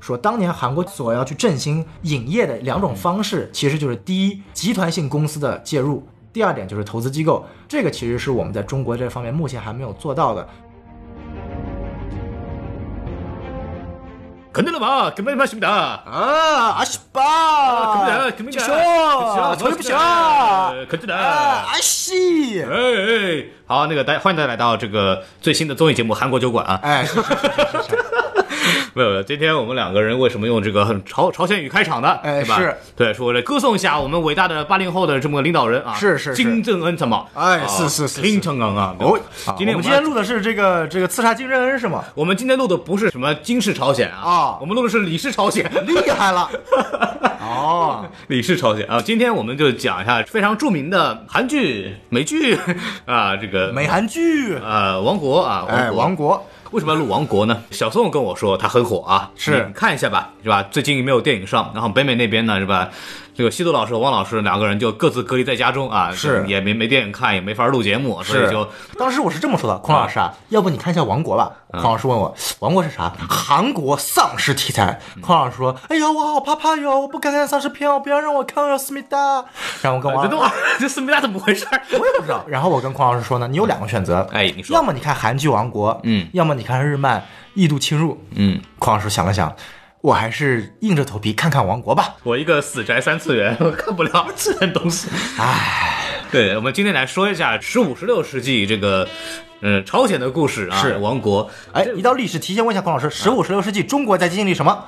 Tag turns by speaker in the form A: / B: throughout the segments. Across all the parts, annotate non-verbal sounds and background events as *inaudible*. A: 说当年韩国所要去振兴影业的两种方式，其实就是第一，集团性公司的介入；第二点就是投资机构。这个其实是我们在中国这方面目前还没有做到的。
B: 건드려 봐. 금방 마십니다.
A: 啊 아,
B: 啊
A: 아쉽다.
B: 금방 금방.
A: 그
B: 啊
A: 쵸? 돌려보자.
B: 건드려.
A: 啊西，
B: 哎哎，好，那个大家欢迎大家来到这个最新的综艺节目《韩国酒馆》啊。
A: 哎， *laughs* 是是是是是
B: 没有，没有，今天我们两个人为什么用这个很朝朝鲜语开场呢？
A: 哎
B: 对吧？
A: 是，
B: 对，说来歌颂一下我们伟大的八零后的这么个领导人啊，
A: 是是是
B: 金正恩怎么？
A: 哎
B: 啊
A: 是是是是
B: 金正恩啊，对
A: 哦，好
B: 今天
A: 我们今
B: 要
A: 天录的是这个这个刺杀金正恩是吗？
B: 我们今天录的不是什么金氏朝鲜啊，
A: 啊
B: 我们录的是李氏朝鲜，
A: 厉害了，
B: *laughs*
A: 哦，
B: 李氏朝鲜啊。今天我们就讲一下非常著名的韩剧、美剧 *laughs* 啊，这个
A: 美韩剧，
B: 呃王国啊，
A: 哎，
B: 国。
A: 王国，
B: 为什么要录《王国》呢？小宋跟我说他很火啊，
A: 是
B: 你看一下吧，是吧？最近没有电影上，然后北美那边呢，是吧？这个西渡老师和汪老师两个人就各自隔离在家中啊，
A: 是
B: 也没没电影看，也没法录节目，所以就
A: *laughs* 当时我是这么说的，孔老师
B: 嗯
A: 啊，要不你看一下《王国》吧？孔老师问我，《王国》是啥？韩国丧尸题材。
B: 嗯
A: 孔老师说，哎呀，我好怕怕哟，我不敢看丧尸片哦，不要让我看哦，思密达。然后我跟王
B: 哎这都 *laughs* 这思密达怎么回事儿？ *laughs*
A: 我也不知道。 *laughs* 然后我跟孔老师说呢，你有两个选择，
B: 哎你说
A: 要么你看韩剧《王国》，
B: 嗯，
A: 要么你看日漫《异度侵入》。
B: 嗯，
A: 孔老师想了想，我还是硬着头皮看看《王国》吧。
B: 我一个死宅三次元，我看不了这种东西。
A: 哎
B: 唉， *laughs* 对，我们今天来说一下十五、十六世纪这个，呃，朝鲜的故事啊，
A: 是
B: 王国，
A: 哎，一道历史题，先问一下孔老师，十五、十六世纪中国在经历什么？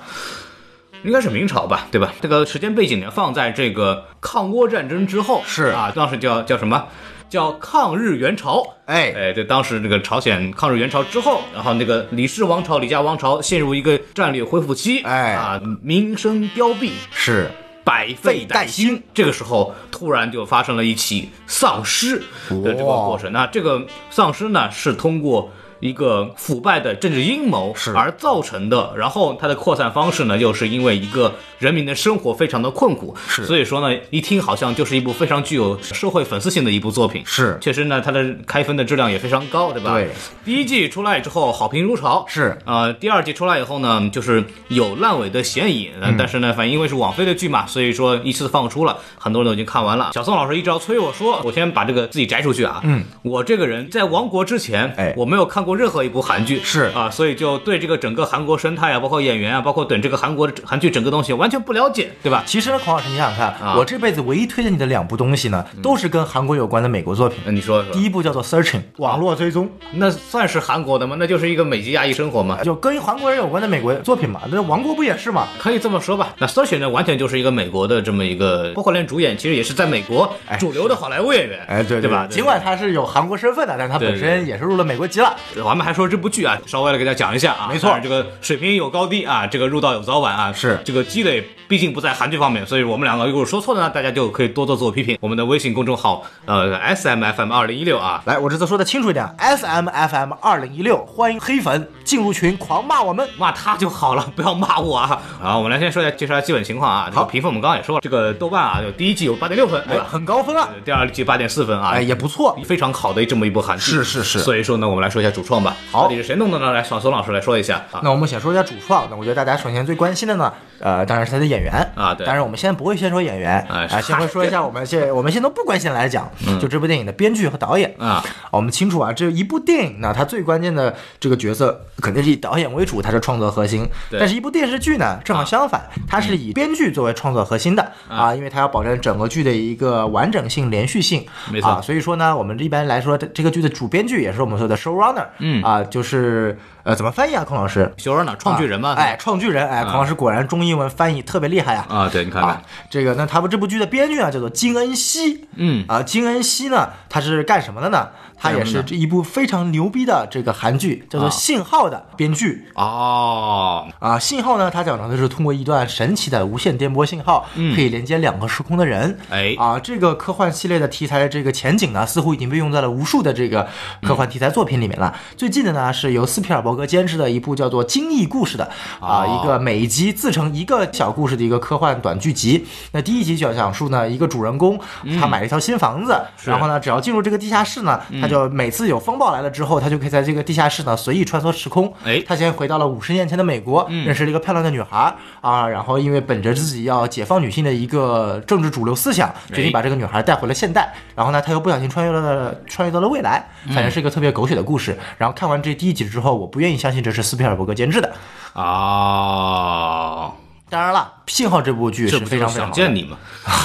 B: 应该是明朝吧，对吧？这个时间背景呢，放在这个抗倭战争之后，
A: 是
B: 啊，当时叫叫什么？叫抗日援朝。
A: 哎
B: 哎，对，当时这个朝鲜抗日援朝之后，然后那个李氏王朝、李家王朝陷入一个战略恢复期，
A: 哎
B: 啊，民生凋敝，
A: 是
B: 百废待
A: 废待
B: 兴。这个时候突然就发生了一起丧尸的这个过程。那这个丧尸呢，是通过一个腐败的政治阴谋
A: 是
B: 而造成的。然后它的扩散方式呢，又是因为一个人民的生活非常的困苦，
A: 是
B: 所以说呢，一听好像就是一部非常具有社会粉丝性的一部作品。
A: 是
B: 确实呢，它的开分的质量也非常高，对吧？
A: 对。
B: 第一季出来之后，好评如潮。
A: 是
B: 呃，第二季出来以后呢，就是有烂尾的嫌疑，
A: 嗯
B: 呃但是呢，反正因为是网飞的剧嘛，所以说一次放出了，很多人都已经看完了。小宋老师一直要催我说，我先把这个自己摘出去啊。嗯，我这个人在《王国》之前，
A: 哎
B: 我没有看过任何一部韩剧，
A: 是
B: 啊、所以就对这个整个韩国生态啊，包括演员啊，包括对这个韩国的韩剧整个东西完全不了解，
A: *laughs*
B: 对吧？
A: 其实呢，孔老师，你想想看，
B: 啊嗯
A: 我这辈子唯一推荐你的两部东西呢，都是跟韩国有关的美国作品。
B: 那你说
A: 第
B: 说，
A: 一部叫做《Searching》，网络追踪，
B: 那算是韩国的吗？那就是一个美籍亚裔生活吗？
A: 就跟韩国人有关的美国作品嘛。那王国不也是嘛？
B: 可以这么说吧，那 Search 呢，完全就是一个美国的这么一个，包括连主演其实也是在美国
A: 哎
B: 主流的好莱坞演员，
A: 哎，对
B: 对吧？
A: 尽管他是有韩国身份的，但他本身也是入了美国籍了。
B: 我们还说这部剧啊，稍微来给大家讲一下啊，
A: 没错
B: 当然这个水平有高低啊，这个入道有早晚啊，
A: 是
B: 这个积累毕竟不在韩剧方面，所以我们两个如果说错了呢，大家就可以多多自我批评。我们的微信公众号呃 S M F M 二零一六啊，
A: 来，我这次说的清楚一点，S M F M 二零一六，欢迎黑粉进入群狂骂我们。
B: 骂他就好了，不要骂我啊！好，我们来先说一下介绍一下基本情况啊。这个
A: 好
B: 评分我们刚刚也说了，这个豆瓣啊，有第一季有八点六分，
A: 哎
B: 对，吧？
A: 很高分啊！
B: 第二季八点四分啊，
A: 哎，也不错。
B: 非常好的这么一部韩剧，
A: 是是是
B: 所以说呢，我们来说一下主创吧。
A: 好
B: 到底是谁弄的呢？来，小松老师来说一下啊。
A: 那我们先说一下主创。那我觉得大家首先最关心的呢，呃，当然是他的演员
B: 啊对
A: 当然我们先不会先说演员，
B: 哎嗯
A: 啊、先会说一下我们现我们先从不关心来讲，就这部电影的编剧和导演
B: 啊。
A: 我们清楚啊，这一部电影呢，它最关键的这个角色肯定是以导演为主，它是创作核心。
B: 对啊嗯
A: 但是一部电视剧呢，正好相反，它是以编剧作为创作核心的啊，因为它要保证整个剧的一个完整性、连续性。
B: 没错
A: 啊，所以说呢，我们一般来说，这这个剧的主编剧也是我们说的 showrunner，嗯啊，就是呃，怎么翻译啊，孔老师？
B: 修罗呢？创剧人嘛，嗯
A: 哎，创巨人，哎，孔老师果然中英文翻译特别厉害呀。
B: 啊，对，你看看
A: 啊，，这个那他们这部剧的编剧啊呢，叫做金恩熙，
B: 嗯
A: 啊，金恩熙呢，他是干什么的呢？他也
B: 干什么
A: 是
B: 呢
A: 这一部非常牛逼的这个韩剧，叫做
B: 啊
A: 《信号》的编剧。
B: 哦，
A: 啊，信号呢？它讲的就是通过一段神奇的无线电波信号，可以连接两个时空的人。
B: 嗯哎
A: 啊，这个科幻系列的题材的这个前景呢，似乎已经被用在了无数的这个科幻题材作品里面了。最近的呢，是由斯皮尔伯哥监制的一部叫做《精益故事》的啊、
B: 哦
A: 一个每集自成一个小故事的一个科幻短剧集。那第一集就讲述呢，一个主人公他买了一套新房子，
B: 嗯是嗯
A: 然后呢，只要进入这个地下室呢，他就每次有风暴来了之后，他就可以在这个地下室呢随意穿梭时空。
B: 哎
A: 他先回到了五十年前的美国，
B: 嗯
A: 认识了一个漂亮的女孩啊，然后因为本着自己要解放女性的一个政治主流思想，决
B: 哎
A: 定把这个女孩带回了现代。然后呢，他又不小心穿越了穿越到了未来，反
B: 嗯
A: 正是一个特别狗血的故事。然后看完这第一集之后，我不愿意相信这是斯皮尔伯格监制的。
B: 啊，
A: 当然了，幸好这部剧
B: 这
A: 是
B: 不
A: 非
B: 就
A: 常
B: 是
A: 非
B: 想
A: 常
B: 见你吗？ *laughs*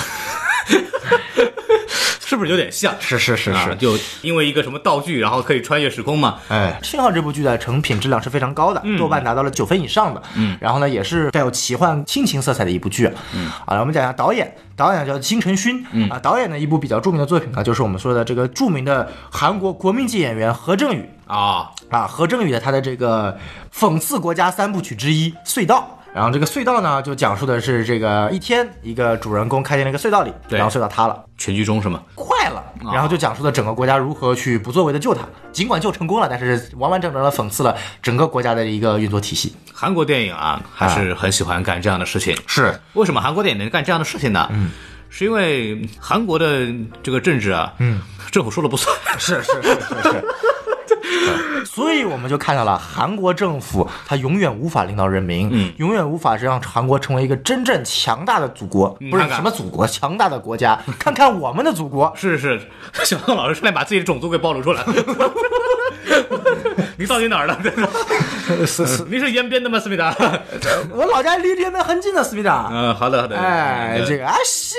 B: 是不是有点像？
A: 是是是
B: 啊就因为一个什么道具，然后可以穿越时空嘛？
A: 哎，《信号》这部剧的成品质量是非常高的，豆瓣达到了九分以上的。嗯，然后呢，也是带有奇幻亲情色彩的一部剧。嗯，啊，我们讲一下导演，导演叫金承勋。嗯，啊，导演的一部比较著名的作品呢，就是我们说的这个著名的韩国国民级演员何正宇。
B: 啊，
A: 啊，何正宇的他的这个讽刺国家三部曲之一《隧道》。然后这个隧道呢，就讲述的是这个一天，一个主人公开进了一个隧道里，
B: 对
A: 然后隧道塌了，
B: 全剧终是吗？
A: 坏了，
B: 啊
A: 然后就讲述了整个国家如何去不作为的救他，尽管救成功了，但是完完整整的讽刺了整个国家的一个运作体系。
B: 韩国电影啊，还是很喜欢干这样的事情。
A: 是，
B: 为什么韩国电影能干这样的事情呢？嗯，是因为韩国的这个政治啊，嗯，政府说了不算。
A: 是是是是是。所以我们就看到了韩国政府，它永远无法领导人民，
B: 嗯
A: 永远无法让韩国成为一个真正强大的祖国，
B: 嗯
A: 不是
B: 看看
A: 什么祖国，强大的国家。看看我们的祖国，
B: *laughs* 是是，小宋老师差点把自己的种族给暴露
A: *laughs*
B: 出来了。您到底哪儿的？嗯
A: 是是，
B: 您是延边的吗，思
A: *laughs*
B: 密达？
A: 我老家离这边很近的，思密达。
B: 嗯，好的好的。
A: 哎，
B: 嗯
A: 这哎个啊，谢。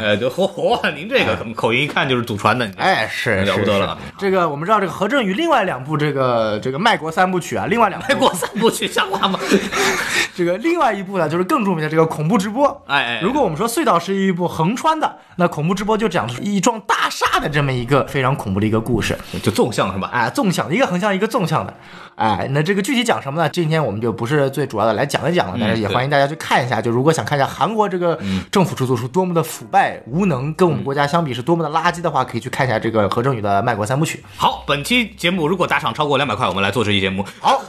B: 呃，就嚯嚯，您这个口音一看就是祖传的，你知道吗
A: 哎，是
B: 了不得了。
A: 是是这个我们知道，这个何振宇另外两部这个这个卖国三部曲啊，另外两部
B: 泰国三部曲像话吗？ *laughs*
A: 这个另外一部呢，就是更著名的这个恐怖直播。
B: 哎哎哎
A: 如果我们说隧道是一部横穿的，那恐怖直播就讲述一幢大厦的这么一个非常恐怖的一个故事。
B: 就纵向是吧？
A: 哎，纵向的一个横向，一个纵向的。哎，那这个具体讲什么呢？今天我们就不是最主要的来讲一讲
B: 嗯
A: 了，但是也欢迎大家去看一下。就如果想看一下韩国这个政府制度是多么的腐败无能，跟我们国家相比是多么的垃圾的话，可以去看一下这个何正宇的《卖国三部曲》。
B: 好，本期节目如果打赏超过两百块，我们来做这期节目。
A: 好，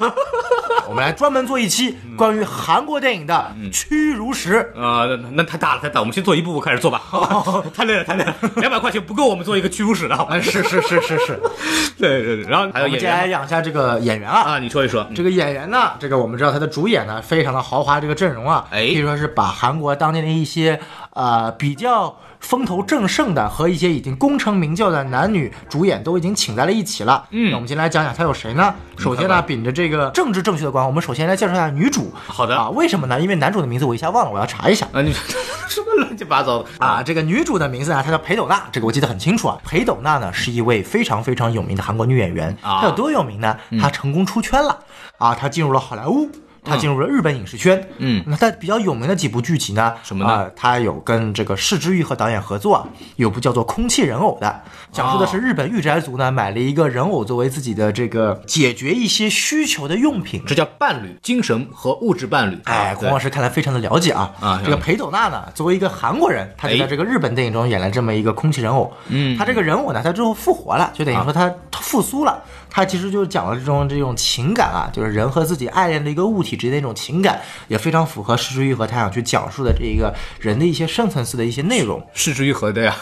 A: *laughs* 我们来专门做一期关于韩国电影的
B: 嗯
A: 屈辱史。
B: 呃，那那太大了，太大了，我们先做一步步开始做
A: *laughs*
B: 吧。
A: 哦
B: 太累了，太累了，两百块钱不够我们做一个屈辱史的。好吧
A: 是是是是是，
B: *laughs* 对对对，然后还有
A: 我们
B: 演
A: 接下来
B: 员
A: 讲一下这个演员啊。
B: 啊，你说一说。
A: 这个演员呢，这个我们知道他的主演呢非常的豪华，这个阵容啊，
B: 哎
A: 可以说是把韩国当年的一些呃比较风头正盛的和一些已经功成名就的男女主演都已经请在了一起了。嗯，那我们先来讲讲他有谁呢？首先呢，秉着这个政治正确的观，我们首先来介绍一下女主。
B: 好的
A: 啊，为什么呢？因为男主的名字我一下忘了，我要查一下。
B: 啊，你 *laughs* 什么乱七八糟的
A: 啊，这个女主的名字呢，她叫裴斗娜，这个我记得很清楚啊。裴斗娜呢是一位非常非常有名的韩国女演员，
B: 啊嗯
A: 她有多有名呢？她成功出圈了，啊，她进入了好莱坞。她进入了日本影视圈，
B: 嗯，
A: 那她比较有名的几部剧集呢？
B: 什么呢
A: 啊她有跟这个市之愈和导演合作，有部叫做《空气人偶》的，讲
B: 哦
A: 述的是日本御宅族呢买了一个人偶作为自己的这个解决一些需求的用品，
B: 这叫伴侣，精神和物质伴侣。啊
A: 哎，孔老
B: 师，
A: 师看来非常的了解啊。
B: 啊
A: 这个裴斗娜呢，作为一个韩国人，他就在这个日本电影中演了这么一个空气人偶。嗯，啊他这个人偶呢，他之后复活了，就等于说他他复苏了。他其实就讲了这种这种情感啊，就是人和自己爱恋的一个物体之间的一种情感，也非常符合施之愈和他想去讲述的这一个人的一些深层次的一些内容。
B: 是之愈合的呀。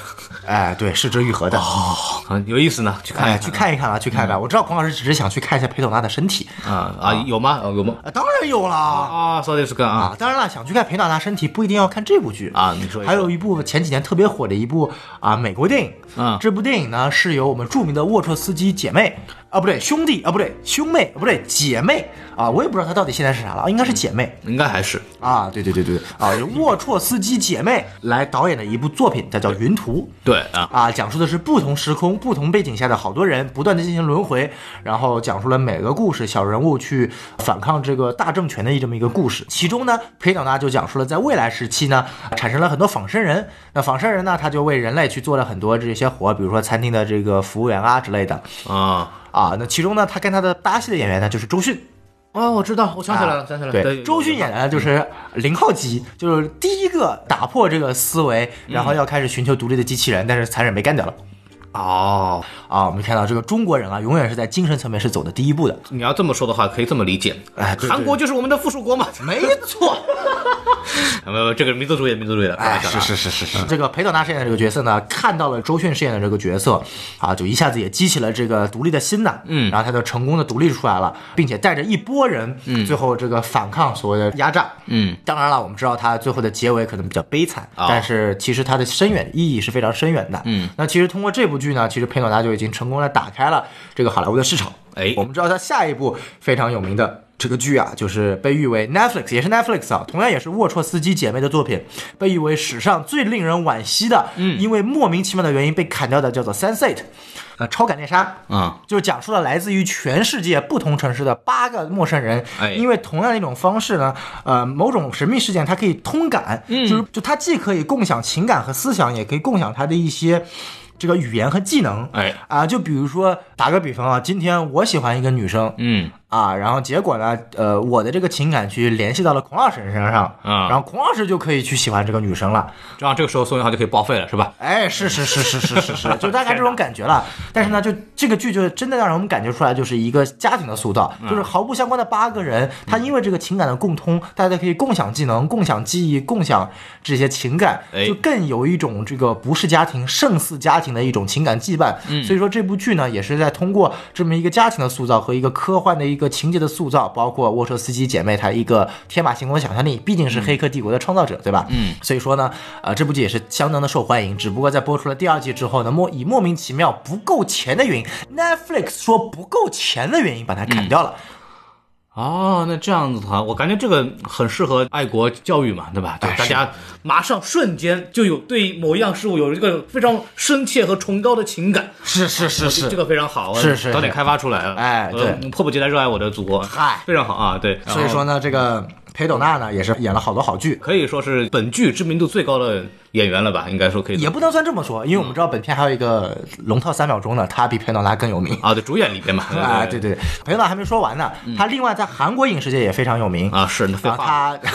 A: 哎，对，失之愈合的。
B: 啊，有意思呢，去看
A: 哎，
B: 一
A: 去
B: 看
A: 看一看啊，去看一看。我知道孔老师只是想去看一下裴斗娜的身体，
B: 啊啊，有吗？啊有吗？
A: 啊，当然有啦。
B: 啊，说的是个啊
A: 啊，当然了，想去看裴斗娜身体不一定要看这部剧
B: 啊，你说一说
A: 还有一部前几年特别火的一部啊美国电影，
B: 嗯
A: 这部电影呢是由我们著名的沃彻斯基姐妹啊不对兄弟啊不对兄妹啊不对姐妹啊我也不知道她到底现在是啥了，啊应该是姐妹
B: 应该还是
A: 啊对对对对啊由沃彻斯基姐妹来导演的一部作品，它叫《云图》。
B: 对啊。
A: 啊，讲述的是不同时空、不同背景下的好多人不断的进行轮回，然后讲述了每个故事小人物去反抗这个大政权的这么一个故事。其中呢，裴斗娜就讲述了在未来时期呢，产生了很多仿生人。那仿生人呢，他就为人类去做了很多这些活，比如说餐厅的这个服务员啊之类的
B: 啊
A: 啊。那其中呢，他跟他的搭戏的演员呢，就是周迅。
B: 哦，我知道，我想起来了，
A: 啊
B: 想起来了。
A: 对，周迅演的就是零号机，就是第一个打破这个思维，然后要开始寻求独立的机器人，但是残忍被干掉了。
B: 哦，
A: 啊，我们看到这个中国人啊，永远是在精神层面是走的第一步的。
B: 你要这么说的话，可以这么理解，
A: 哎对对
B: 韩国就是我们的附属国嘛。
A: 没错，
B: 啊没有，这个是民族主义的，民族主义的，开玩笑的啊
A: 哎是是是。嗯这个裴斗娜饰演的这个角色呢，看到了周迅饰演的这个角色，啊，就一下子也激起了这个独立的心呐。嗯，然后他就成功的独立出来了，并且带着一波人，嗯，最后这个反抗所谓的压榨。
B: 嗯，
A: 当然了，我们知道他最后的结尾可能比较悲惨，
B: 哦
A: 但是其实它的深远意义是非常深远的。啊嗯，那其实通过这部剧呢，其实裴斗娜就已经成功的打开了这个好莱坞的市场。
B: 哎
A: 我们知道他下一部非常有名的这个剧啊，就是被誉为 Netflix 也是 Netflix 啊，同样也是沃绰斯基姐妹的作品，被誉为史上最令人惋惜的，嗯，因为莫名其妙的原因被砍掉的叫做 Sunset，呃，超感猎杀。
B: 嗯，
A: 就是讲述了来自于全世界不同城市的八个陌生人，
B: 哎
A: 因为同样的一种方式呢，呃，某种神秘事件它可以通感，
B: 嗯
A: 就是就它既可以共享情感和思想，也可以共享它的一些这个语言和技能，
B: 哎
A: 啊，就比如说打个比方啊，今天我喜欢一个女生，
B: 嗯，
A: 啊，然后结果呢，呃，我的这个情感去联系到了孔老师身上，
B: 啊
A: 然后孔老师就可以去喜欢这个女生了，
B: 这样这个时候宋元浩就可以报废了，是吧？
A: 哎，是是是是是是是，就大概这种感觉了。但是呢，就这个剧就真的让我们感觉出来，就是一个家庭的塑造，就是毫不相关的八个人，他因为这个情感的共通，大家可以共享技能、共享记忆、共享这些情感
B: 哎，
A: 就更有一种这个不是家庭胜似家庭的一种情感羁绊。所以说这部剧呢，也是在通过这么一个家庭的塑造和一个科幻的一个情节的塑造，包括沃车斯基姐妹她一个天马行空的想象力，毕竟是《黑客帝国》的创造者，对吧？嗯，所以说呢，呃，这部剧也是相当的受欢迎。只不过在播出了第二季之后呢，莫以莫名其妙不够钱的原因，Netflix 说不够钱的原因把它砍掉了。
B: 哦，那这样子的话，我感觉这个很适合爱国教育嘛，对吧？就
A: 哎
B: 大家马上瞬间就有对某一样事物有一个非常深切和崇高的情感，
A: 是是是
B: 这这，个非常好，
A: 是是是
B: 早点开发出来了，
A: 哎
B: 我
A: 对
B: 迫不及待热爱我的祖国，
A: 嗨
B: 非常好啊，对，
A: *laughs* 所以
B: 然后
A: 说呢，这个裴斗娜呢也是演了好多好剧。
B: 可以说是本剧知名度最高的演员了吧，应该说可以
A: 也不能算这么说，因为我们知道本片还有一个龙套三秒钟呢，他比裴斗娜更有名。
B: 啊，对，主演里边嘛，
A: *laughs* 啊，对对，裴斗娜还没说完呢，他另外在韩国影视界也非常有名。
B: 啊，是那废
A: 然后
B: 话，
A: *laughs* 他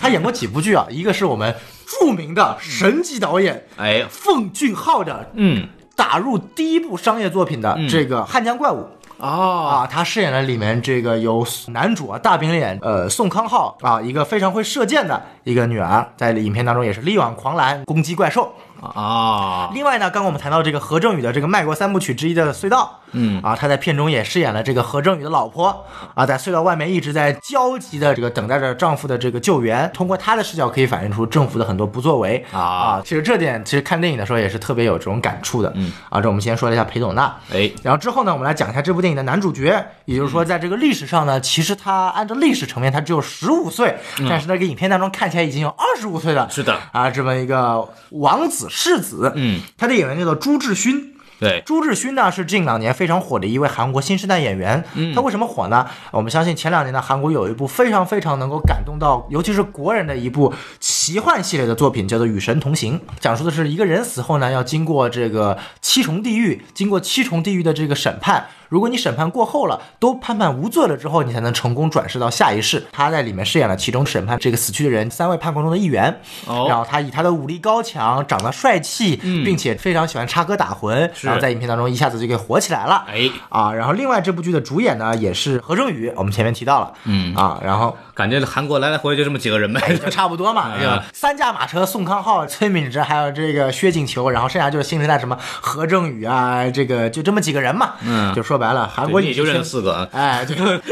A: 他演过几部剧啊，一个是我们著名的神级导演
B: 哎，
A: 奉俊昊的
B: 嗯，
A: 打入第一部商业作品的这个《汉江怪物》。
B: 哦，
A: 嗯啊，他饰演了里面这个由男主啊大饼脸呃宋康昊啊一个非常会射箭的一个女儿，在影片当中也是力挽狂澜攻击怪兽。
B: 啊，
A: 另外呢，刚刚我们谈到这个何正宇的这个卖国三部曲之一的隧道，嗯啊，他在片中也饰演了这个何正宇的老婆啊，在隧道外面一直在焦急的这个等待着丈夫的这个救援。通过他的视角可以反映出政府的很多不作为
B: 啊
A: 其实这点其实看电影的时候也是特别有这种感触的。嗯啊，这我们先说了一下裴斗娜，
B: 哎，
A: 然后之后呢，我们来讲一下这部电影的男主角，也就是
B: 嗯
A: 说，在这个历史上呢，其实他按照历史层面，他只有十五岁，但是那个影片当中看起来已经有二十五岁了。
B: 嗯是的
A: 啊，这么一个王子世子，
B: 嗯，
A: 他的演员叫做朱智勋。
B: 对，
A: 朱智勋呢是近两年非常火的一位韩国新生代演员。
B: 嗯
A: 他为什么火呢？我们相信前两年呢，韩国有一部非常非常能够感动到，尤其是国人的一部奇幻系列的作品，叫做《与神同行》，讲述的是一个人死后呢，要经过这个七重地狱，经过七重地狱的这个审判。如果你审判过后了，都判判无罪了之后，你才能成功转世到下一世。他在里面饰演了其中审判这个死去的人三位判官中的一员。
B: 哦嗯
A: 然后他以他的武力高强、长得帅气，并且非常喜欢插科打诨，然后在影片当中一下子就给火起来了。
B: 哎，
A: 啊，然后另外这部剧的主演呢也是何正宇，我们前面提到了，嗯啊，然后
B: 感觉韩国来来回回就这么几个人呗，
A: 就
B: *laughs*
A: 差不多嘛，
B: 嗯
A: 这个三驾马车，宋康昊、崔敏植还有这个薛景求，然后剩下就是新时代什么何正宇啊，这个就这么几个人嘛，
B: 嗯
A: 就说白了，韩国影
B: 对你
A: 视
B: 就
A: 圈
B: 认四个啊，
A: *laughs* 哎，对，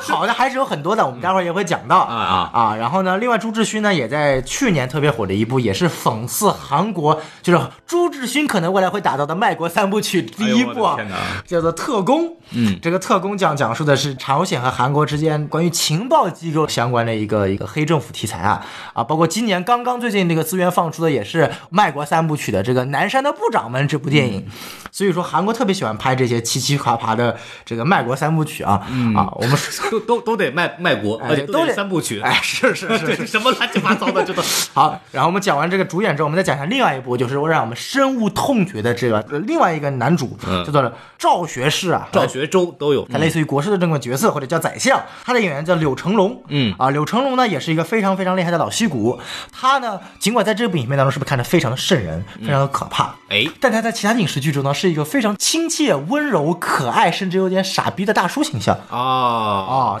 A: 好的还是有很多的，我们待会儿也会讲到
B: 啊啊
A: 啊。然后呢，另外朱智勋呢也在去年特别火的一部，也是讽刺韩国，就是朱智勋可能未来会打造的卖国三部曲第一部啊
B: 哎呦我的天哪，
A: *laughs* 叫做《特工》。嗯，这个《特工》讲讲述的是朝鲜和韩国之间关于情报机构相关的一个一个黑政府题材啊啊，包括今年刚刚最近这个资源放出的也是卖国三部曲的这个《南山的部长们》这部电
B: 嗯
A: 影。所以说，韩国特别喜欢拍这些七七八八的这个卖国三部曲啊、
B: 嗯
A: 啊！我们
B: 都都都得卖卖国，
A: 哎
B: 而且
A: 都
B: 得
A: 得
B: 三部曲，
A: 哎，是
B: *laughs*
A: 是是
B: 对，
A: 是，
B: 什么乱七八糟的，这都
A: 好。然后我们讲完这个主演之后，我们再讲一下另外一部，就是让我们深恶痛绝的这个呃另外一个男主，
B: 嗯
A: 叫做赵学士啊，
B: *laughs* 赵学周都有。
A: 他类似于国师的这么个角色，或者叫宰相，他的演员叫柳成龙。
B: 嗯
A: 啊，柳成龙呢也是一个非常非常厉害的老戏骨。他呢，尽管在这部影片当中是不是看着非常的瘆人，非常的可怕，
B: 哎，
A: 但他在其他影视剧中呢，是一个非常亲切、温柔、可爱，甚至有点傻逼的大叔形象。
B: 哦，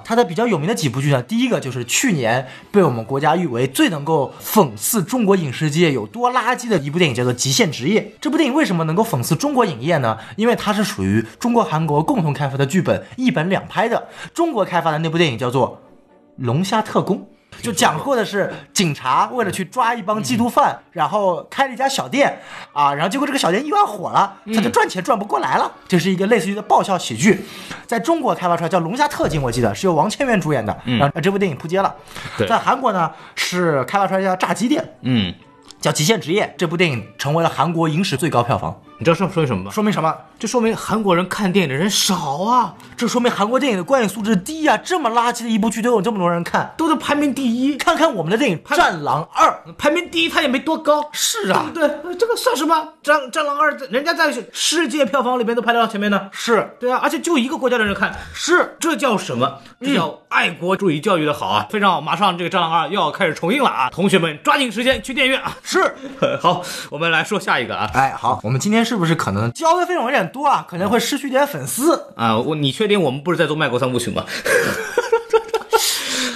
A: 啊，他的比较有名的几部剧呢，第一个就是去年被我们国家誉为最能够讽刺中国影视界有多垃圾的一部电影，叫做《极限职业》。这部电影为什么能够讽刺中国影业呢？因为它是属于中国韩国共同开发的剧本，一本两拍的。中国开发的那部电影叫做《龙虾特工》。就讲过的是警察为了去抓一帮缉毒犯，然后开了一家小店啊，然后结果这个小店意外火了，他就赚钱赚不过来了。这是一个类似于的爆笑喜剧，在中国开发出来叫《龙虾特警》，我记得是由王千源主演的，然后这部电影扑街了。
B: 对
A: 在韩国呢是开发出来叫《炸鸡店》，
B: 嗯，
A: 叫《极限职业》，这部电影成为了韩国影史最高票房，
B: 你知道说说明什么吗？
A: 说明什么？
B: 这说明韩国人看电影的人少啊，
A: 这说明韩国电影的观影素质低啊！这么垃圾的一部剧都有这么多人看，
B: 都能排名第一，
A: 看看我们的电影《战狼二》。
B: 排名第一他也没多高，是
A: 啊
B: 对不对？这个算什么？战战狼二，人家在世界票房里面都排到前面呢。
A: 是
B: 对啊，而且就一个国家的人看，
A: 是，
B: 这叫什么？
A: 嗯
B: 这叫爱国主义教育的好啊！非常好，马上这个《战狼二》又要开始重映了啊！同学们抓紧时间去电影院啊！
A: 是，
B: *laughs* 好，我们来说下一个啊。
A: 哎，好，我们今天是不是可能交的费用有点多啊？可能会失去点粉丝。
B: 啊，我你确定我们不是在做卖国三部曲
A: *laughs*
B: 吗？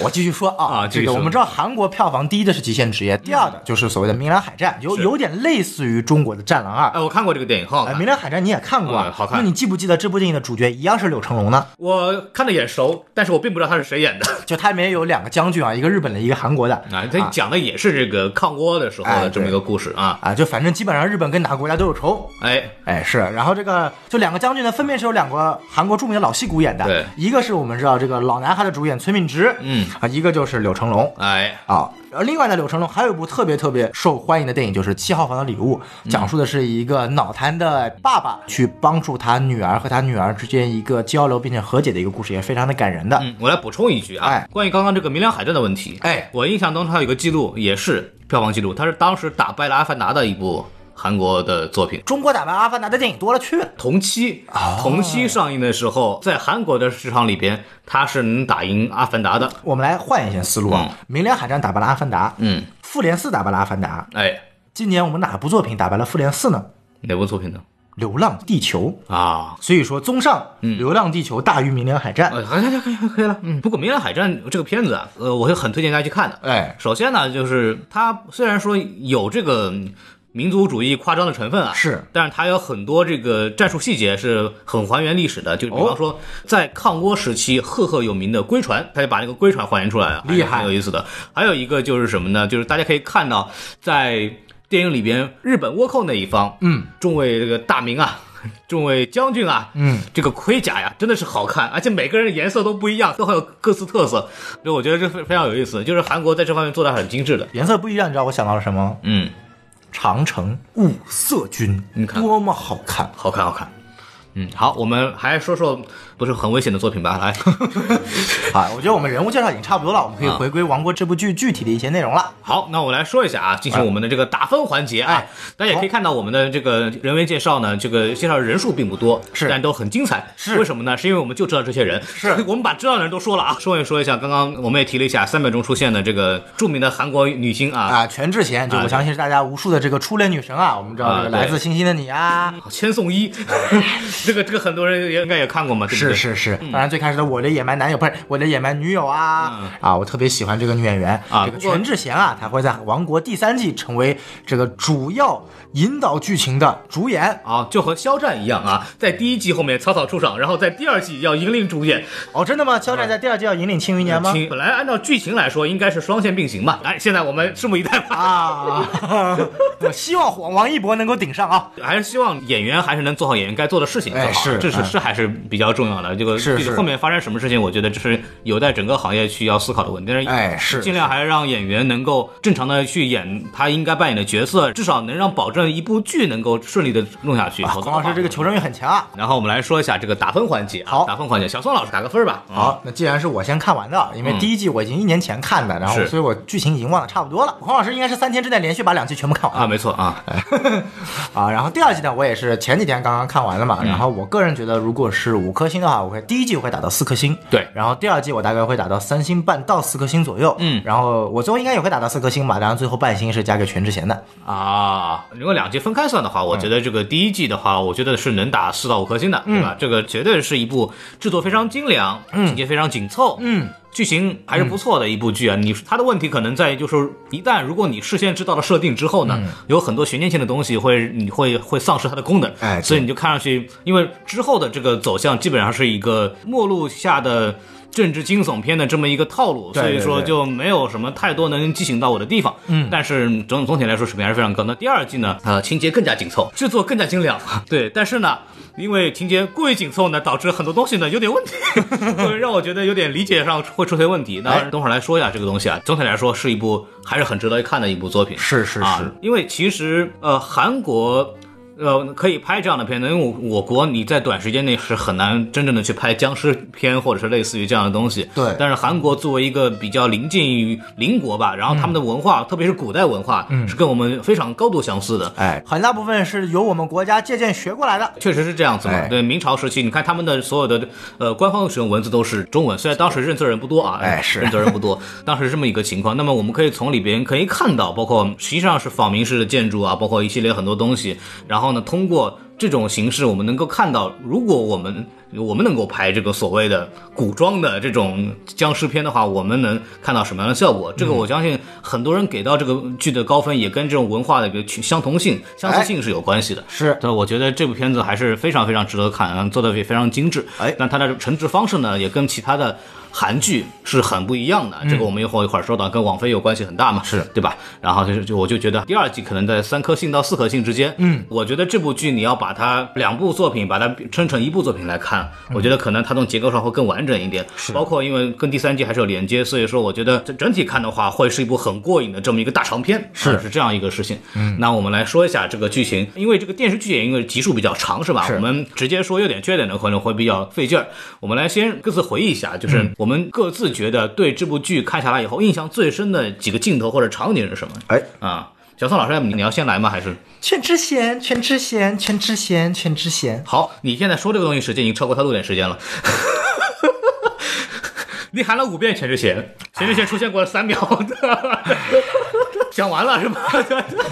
A: 我继续说啊，
B: 啊继
A: 这
B: 续
A: 个
B: 说
A: 我们知道韩国票房第一的是《极限职业》，第二的就是所谓的《明兰海
B: 嗯
A: 战》，有有点类似于中国的《战狼二》。
B: 哎，我看过这个电影，很好
A: 哎，《
B: 看，
A: 明兰海战》你也看过啊
B: 嗯？好看
A: 那你记不记得这部电影的主角一样是柳成龙呢？
B: 我看的眼熟，但是我并不知道他是谁演的。
A: 就它里面有两个将军啊，一个日本的，一个韩国的。
B: 啊， *laughs* 他讲的也是这个抗倭的时候的
A: 哎
B: 这么一个故事啊。
A: 啊，就反正基本上日本跟哪个国家都有仇，
B: 哎，
A: 哎，是，然后这个就两个将军呢，分别是由两个韩国著名的老戏骨演的，
B: 对
A: 一个是我们知道这个老男孩的主演崔敏植，
B: 嗯
A: 啊，一个就是柳成龙
B: 哎，
A: 啊。而另外呢，柳成龙还有一部特别特别受欢迎的电影，就是《七号房的礼物》，
B: 嗯
A: 讲述的是一个脑瘫的爸爸去帮助他女儿和他女儿之间一个交流并且和解的一个故事，也非常的感人的。
B: 嗯，我来补充一句啊，
A: 哎
B: 关于刚刚这个明亮海战的问题，
A: 哎
B: 我印象当中还有一个记录，也是票房记录，它是当时打败了《阿凡达》的一部韩国的作品。
A: 中国打败阿凡达的电影多了去了，
B: 同期，
A: 啊
B: 同期上映的时候，在韩国的市场里边，它是能打赢《阿凡达》的。
A: 我们来换一些思路啊，明亮海战打败了阿凡达，
B: 嗯，
A: 复联四打败了阿凡达，
B: 哎，
A: 今年我们哪部作品打败了复联四呢？
B: 哪部作品呢？
A: 《流浪地球》。
B: 啊，
A: 所以说，综上，
B: 嗯
A: 流浪地球》大于《明亮海战》
B: 呃，可以可以可以了。嗯，不过《明亮海战》这个片子啊，呃，我会很推荐大家去看的。
A: 哎，
B: 首先呢，就是它虽然说有这个嗯民族主义夸张的成分啊，
A: 是，
B: 但是它有很多这个战术细节是很还原历史的。就比
A: 哦
B: 方说，在抗倭时期赫赫有名的龟船，它就把那个龟船还原出来了，哎
A: 厉害
B: 还是很有意思的。还有一个就是什么呢？就是大家可以看到，在电影里边，日本倭寇那一方，
A: 嗯，
B: 众位这个大名啊。 *laughs* 众位将军啊，
A: 嗯，
B: 这个盔甲呀，真的是好看，而且每个人的颜色都不一样，都很有各自特色，所以我觉得这非非常有意思，就是韩国在这方面做的很精致的。
A: 颜色不一样，你知道我想到了什么吗？
B: 嗯，
A: 长城五色军
B: 你，看
A: 多么好看！
B: 好看，好看。嗯，好，我们还说说不是很危险的作品吧，来，
A: *laughs* 啊，我觉得我们人物介绍已经差不多了，我们可以
B: 啊
A: 回归《王国》这部剧具体的一些内容了。
B: 好，那我来说一下啊，进行我们的这个打分环节啊
A: 哎，
B: 大家也可以看到我们的这个人员介绍呢，这个介绍人数并不多，
A: 是
B: 但都很精彩，
A: 是
B: 为什么呢？是因为我们就知道这些人，
A: 是
B: *laughs* 我们把知道的人都说了啊，顺便说一下，刚刚我们也提了一下三秒钟出现的这个著名的韩国女星啊，
A: 啊，全智贤，就
B: 啊
A: 我相信是大家无数的这个初恋女神啊，我们知道这
B: 啊
A: 个
B: 对
A: 来自星星的你啊，
B: 千颂伊， *laughs* 这个这个很多人也应该也看过嘛，对不
A: 是
B: 对？
A: 是是，当然最开始的我的野蛮男友不是我的野蛮女友啊啊，我特别喜欢这个女演员
B: 嗯啊
A: 这个
B: 不过
A: 全智贤啊，她会在《王国》第三季成为这个主要引导剧情的主演。
B: 啊，就和肖战一样啊，在第一季后面草草出场，然后在第二季要引领主演，
A: 哦，真的吗？肖战在第二季要引领庆余年吗？
B: 请本来按照剧情来说应该是双线并行嘛，哎，现在我们拭目以待吧。
A: 啊， *laughs* 我希望王王一博能够顶上啊！
B: 还是希望演员还是能做好演员该做的事情，做好
A: 哎是
B: 这是
A: 哎
B: 这还是比较重要的。这个
A: 是
B: 这个
A: 是
B: 后面发生什么事情，我觉得这是有待整个行业去要思考的问题。但是
A: 哎是
B: 尽量还是让演员能够正常的去演他应该扮演的角色，至少能让保证一部剧能够顺利的弄下去。
A: 啊
B: 否则
A: 孔
B: 的话
A: 老师这个求生欲很强啊！
B: 然后我们来说一下这个打分环节啊，
A: 好
B: 打分环节，小宋老师打个分吧。
A: 好，嗯那既然是我先看完的，因为第一季我已经一年前看的，然后
B: 是
A: 所以我剧情已经忘得差不多了。孔老师应该是三天之内连续把两季全部看完了
B: 啊，没错啊，
A: 啊，然后第二季呢，我也是前几天刚刚看完了嘛，然后我个人觉得，如果是五颗星的话，我会第一季我会打到四颗星，
B: 对
A: 然后第二季我大概会打到三星半到四颗星左右，
B: 嗯
A: 然后我最后应该也会打到四颗星吧，然后最后半星是加给全智贤的，
B: 啊，如果两季分开算的
A: 嗯
B: 话，我觉得这个第一季的话，我觉得是能打四到五颗星的，
A: 嗯
B: 对吧？这个绝对是一部制作非常精良、情节非常紧凑，嗯。剧情还是不错的一部剧啊，你它的问题可能在于，就是一旦如果你事先知道了设定之后呢，
A: 嗯
B: 有很多悬念性的东西会你会会丧失它的功能，
A: 哎对
B: 所以你就看上去，因为之后的这个走向基本上是一个末路下的政治惊悚片的这么一个套路，
A: 对对
B: 所以说
A: 对
B: 就没有什么太多能激情到我的地方。嗯，但是总总体来说水平还是非常高。那第二季呢，呃，情节更加紧凑，制作更加精良， *laughs* 对，但是呢。因为情节过于紧凑呢，导致很多东西呢有点 *laughs* 问题，会让我觉得有点理解上会出现问题。那
A: 哎
B: 等会儿来说一下这个东西啊。总体来说是一部还是很值得一看的一部作品。
A: 是是
B: 啊
A: 是，
B: 因为其实呃，韩国呃可以拍这样的片子，因为我我国你在短时间内是很难真正的去拍僵尸片或者是类似于这样的东西。
A: 对
B: 但是韩国作为一个比较临近于邻国吧，然后他们的文化，特别是古代文化，是跟我们非常高度相似的。
A: 哎，很大部分是由我们国家借鉴学过来的，
B: 确实是这样子嘛。
A: 哎
B: 对，明朝时期，你看他们的所有的呃官方使用文字都是中文，虽然当时认字人不多啊，
A: 哎是
B: 认字人
A: *laughs*
B: 不多，当时是这么一个情况。那么我们可以从里边可以看到，包括实际上是仿明式的建筑啊，包括一系列很多东西。然后呢，通过这种形式，我们能够看到，如果我们我们能够拍这个所谓的古装的这种僵尸片的话，我们能看到什么样的效果？
A: 嗯
B: 这个我相信很多人给到这个剧的高分，也跟这种文化的一个趋相同性、相似性是有关系的。
A: 是
B: 对，我觉得这部片子还是非常非常值得看，嗯做的也非常精致。
A: 哎
B: 但它的惩治方式呢，也跟其他的韩剧是很不一样的。这个我们一会儿一会儿说到，跟网飞有关系很大嘛，是对吧？然后就是就我就觉得第二季可能在三颗星到四颗星之间。嗯，我觉得这部剧你要把它两部作品把它撑成一部作品来看，我觉得可能它从结构上会更完整一点。是，包括因为跟第三季还是有连接，所以说我觉得整整体看的话，会是一部很过瘾的这么一个大长片。是、是这样一个事情。嗯，那我们来说一下这个剧情，因为这个电视剧也因为集数比较长，是吧？
A: 是
B: 我们直接说优点缺点呢，可能会比较费劲儿。我们来先各自回忆一下，就是我们各自觉得对这部剧看下来以后，印象最深的几个镜头或者场景是什么？
A: 哎，
B: 啊、小宋老师，要不你你要先来吗？还是
A: 全智贤，全智贤，全智贤，全智贤，
B: 好？你现在说这个东西时间已经超过他录点时间了。 *laughs* 你喊了五遍全智贤，全智贤出现过三秒， *laughs* 讲完了是吧？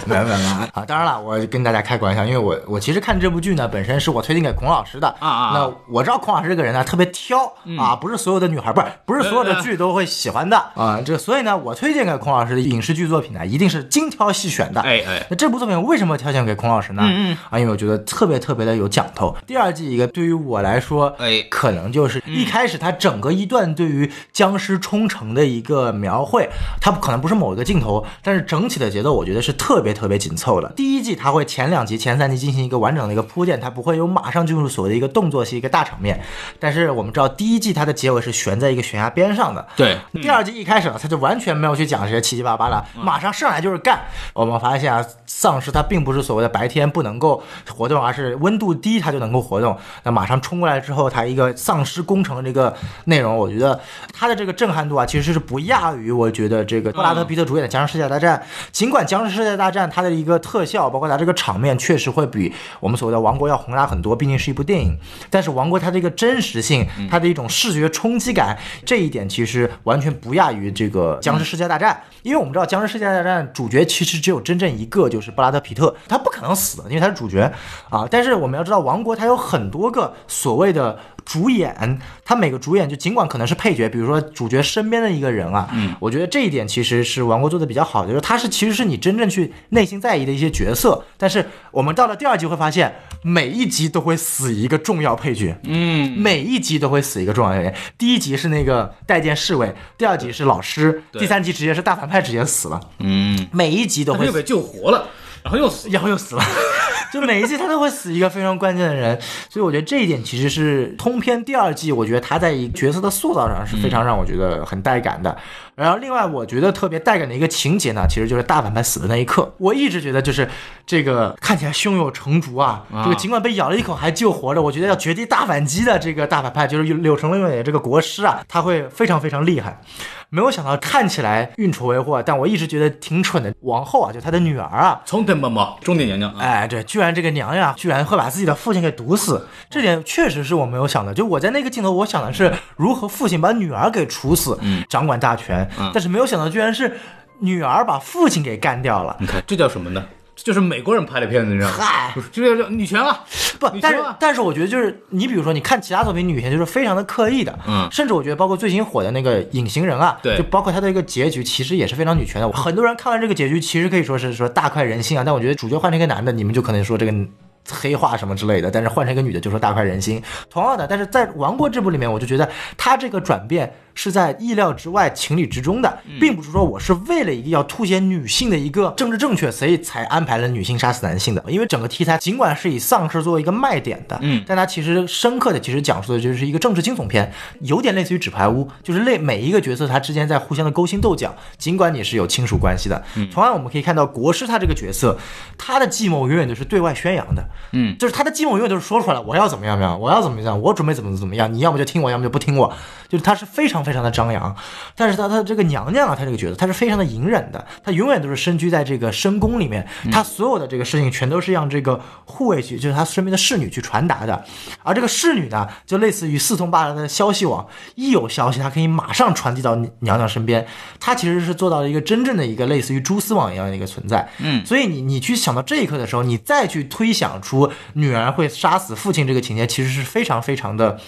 A: 没有没有 *laughs* 没有啊！当然了，我跟大家开个玩笑，因为我我其实看这部剧呢，本身是我推荐给孔老师的
B: 啊啊
A: 那我知道孔老师这个人呢特别挑、啊，不是所有的女孩不是不是所有的剧都会喜欢的啊。这所以呢，我推荐给孔老师的影视剧作品呢，一定是精挑细选的。
B: *laughs* 哎哎，
A: 那这部作品为什么挑选给孔老师呢？嗯嗯啊，因为我觉得特别特别的有讲头。第二季一个对于我来说，
B: 哎
A: 可能就是一开始它整个一段对于僵尸冲城的一个描绘，它可能不是某一个镜头，但是整体的节奏我觉得是特别特别紧凑的。第一季它会前两集、前三集进行一个完整的一个铺垫，它不会有马上进入所谓的一个动作戏、一个大场面。但是我们知道第一季它的结尾是悬在一个悬崖边上的，
B: 对，
A: 第二季一开始呢，他就完全没有去讲这些七七八八了，马上上来就是干。我们发现啊，丧尸它并不是所谓的白天不能够活动，而是温度低它就能够活动。那马上冲过来之后，它一个丧尸工程这个内容，我觉得它的这个震撼度啊，其实是不亚于我觉得这个布拉德皮特主演的《僵尸世界大战》。尽管《僵尸世界大战》它的一个特效，包括它这个场面，确实会比我们所谓的《王国》要宏大很多，毕竟是一部电影。但是《王国》它的一个真实性，它的一种视觉冲击感，这一点其实完全不亚于这个《僵尸世界大战》，因为我们知道《僵尸世界大战》主角其实只有真正一个，就是布拉德皮特，他不可能死的，因为他是主角啊。但是我们要知道，《王国》它有很多个所谓的。主演，他每个主演就尽管可能是配角，比如说主角身边的一个人啊，嗯，我觉得这一点其实是王国做的比较好的，就是他是其实是你真正去内心在意的一些角色，但是我们到了第二集会发现，每一集都会死一个重要配角，嗯，每一集都会死一个重要配角，第一集是那个带剑侍卫，第二集是老师，
B: 对
A: 第三集直接是大反派直接死了，
B: 嗯，
A: 每一集都
B: 他
A: 会
B: 又
A: 死，
B: 被救活了， *laughs* 然后又死。
A: 然后又死了。就每一季他都会死一个非常关键的人，所以我觉得这一点其实是通篇第二季，我觉得他在一个角色的塑造上是非常让我觉得很带感的。然后另外我觉得特别带感的一个情节呢，其实就是大反派死的那一刻，我一直觉得就是这个看起来胸有成竹啊，这个尽管被咬了一口还救活着，我觉得要绝地大反击的这个大反派就是柳成龙演的这个国师啊，他会非常非常厉害。没有想到看起来运筹帷幄，但我一直觉得挺蠢的。王后啊，就她的女儿啊，
B: 从等妈妈，重点娘娘啊，
A: 哎，对，居然这个娘呀，居然会把自己的父亲给毒死，这点确实是我没有想的。就我在那个镜头，我想的是如何父亲把女儿给处死，
B: 嗯
A: 掌管大权，但是没有想到居然是女儿把父亲给干掉
B: *laughs*
A: 了。
B: 你看这叫什么呢？这就是美国人拍的片子，你知道吗？
A: 嗨，
B: 这叫女权啊！
A: 不
B: 你，
A: 但是
B: 说啊
A: 但是我觉得就是你比如说你看其他作品，女权就是非常的刻意的，
B: 嗯
A: 甚至我觉得包括最近火的那个《隐形人》啊，
B: 对
A: 就包括它的一个结局，其实也是非常女权的。很多人看完这个结局，其实可以说是说大快人心啊，但我觉得主角换成一个男的，你们就可能说这个。黑化什么之类的，但是换成一个女的就说大快人心。同样的，但是在《王国》这部里面，我就觉得他这个转变是在意料之外、情理之中的，并不是说我是为了一个要凸显女性的一个政治正确，所以才安排了女性杀死男性的。因为整个题材尽管是以丧尸作为一个卖点的，
B: 嗯
A: 但它其实深刻的其实讲述的就是一个政治惊悚片，有点类似于纸牌屋，就是类每一个角色他之间在互相的勾心斗角，尽管你是有亲属关系的。
B: 嗯
A: 同样，我们可以看到国师他这个角色，他的计谋永远都是对外宣扬的，
B: 嗯，
A: 就是他的计谋永远都是说出来，我要怎么样怎么样，我要怎么样，我准备怎么怎么样，你要么就听我，要么就不听我，就是他是非常非常的张扬。但是他他这个娘娘啊，她这个角色，她是非常的隐忍的，她永远都是身居在这个深宫里面，她所有的这个事情全都是让这个护卫去，就是她身边的侍女去传达的。而这个侍女呢，就类似于四通八达的消息网，一有消息，她可以马上传递到娘娘身边。她其实是做到了一个真正的一个类似于蛛丝网一样的一个存在。嗯，所以你你去想到这一刻的时候，你再去推想出女儿会杀死父亲这个情节，其实是非常非常的。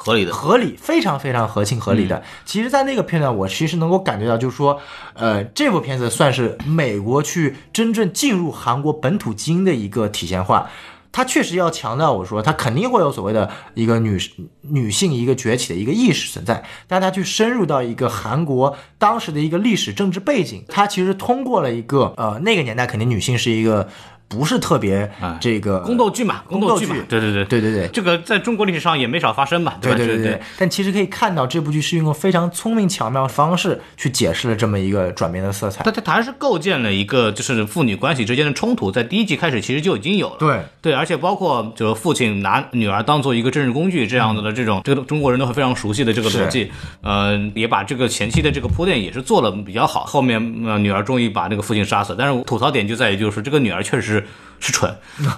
B: 合理的，
A: 合理，非常非常合情合理
B: 嗯
A: 的。其实，在那个片段，我其实能够感觉到，就是说，呃，这部片子算是美国去真正进入韩国本土基因的一个体现化。它确实要强调，我说它肯定会有所谓的一个女女性一个崛起的一个意识存在，但它去深入到一个韩国当时的一个历史政治背景，它其实通过了一个呃那个年代肯定女性是一个不是特别
B: 哎
A: 这个
B: 宫斗剧嘛，宫
A: 斗
B: 剧嘛
A: 剧，
B: 对对对
A: 对对对
B: 这个在中国历史上也没少发生嘛，吧？
A: 对
B: 对
A: 对对。但其实可以看到，这部剧是用非常聪明巧妙的方式去解释了这么一个转变的色彩。
B: 它它它还是构建了一个就是父女关系之间的冲突，在第一季开始其实就已经有了。
A: 对
B: 对，而且包括就是父亲拿女儿当做一个政治工具这样子的这种，这个中国人都会非常熟悉的这个逻辑，呃，也把这个前期的这个铺垫也是做了比较好。后面呃女儿终于把那个父亲杀死，但是我吐槽点就在于就是这个女儿确实是是蠢， *laughs*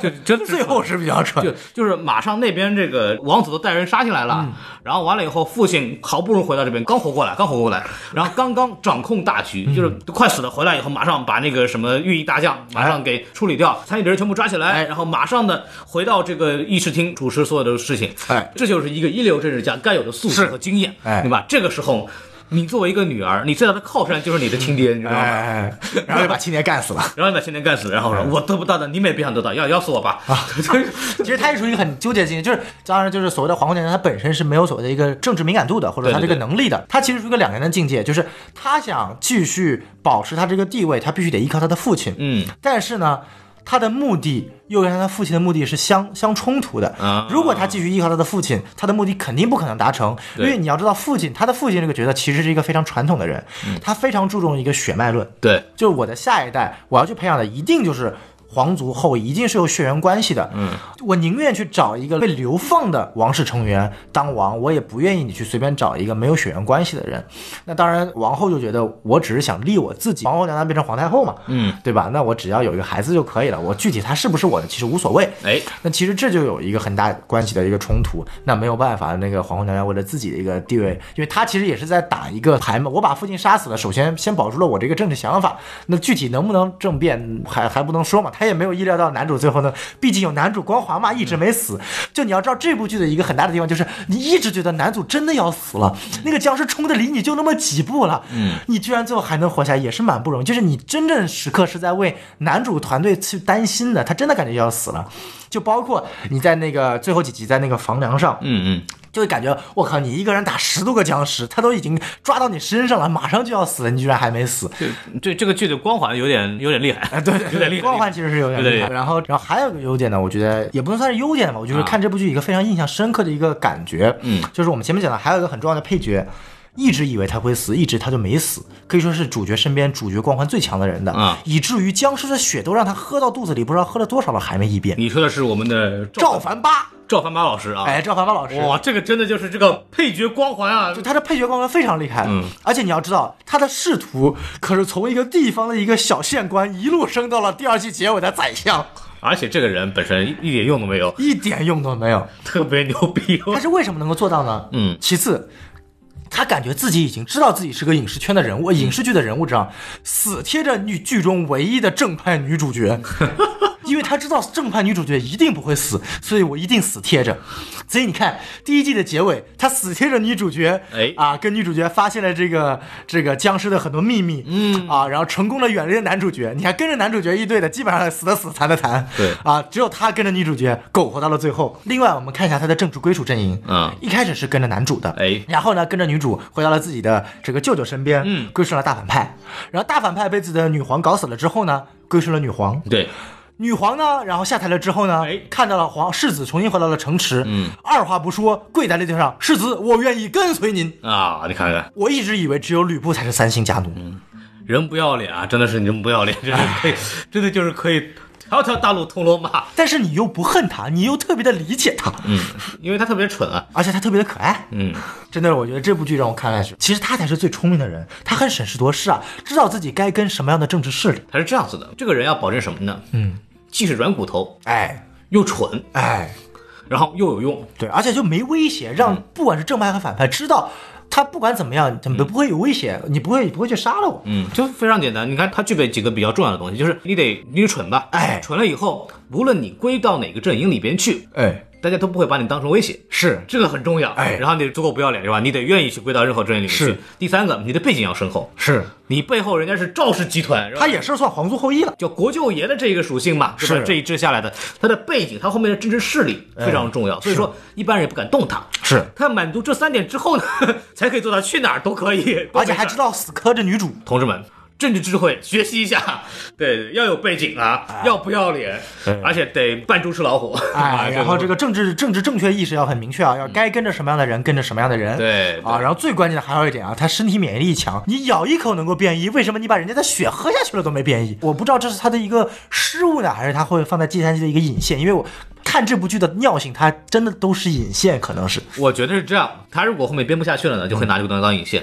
B: 就真的是
A: 最
B: 蠢
A: 后是比较蠢
B: 就，就是马上那边这个王子都带人杀进来了，
A: 嗯
B: 然后完了以后，父亲好不容易回到这边，刚活过来，刚活过来，然后刚刚掌控大局，
A: 嗯
B: 就是都快死了，回来以后马上把那个什么御医大将马
A: 哎
B: 上给处理掉，参与的人全部抓起来，然后马上的回到这个议事厅主持所有的事情，
A: 哎，
B: 这就是一个一流政治家该有的素质
A: 是
B: 和经验，
A: 哎
B: 对吧？这个时候。你作为一个女儿，你最大的靠山就是你的亲爹，你知道
A: 哎
B: 吗？
A: *laughs* 哎，哎然后就把青年干死了。
B: 然后你把青年干死，然后说我得不到的你们也别想得到，要要死我吧！
A: 啊其实它也属于一个很纠结的事情，就是当然就是所谓的皇后娘娘，她本身是没有所谓的一个政治敏感度的，或者她
B: 对
A: 这
B: 对对
A: 个能力的。她其实是一个两难的境界，就是她想继续保持她这个地位，她必须得依靠她的父亲。
B: *laughs* 嗯，
A: 但是呢，他的目的又跟他父亲的目的是相相冲突的
B: 啊。
A: 如果他继续依靠他的父亲，他的目的肯定不可能达成，因
B: 对
A: 为你要知道，父亲他的父亲这个角色其实是一个非常传统的人，
B: 嗯
A: 他非常注重一个血脉论，
B: 对，
A: 就是我的下一代，我要去培养的一定就是。皇族后裔一定是有血缘关系的，嗯，我宁愿去找一个被流放的王室成员当王，我也不愿意你去随便找一个没有血缘关系的人。那当然，王后就觉得我只是想立我自己，皇后娘娘变成皇太后嘛，嗯，对吧？那我只要有一个孩子就可以了，我具体他是不是我的其实无所谓，
B: 哎，
A: 那其实这就有一个很大关系的一个冲突。那没有办法，那个皇后娘娘为了自己的一个地位，因为她其实也是在打一个牌嘛。我把父亲杀死了，首先先保住了我这个政治想法。那具体能不能政变，还还不能说嘛。她也没有意料到男主最后呢，毕竟有男主光环嘛，一直没死。就你要知道这部剧的一个很大的地方，就是你一直觉得男主真的要死了，那个僵尸冲的离你就那么几步了，嗯，你居然最后还能活下来，也是蛮不容易。就是你真正时刻是在为男主团队去担心的，他真的感觉要死了。就包括你在那个最后几集在那个房梁上，
B: 嗯嗯，
A: 就会感觉我靠，你一个人打十多个僵尸，他都已经抓到你身上了，马上就要死了，你居然还没死。
B: 这这这个剧的光环有点有点厉害，
A: 对，
B: 哎有点厉害。
A: 光环其实是有点
B: 有点
A: 厉
B: 厉
A: 害。
B: 害
A: 然后，然后还有一个优点呢，我觉得也不能算是优点吧，我就是
B: 啊
A: 看这部剧一个非常印象深刻的一个感觉，
B: 嗯，
A: 就是我们前面讲的，还有一个很重要的配角。一直以为他会死，一直他就没死，可以说是主角身边主角光环最强的人的，
B: 啊
A: 以至于僵尸的血都让他喝到肚子里，不知道喝了多少了，还没一变。
B: 你说的是我们的
A: 赵凡八，
B: 赵凡八老师啊，
A: 哎，赵凡八老师，
B: 哇，这个真的就是这个配角光环啊
A: 就，他的配角光环非常厉害，嗯，而且你要知道，他的仕途可是从一个地方的一个小县官一路升到了第二季结尾的宰相，
B: 而且这个人本身一点用都没有，
A: 一点用都没有。
B: 特别牛逼、
A: 他
B: 哦。
A: 是为什么能够做到呢？
B: 嗯，
A: 其次，他感觉自己已经知道自己是个影视圈的人物，呃影视剧的人物这样，死贴着女剧中唯一的正派女主
B: *laughs*
A: 角，因为他知道正派女主角一定不会死，所以我一定死贴着。所以你看第一季的结尾，他死贴着女主角，
B: 哎
A: 啊，跟女主角发现了这个这个僵尸的很多秘密，嗯啊，然后成功的远离了男主角。你看跟着男主角一队的，基本上死的死，残的残，
B: 对
A: 啊，只有他跟着女主角苟活到了最后。另外，我们看一下他的正主归属阵营，
B: 嗯
A: 一开始是跟着男主的，
B: 哎
A: 然后呢跟着女主回到了自己的这个舅舅身边，嗯，归顺了大反派，然后大反派被自己的女皇搞死了之后呢，归顺了女皇，
B: *laughs* 对，
A: 女皇呢，然后下台了之后呢，
B: 哎
A: 看到了皇世子重新回到了城池，嗯，二话不说跪在了地上，世子，我愿意跟随您。
B: 啊，你看看，
A: 我一直以为只有吕布才是三姓家奴，
B: 人不要脸啊，真的是人不要脸，真的可以，真的就是可以条条大路通罗马，
A: 但是你又不恨他，你又特别的理解他，
B: 嗯，因为他特别蠢啊，
A: 而且他特别的可爱，
B: 嗯，
A: *laughs* 真的，我觉得这部剧让我看下去，其实他才是最聪明的人，他很审时度势啊，知道自己该跟什么样的政治势力。
B: 他是这样子的，这个人要保证什么呢？嗯，既是软骨头，
A: 哎
B: 又蠢，
A: 哎，嗯
B: 然后又有用，
A: 对，而且就没威胁，让不管是正派和反派知道，他不管怎么样，怎么不会有威胁，你不会你不会去杀了我。
B: 嗯，就非常简单。你看，它具备几个比较重要的东西，就是你得你得蠢吧，
A: 哎
B: 蠢了以后，无论你归到哪个阵营里边去，
A: 哎，
B: 大家都不会把你当成威胁，
A: 是
B: 这个很重要。
A: 哎
B: 然后你得足够不要脸，对吧？你得愿意去归到任何阵营里面去
A: 是。
B: 第三个，你的背景要深厚，
A: 是，
B: 你背后人家是赵氏集团，
A: 他
B: 也。
A: 也是算皇族后裔了。
B: 叫国舅爷的这个属性嘛，对吧
A: 是哎
B: 这一支下来的，他的背景，他后面的政治势力非常重要，所以说一般人也不敢动他。
A: 是，
B: 他满足这三点之后呢， *laughs* 才可以做到去哪儿都可以，
A: 而且还
B: 道。
A: 知道死磕着女主。
B: 同志们，政治智慧学习
A: *laughs*
B: 一下，对，要有背景啊，要不要脸，而且得扮猪吃老虎，
A: *laughs* 哎，然后这
B: 啊个嗯
A: 个政治政治正确意识要很明确啊，要该跟着什么样的人跟着什么样的人。
B: 对
A: 啊，然后最关键的还有一点啊，他身体免疫力强，你咬一口能够变异，为什么你把人家的血喝下去了都没变异？我不知道这是他的一个失误呢，还是他会放在第三季的一个引线，因为我看这部剧的尿性，它真的都是引线，可能是。
B: 我觉得是这样。他如果后面编不下去了呢，就会拿这个东西当引线。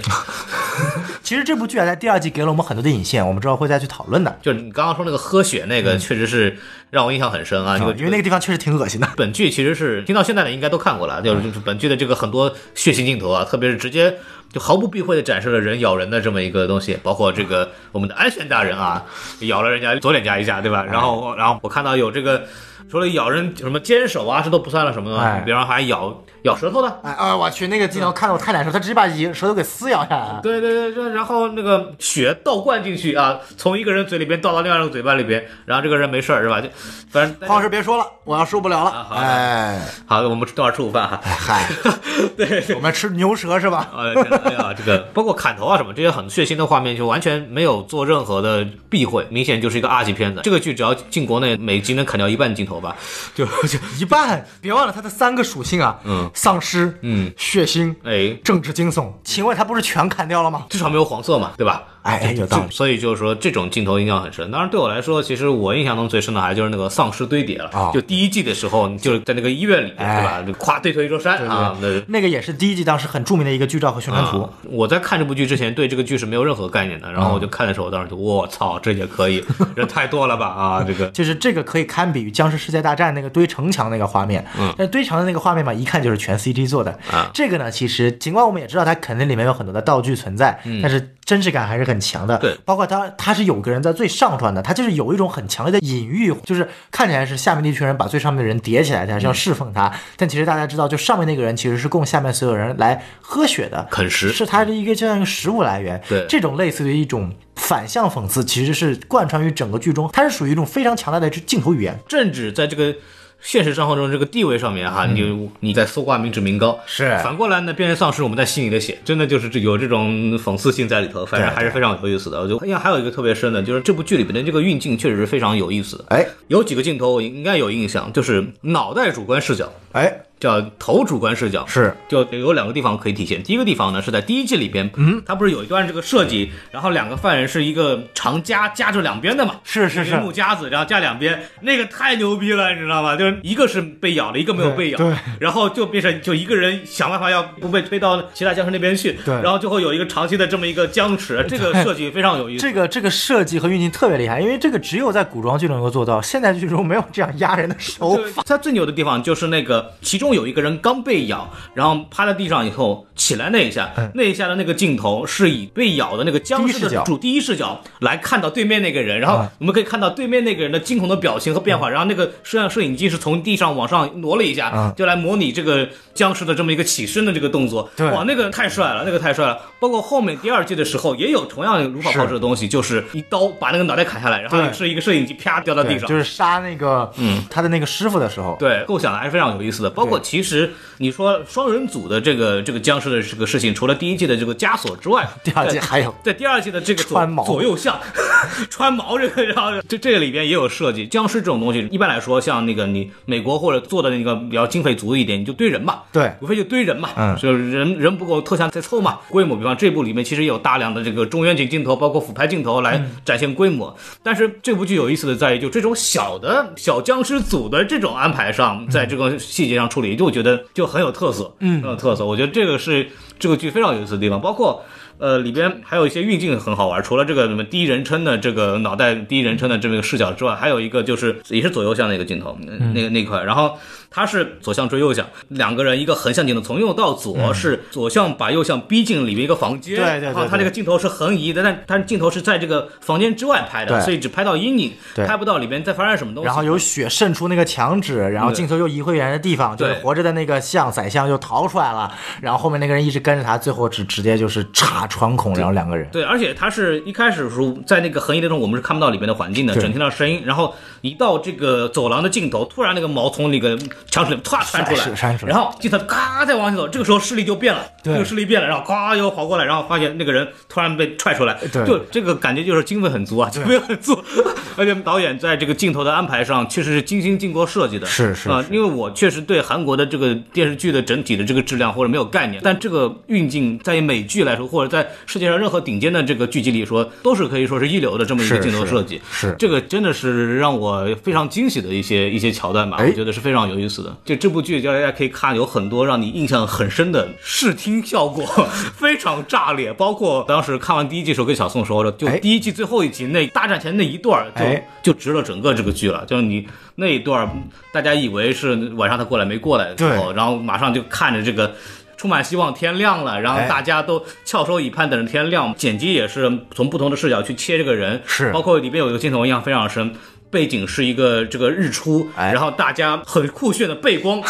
A: 其实这部剧啊，在第二季给了我们很多的引线，我们之后会再去讨论的。
B: 就是你刚刚说那个喝血那个，确实是让我印象很深啊，
A: 嗯啊
B: 那个
A: 因为那个地方确实挺恶心的。
B: 本剧其实是听到现在的应该都看过了，
A: 嗯
B: 就是就是本剧的这个很多血腥镜头啊，特别是直接就毫不避讳的展示了人咬人的这么一个东西，包括这个我们的安全大人啊，咬了人家左脸颊一下，对吧？
A: 哎
B: 然后然后我看到有这个除了咬人什么坚守啊，这都不算了什么的，
A: 哎
B: 比方还咬咬舌头的。
A: 哎啊！我去，那个镜头看的我太难受，他直接把舌头给撕咬下来了。
B: 对对对对，然后那个血倒灌进去啊，从一个人嘴里边倒到另外一个嘴巴里边，然后这个人没事儿是吧？就反正
A: 黄老师别说了，我要受不了了。
B: 啊好的
A: 哎，
B: 好，我们等会儿吃午饭哈。
A: 嗨，
B: *laughs* 对，
A: 我们吃牛舌是吧？
B: 呃，天哪哎
A: *laughs*
B: 呀，这个包括砍头啊什么这些很血腥的画面，就完全没有做任何的避讳，明显就是一个 R 级片子。这个剧只要进国内，每集能砍掉一半镜头吧，就就
A: 一半，别忘了它的三个属性啊，
B: 嗯，
A: 丧尸，
B: 嗯，
A: 血腥，
B: 哎，
A: 政治惊悚。请问它不是全砍掉了吗？
B: 至少没有黄色嘛，对吧？
A: 哎哎有道理
B: 就所以就是说，这种镜头印象很深。当然，对我来说，其实我印象中最深的还就是那个丧尸堆叠了。
A: 哦
B: 就第一季的时候，你就是在那个医院里，
A: 哎
B: 对吧？就咵对头一座山啊，那
A: 那个也是第一季当时很著名的一个剧照和宣传图
B: 啊。我在看这部剧之前，对这个剧是没有任何概念的。然后
A: 嗯
B: 我就看的时候，我当时就我操，这也可以，人太多了吧啊，这个。
A: 就是这个可以堪比于《僵尸世界大战》那个堆城墙那个画面，嗯，但堆墙的那个画面嘛，一看就是全 CG 做的。
B: 啊
A: 这个呢，其实尽管我们也知道它肯定里面有很多的道具存在，但是真实感还是很强的。
B: 嗯对，
A: 包括它它是有个人在最上端的，它就是有一种很强烈的隐喻，就是看起来是下面那群人把最上面的人叠起来，他是要
B: 嗯
A: 侍奉他，但其实大家知道，就上面那个人其实是供下面所有人来喝血的，
B: 啃食
A: 是它的一个这样一个食物来源。
B: 对
A: 这种类似于一种反向讽刺，其实是贯穿于整个剧中，它是属于一种非常强大的镜头语言。
B: 政治在这个现实生活中这个地位上面哈，你就你在搜刮民脂民膏，
A: 嗯是
B: 反过来呢，变成丧尸，我们在吸你的血，真的就是这有这种讽刺性在里头，反正
A: 对
B: 还是非常有意思的。我就印象还有一个特别深的，就是这部剧里边的这个运镜确实是非常有意思的。
A: 哎
B: 有几个镜头我应该有印象，就是脑袋主观视角，
A: 哎，
B: 叫头主观视角，
A: 是
B: 就有两个地方可以体现。第一个地方呢是在第一季里边，嗯，它不是有一段这个设计，然后两个犯人是一个长夹夹着两边的嘛，
A: 是是
B: 一
A: 是
B: 个木夹子，然后夹两边，那个太牛逼了，你知道吗？就是一个是被咬了，一个没有被咬，
A: 对对
B: 然后就变成就一个人想办法要不被推到其他僵尸那边去，
A: 对
B: 然后最后有一个长期的这么一个僵持，这个设计非常有意思。
A: 这个这个设计和运镜特别厉害，因为这个只有在古装剧能够做到，现代剧中没有这样压人的手
B: 对他最牛的地方就是那个，其中有一个人刚被咬，然后趴在地上以后起来那一下，那一下的那个镜头是以被咬的那个僵
A: 嗯第一
B: 尸
A: 视角
B: 的主第一视角来看到对面那个人，然后
A: 啊嗯
B: 我们可以看到对面那个人的惊恐的表情和变化，然后那个摄像摄影机是从地上往上挪了一下
A: 啊，
B: 就来模拟这个僵尸的这么一个起身的这个动作。
A: 对
B: 哇，那个太帅了，那个太帅了。包括后面第二季的时候也有同样如法炮制的东西，就是一刀把那个脑袋砍下来，然后
A: 对
B: 是一个摄影机啪掉到地
A: 对，
B: 上
A: 就。是杀那个他的那个师傅的时候，
B: 对，构想还是非常有意思的。
A: 嗯
B: 包括其实你说双人组的这个这个僵尸的这个事情，除了第一季的这个枷锁之外，
A: *laughs* *laughs* 第二季
B: 在
A: 还有
B: 在第二季的这个左
A: 穿毛
B: 左右向 *laughs* 穿毛这个，然后这这个里边也有设计。僵尸这种东西，一般来说像那个你美国或者做的那个比较经费足一点，你就堆人嘛，
A: 对
B: 无非就堆人嘛，
A: 嗯
B: 就是人人不够，特效再凑嘛。规模，比方这部里面其实也有大量的这个中远景镜头，包括俯拍镜头来
A: 嗯
B: 展现规模。但是这部剧有意思的在于，就这种小的小僵尸组的这种安排上，在这个细节上处理，就我觉得就很有特色，嗯，很有特色。我觉得这个是这个剧非常有意思的地方，包括。呃，里边还有一些运镜很好玩，除了这个什么第一人称的这个脑袋第一人称的这么一个视角之外，还有一个就是也是左右向的一个镜头，
A: 嗯
B: 那个那块，然后它是左向追右向，两个人一个横向镜头，从右到左是左向把右向逼进里面一个房间，
A: 对对对
B: 然后它这个镜头是横移的，但它镜头是在这个房间之外拍的，
A: 对
B: 所以只拍到阴影，
A: 对
B: 拍不到里面在发生什么东西。
A: 然后有血渗出那个墙纸，然后
B: 对
A: 镜头又移回原来的地方，就是
B: 对
A: 活着的那个像宰相又逃出来了，然后后面那个人一直跟着他，最后只直接就是插穿孔，然后两个人
B: 对，而且它是一开始的时候在那个横移当中，我们是看不到里面的环境的，
A: 对
B: 只能听到声音。然后一到这个走廊的尽头，突然那个毛从那个墙纸里面歘窜出
A: 是
B: 来，
A: 窜出来
B: 然后镜头咔再往前走，这个时候视力就变了，
A: 对
B: 这个视力变了，然后咔又跑过来，然后发现那个人突然被踹出来，
A: 对
B: 就这个感觉就是经费很足啊，经费很足， *laughs* 而且导演在这个镜头的安排上确实是精心经过设计的，
A: 是是
B: 啊
A: 是，
B: 因为我确实对韩国的这个电视剧的整体的这个质量或者没有概念，但这个运镜在于美剧来说，或者在世界上任何顶尖的这个剧集里说，都是可以说是一流的这么一个
A: 是
B: 镜头设计。
A: 是是
B: 这个真的是让我非常惊喜的一些一些桥段吧，
A: 哎
B: 我觉得是非常有意思的。就这部剧，大家可以看，有很多让你印象很深的视听效
A: *laughs*
B: 果，非常炸裂。包括当时看完第一季的时候跟小宋说的，就
A: 哎
B: 第一季最后一集那大战前那一段儿就、
A: 哎
B: 就值了整个这个剧了。就是你那一段儿，大家以为是晚上他过来没过来的时候，然后马上就看着这个。充满希望，天亮了，然后
A: 哎
B: 大家都翘首以盼，等着天亮。剪辑也是从不同的视角去切这个人，
A: 是
B: 包括里边有一个镜头印象非常深。背景是一个这个日出，
A: 哎
B: 然后大家很酷炫的背 *laughs* 光，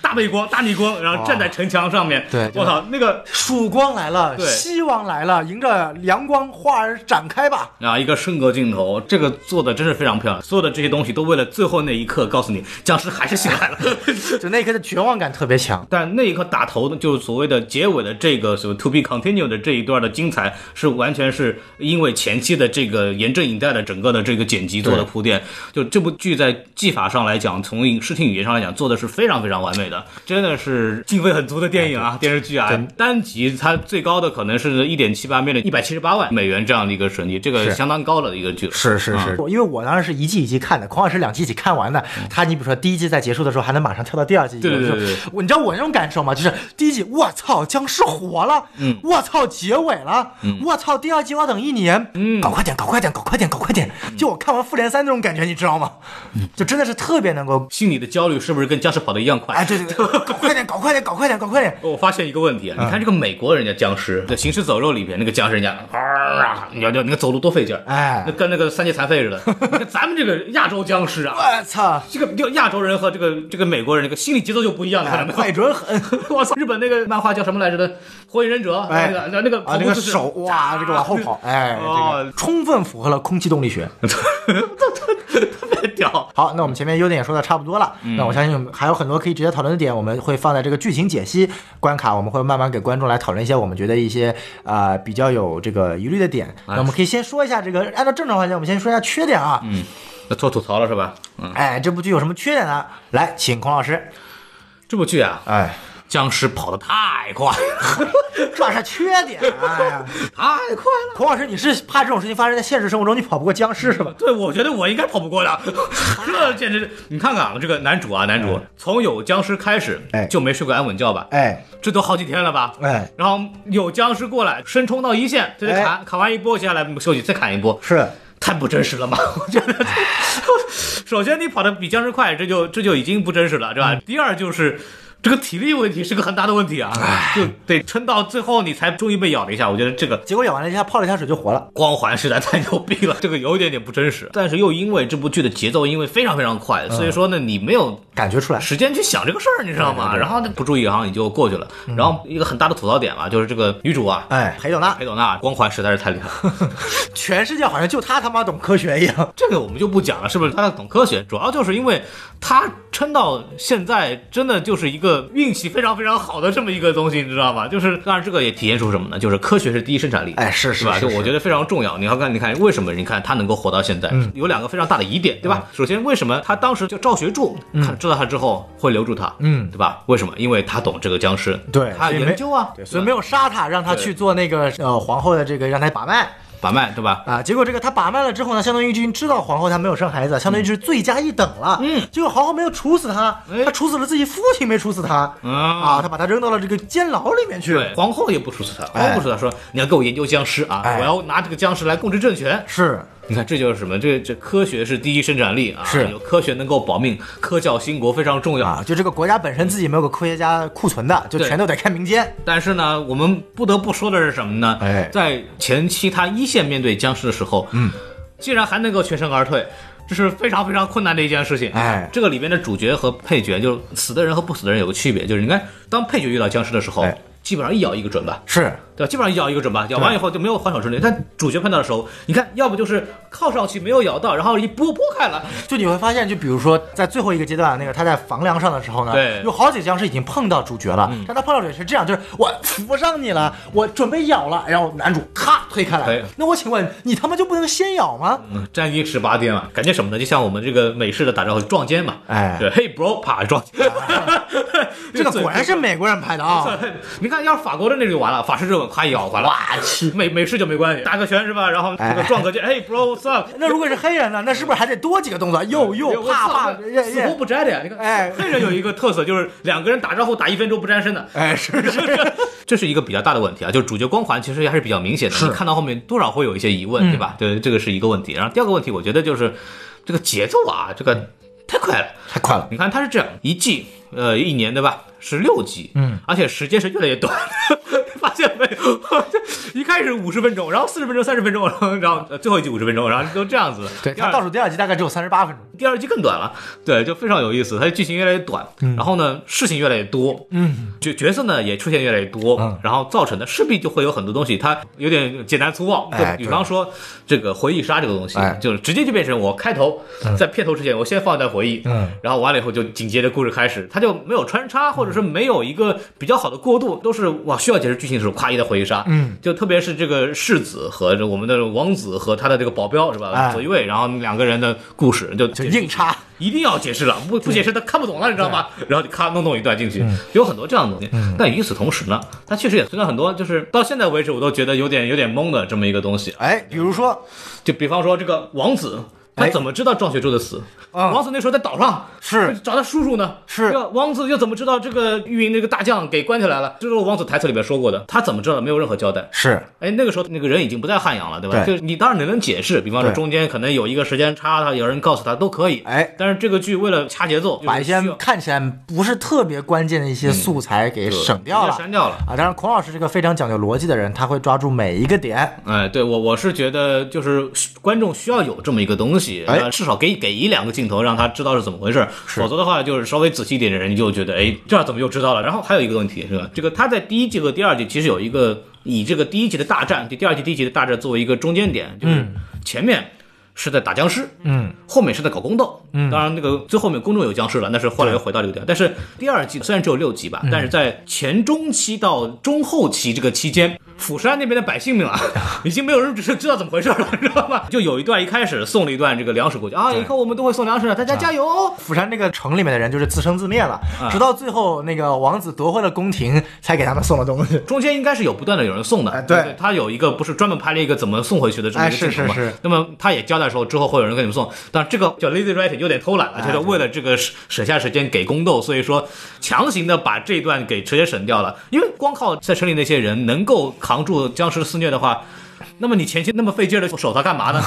B: 大背光、大逆光，然后站在城墙上面。
A: 对
B: 我操，那个
A: 曙光来了，
B: 对
A: 希望来了，迎着阳光，花儿展开吧。
B: 啊，一个升格镜头，这个做的真是非常漂亮。所有的这些东西都为了最后那一刻告诉你，僵尸还是醒来了。
A: 就那一刻的绝望感特别强。
B: 但那一刻打头的，就是所谓的结尾的这个所谓 to be continue 的这一段的精彩，是完全是因为前期的这个严阵以待的整个的这个剪辑做的铺垫。就这部剧在技法上来讲，从影视听语言上来讲，做的是非常非常完美的，真的是经费很足的电影 *laughs* 啊，电视剧啊。单集它最高的可能是一点七八面的一百七十八万美元这样的一个成绩，这个
A: 是
B: 相当高的一个剧了。
A: 是是
B: 啊嗯
A: 是，我因为我当时是一季一季看的，孔老师两季一起看完的。他，你比如说第一季在结束的时候，还能马上跳到第二季。
B: 对对对
A: 有的时候
B: 对
A: 我你知道我那种感受吗？就是第一季，我操，僵尸活了，嗯，我操，结尾了，
B: 嗯
A: 我操，第二季我要等一年，嗯，搞快点，搞快点，搞快点，搞快点，
B: 嗯
A: 就我看完复联三那种感觉，你知道吗？就真的是特别能够，
B: 心里的焦虑是不是跟僵尸跑的一样快？
A: 哎，对对
B: *laughs*
A: 对，搞快点，搞快点，搞快点，搞快点，
B: 我发现一个问题啊，你看这个美国人家僵尸，在《行尸走肉》里边那个僵尸人家，啊，你要你要那个走路多费劲儿，
A: 哎
B: 那跟那个三界残废
A: *laughs*
B: 似的。你看咱们这个亚洲僵尸啊，
A: 我操，
B: 这个就亚洲人和这个这个美国人这个心理节奏就不一样，你看 *laughs* 到没有？
A: 快准狠。
B: 我操！日本那个漫画叫什么来着的？火影忍者，
A: 哎
B: 那个那个
A: 啊
B: 跑，
A: 那
B: 步
A: 个
B: 姿势
A: 手
B: *laughs*
A: 哇，这个往后跑，哎，这
B: 哦
A: 个充分符合了空气动力学。
B: 特别屌。
A: 好，那我们前面优点也说的差不多了，那我相信还有很多可以直接讨论的点，我们会放在这个剧情解析关卡，我们会慢慢给观众来讨论一些我们觉得一些呃比较有这个疑虑的点。那我们可以先说一下这个，按照正常环节，我们先说一下缺点啊。
B: 嗯，那做吐槽了是吧？嗯，
A: 啊哎，这部剧有什么缺点呢？来，请孔老师。
B: 这部剧啊，
A: 哎，
B: 僵尸跑得太快了， *laughs*
A: 这是缺点。哎呀，
B: 太快了。
A: 孔老师，你是怕这种事情发生在现实生活中，你跑不过僵尸是吧？
B: 对，我觉得我应该跑不
A: *laughs*
B: 过的，这简直是！你看看啊，这个男主啊，男主从有僵尸开始
A: 哎，
B: 就没睡过安稳觉吧？
A: 哎，
B: 这都好几天了吧？
A: 哎，
B: 然后有僵尸过来，深冲到一线，再得砍，砍完一波接下来休息，再砍一波，
A: 是，
B: 太不真实了吧？ *laughs* 我觉
A: *laughs*
B: 得，首先你跑得比僵尸快，这就这就已经不真实了，对
A: 嗯
B: 吧？第二就是。这个体力问题是个很大的问题啊，
A: 哎
B: 就得撑到最后你才终于被咬了一下。我觉得这个
A: 结果咬完了一下，泡了一下水就活了。
B: 光环实在太牛逼了，这个有一点点不真实。但是又因为这部剧的节奏因为非常非常快，所以说呢，你没有
A: 感觉出来，
B: 时间去想这个事儿，你知道吗？然后呢不注意，然后你就过去了。然后一个很大的吐槽点吧，就是这个女主啊，
A: 哎，裴斗娜，
B: 裴斗娜光环实在是太厉害了。
A: 全世界好像就他他妈懂科学一样。
B: 这个我们就不讲了，是不是？她懂科学，主要就是因为她撑到现在，真的就是一个运气非常非常好的这么一个东西，你知道吗？就是当然这个也体现出什么呢？就是科学是第一生产力，
A: 哎是是
B: 吧？
A: 是
B: 就是我觉得非常重要。你要看，你看为什么？你看她能够活到现在，
A: 嗯
B: 有两个非常大的疑点，对吧？首先，为什么她当时就赵学柱看知道她之后会留住她，
A: 嗯
B: 对吧？为什么？因为她懂这个僵尸，
A: 对
B: 她
A: 所以没
B: 研究啊，
A: 对，所以没有杀他，让他
B: 对
A: 去做那个呃皇后的这个，让他把脉
B: 把脉，对吧？
A: 啊。结果这个他把脉了之后呢，相当于已经知道皇后她没有生孩子，相当于是罪加一等了。
B: 嗯，
A: 结果皇后没有处死他
B: 哎，
A: 他处死了自己父亲，没处死他
B: 嗯
A: 啊，他把他扔到了这个监牢里面去。
B: 对，皇后也不处死他，皇
A: 哎
B: 后不处死他，说你要给我研究僵尸啊，
A: 哎
B: 我要拿这个僵尸来控制政权。
A: *laughs* 是，
B: 你看，这就是什么？这这科学是第一生产力啊！
A: 是
B: 有科学能够保命，科教兴国非常重要。
A: 啊，就这个国家本身自己没有个科学家库存的，就
B: 对
A: 全都得看民间。
B: 但是呢，我们不得不说的是什么呢？
A: 哎
B: 在前期他一线面对僵尸的时候，嗯，竟然还能够全身而退。这是非常非常困难的一件事情。
A: 哎
B: 这个里边的主角和配角，就是死的人和不死的人有个区别，就是你看，当配角遇到僵尸的时候，
A: 哎
B: 基本上一咬一个准吧，
A: 是，
B: 对吧？基本上一咬一个准吧，咬完以后就没有还手之力。但主角碰到的时候，你看，要不就是靠上去没有咬到，然后一拨拨开了，
A: 就你会发现，就比如说在最后一个阶段，那个他在房梁上的时候呢，
B: 对嗯
A: 有好几个僵尸已经碰到主角了，但他碰到主角是这样，就是我扶上你了，我准备咬了，然后男主咔推开来
B: 对，
A: 那我请问你他妈就不能先咬吗？
B: 嗯，沾衣十八颠嘛，感觉什么呢？就像我们这个美式的打招呼撞肩嘛，
A: 哎
B: 对，Hey bro，啪撞肩，
A: *laughs* 这
B: *laughs*
A: 个果然是美国人拍的啊！
B: 对。你看，要是法国的那就完了，法式热吻夸一咬完了，
A: 哇去！哎
B: 美美式就没关系，打个拳是吧？然后这个撞个肩，Hey bro，what's up？
A: 那如果是黑人呢？那是不是还得多几个动作？又
B: 哎
A: 又啪啪，耶
B: 死活
A: 耶！
B: 不沾的呀！你看，
A: 哎
B: 黑人有一个特色就是两个人打招呼打一分钟不沾身的，
A: 哎，是是
B: 这是一个比较大的问题啊，就是主角光环其实还是比较明显的，你看到后面多少会有一些疑
A: 嗯
B: 问，对吧？对，这个是一个问题。然后第二个问题，我觉得就是这个节奏啊，这
A: 嗯
B: 个太快了。
A: 太快了，
B: 你看它是这样，一季呃一年对吧？十六集，嗯，而且时间是越来越短， *laughs* 发现没有？一开始五十分钟，然后四十分钟、三十分钟，然后然后呃最后一集五十分钟，然后都这样子。
A: 对
B: 第
A: 他
B: 二
A: 倒数第二集大概只有三十八分钟，
B: 第二季更短了，对，就非常有意思。它的剧情越来越短，
A: 嗯
B: 然后呢，事情越来越多，嗯，角角色呢也出现越来越多，
A: 嗯
B: 然后造成的势必就会有很多东西，它有点简单粗暴。
A: 哎
B: 就比
A: 对
B: 方说这个回忆杀这个东西，
A: 哎
B: 就是直接就变成我开头、在片头之前，我先放一段回忆，
A: 嗯，
B: 然后完了以后就紧接着故事开始，它就没有穿插，或者是没有一个比较好的过渡，都是哇需要解释剧情的时候，夸一段回忆杀，嗯，就特别是这个世子和这我们的王子和他的这个保镖是吧，
A: 哎
B: 左一卫，然后两个人的故事就
A: 就硬插。
B: 一定要解释了，不不解释他看不懂了，你知道吗？然后就咔弄弄一段进
A: 嗯
B: 去，有很多这样的东西。但与此同时呢，它确实也存在很多，就是到现在为止我都觉得有点有点懵的这么一个东西。
A: 哎，比如说，
B: 就比方说这个王子。他
A: 哎
B: 怎么知道壮学柱的死？
A: 啊
B: 王子那时候在岛上，
A: 是
B: 找他叔叔呢。
A: 是
B: 这个王子又怎么知道这个御营那个大将给关起来了？这是王子台词里边说过的。他怎么知道的？没有任何交代。
A: 是
B: 哎，那个时候那个人已经不在汉阳了，对吧？
A: 对
B: 就你当然你能解释，比方说
A: 对
B: 中间可能有一个时间差，他有人告诉他都可以。
A: 哎
B: 但是这个剧为了掐节奏，
A: 把一些
B: 就是需要
A: 看起来不是特别关键的
B: 嗯
A: 一些素材给省掉了
B: 直接删掉了。
A: 啊。当然，孔老师这个非常讲究逻辑的人，他会抓住每一个点。
B: 哎，对我我是觉得就是观众需要有这么一个东西，
A: 哎
B: 呃至少给给一两个镜头让他知道是怎么回事，否则的话就是稍微仔细一点的人就觉得哎这样怎么又知道了。然后还有一个问题是吧，这个他在第一季和第二季其实有一个以这个第一集的大战，就第二季第一集的大战作为一个中间点，就是
A: 嗯
B: 前面。是在打僵尸，嗯，后面是在搞宫斗，嗯，当然那个最后面宫中有僵尸了，但是后来又回到这个点。但是第二季虽然只有六集吧，但是在前中期到中后期这个期间，釜山那边的百姓们啊，已经没有人知知道怎么回事了，你知道吗？就有一段一开始送了一段这个粮食过去啊，以后我们都会送粮食的，大家加油哦！
A: 釜山这个城里面的人就是自生自灭了，直到最后那个王子夺回了宫廷，才给他们送了东西。
B: 中间应该是有不断的有人送的，
A: 哎对
B: 他有一个不是专门拍了一个怎么送回去的这么一
A: 哎
B: 个
A: 是
B: 镜头嘛？
A: 是是
B: 那么他也交代说之后会有人给你们送，但这个叫 lazy writing 有点偷懒了，
A: 哎
B: 就是为了这个省省下时间给宫斗，所以说强行的把这一段给直接省掉了，因为光靠在城里那些人能够扛住僵尸肆虐的话。那么你前期那么费劲的守它干
A: *laughs*
B: 嘛呢？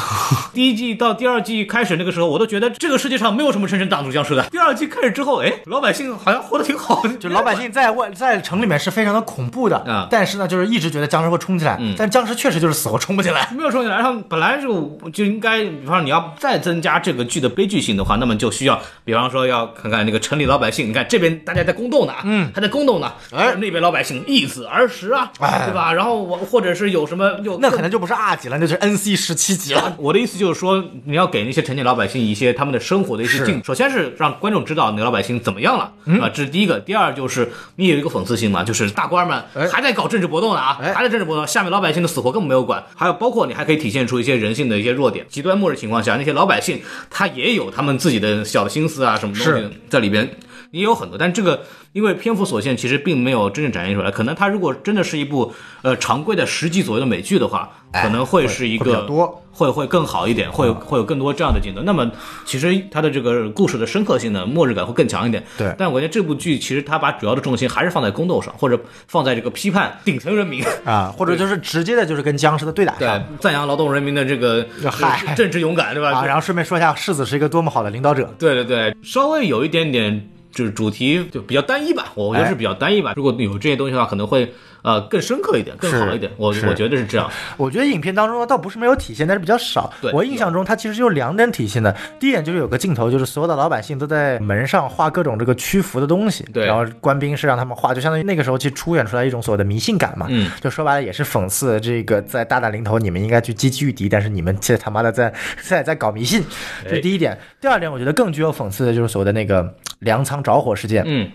B: 第一季到第二季开始那个时候，我都觉得这个世界上没有什么真正挡住僵尸的。第二季开始之后，哎，老百姓好像活得挺好，
A: 就老百姓在外在城里面是非常的恐怖的，
B: 啊
A: 但是呢，就是一直觉得僵尸会冲进来，但僵尸确实就是死活冲不进来。
B: *laughs* 没有说起来，他们本来就就应该，比方说你要再增加这个剧的悲剧性的话，那么就需要，比方说要看看那个城里老百姓，你看这边大家在宫斗呢，嗯，还在宫斗呢，
A: 哎
B: 那边老百姓易子而食啊，
A: 哎
B: 对吧？然后我或者是有什么有
A: 那可能就不是二级了，那就是 N C 十七级了。
B: 我的意思就是说，你要给那些城里老百姓一些他们的生活的一些
A: 是嗯
B: 进，首先是让观众知道你的老百姓怎么样了、啊，这是第一个。第二就是你有一个讽刺性嘛，就是大官们
A: 哎
B: 还在搞政治搏斗呢啊，
A: 哎
B: 还在政治搏斗，下面老百姓的死活根本没有管。还有包括你还可以体现出一些人性的一些弱点。极端末日情况下，那些老百姓他也有他们自己的小的心思啊，什么东西
A: 是
B: 在里边。也有很多，但这个因为篇幅所限，其实并没有真正展现出来。可能它如果真的是一部呃常规的十集左右的美剧的话，可能会是一
A: 哎会比
B: 个
A: 较多嗯
B: 会会更好一点，会有会有更多这样的镜头。那么其实它的这个故事的深刻性呢，末日感会更强一点。
A: 对
B: 但我觉得这部剧其实它把主要的重心还是放在宫斗上，或者放在这个批判顶层人民。
A: 啊，或者就是直接的就是跟僵尸的对打
B: *laughs*
A: *laughs*
B: 对
A: 上，啊
B: 赞扬劳动人民的这个
A: 嗨
B: 政治勇敢，对吧？
A: 啊，然后顺便说一下世子是一个多么好的领导者，
B: 对对对，稍微有一点点就是主题就比较单一吧，我觉得
A: 哎
B: 是比较单一吧。如果有这些东西的话，可能会呃更深刻一点，更好一点。我
A: 是
B: 我觉得是这样。
A: 我觉得影片当中呢，倒不是没有体现，但是比较少
B: 对。
A: 我印象中，它其实有两点体现的。第一点就是有个镜头，就是所有的老百姓都在门上画各种这个屈服的东西，
B: 对
A: 然后官兵是让他们画，就相当于那个时候去出演出来一种所谓的迷信感嘛。
B: 嗯，
A: 就说白了也是讽刺这个在大难临头你们应该去积极御敌，但是你们这他妈的在在在搞迷信，这
B: 哎
A: 是第一点。第二点，我觉得更具有讽刺的就是所谓的那个粮仓着火事件。
B: 嗯，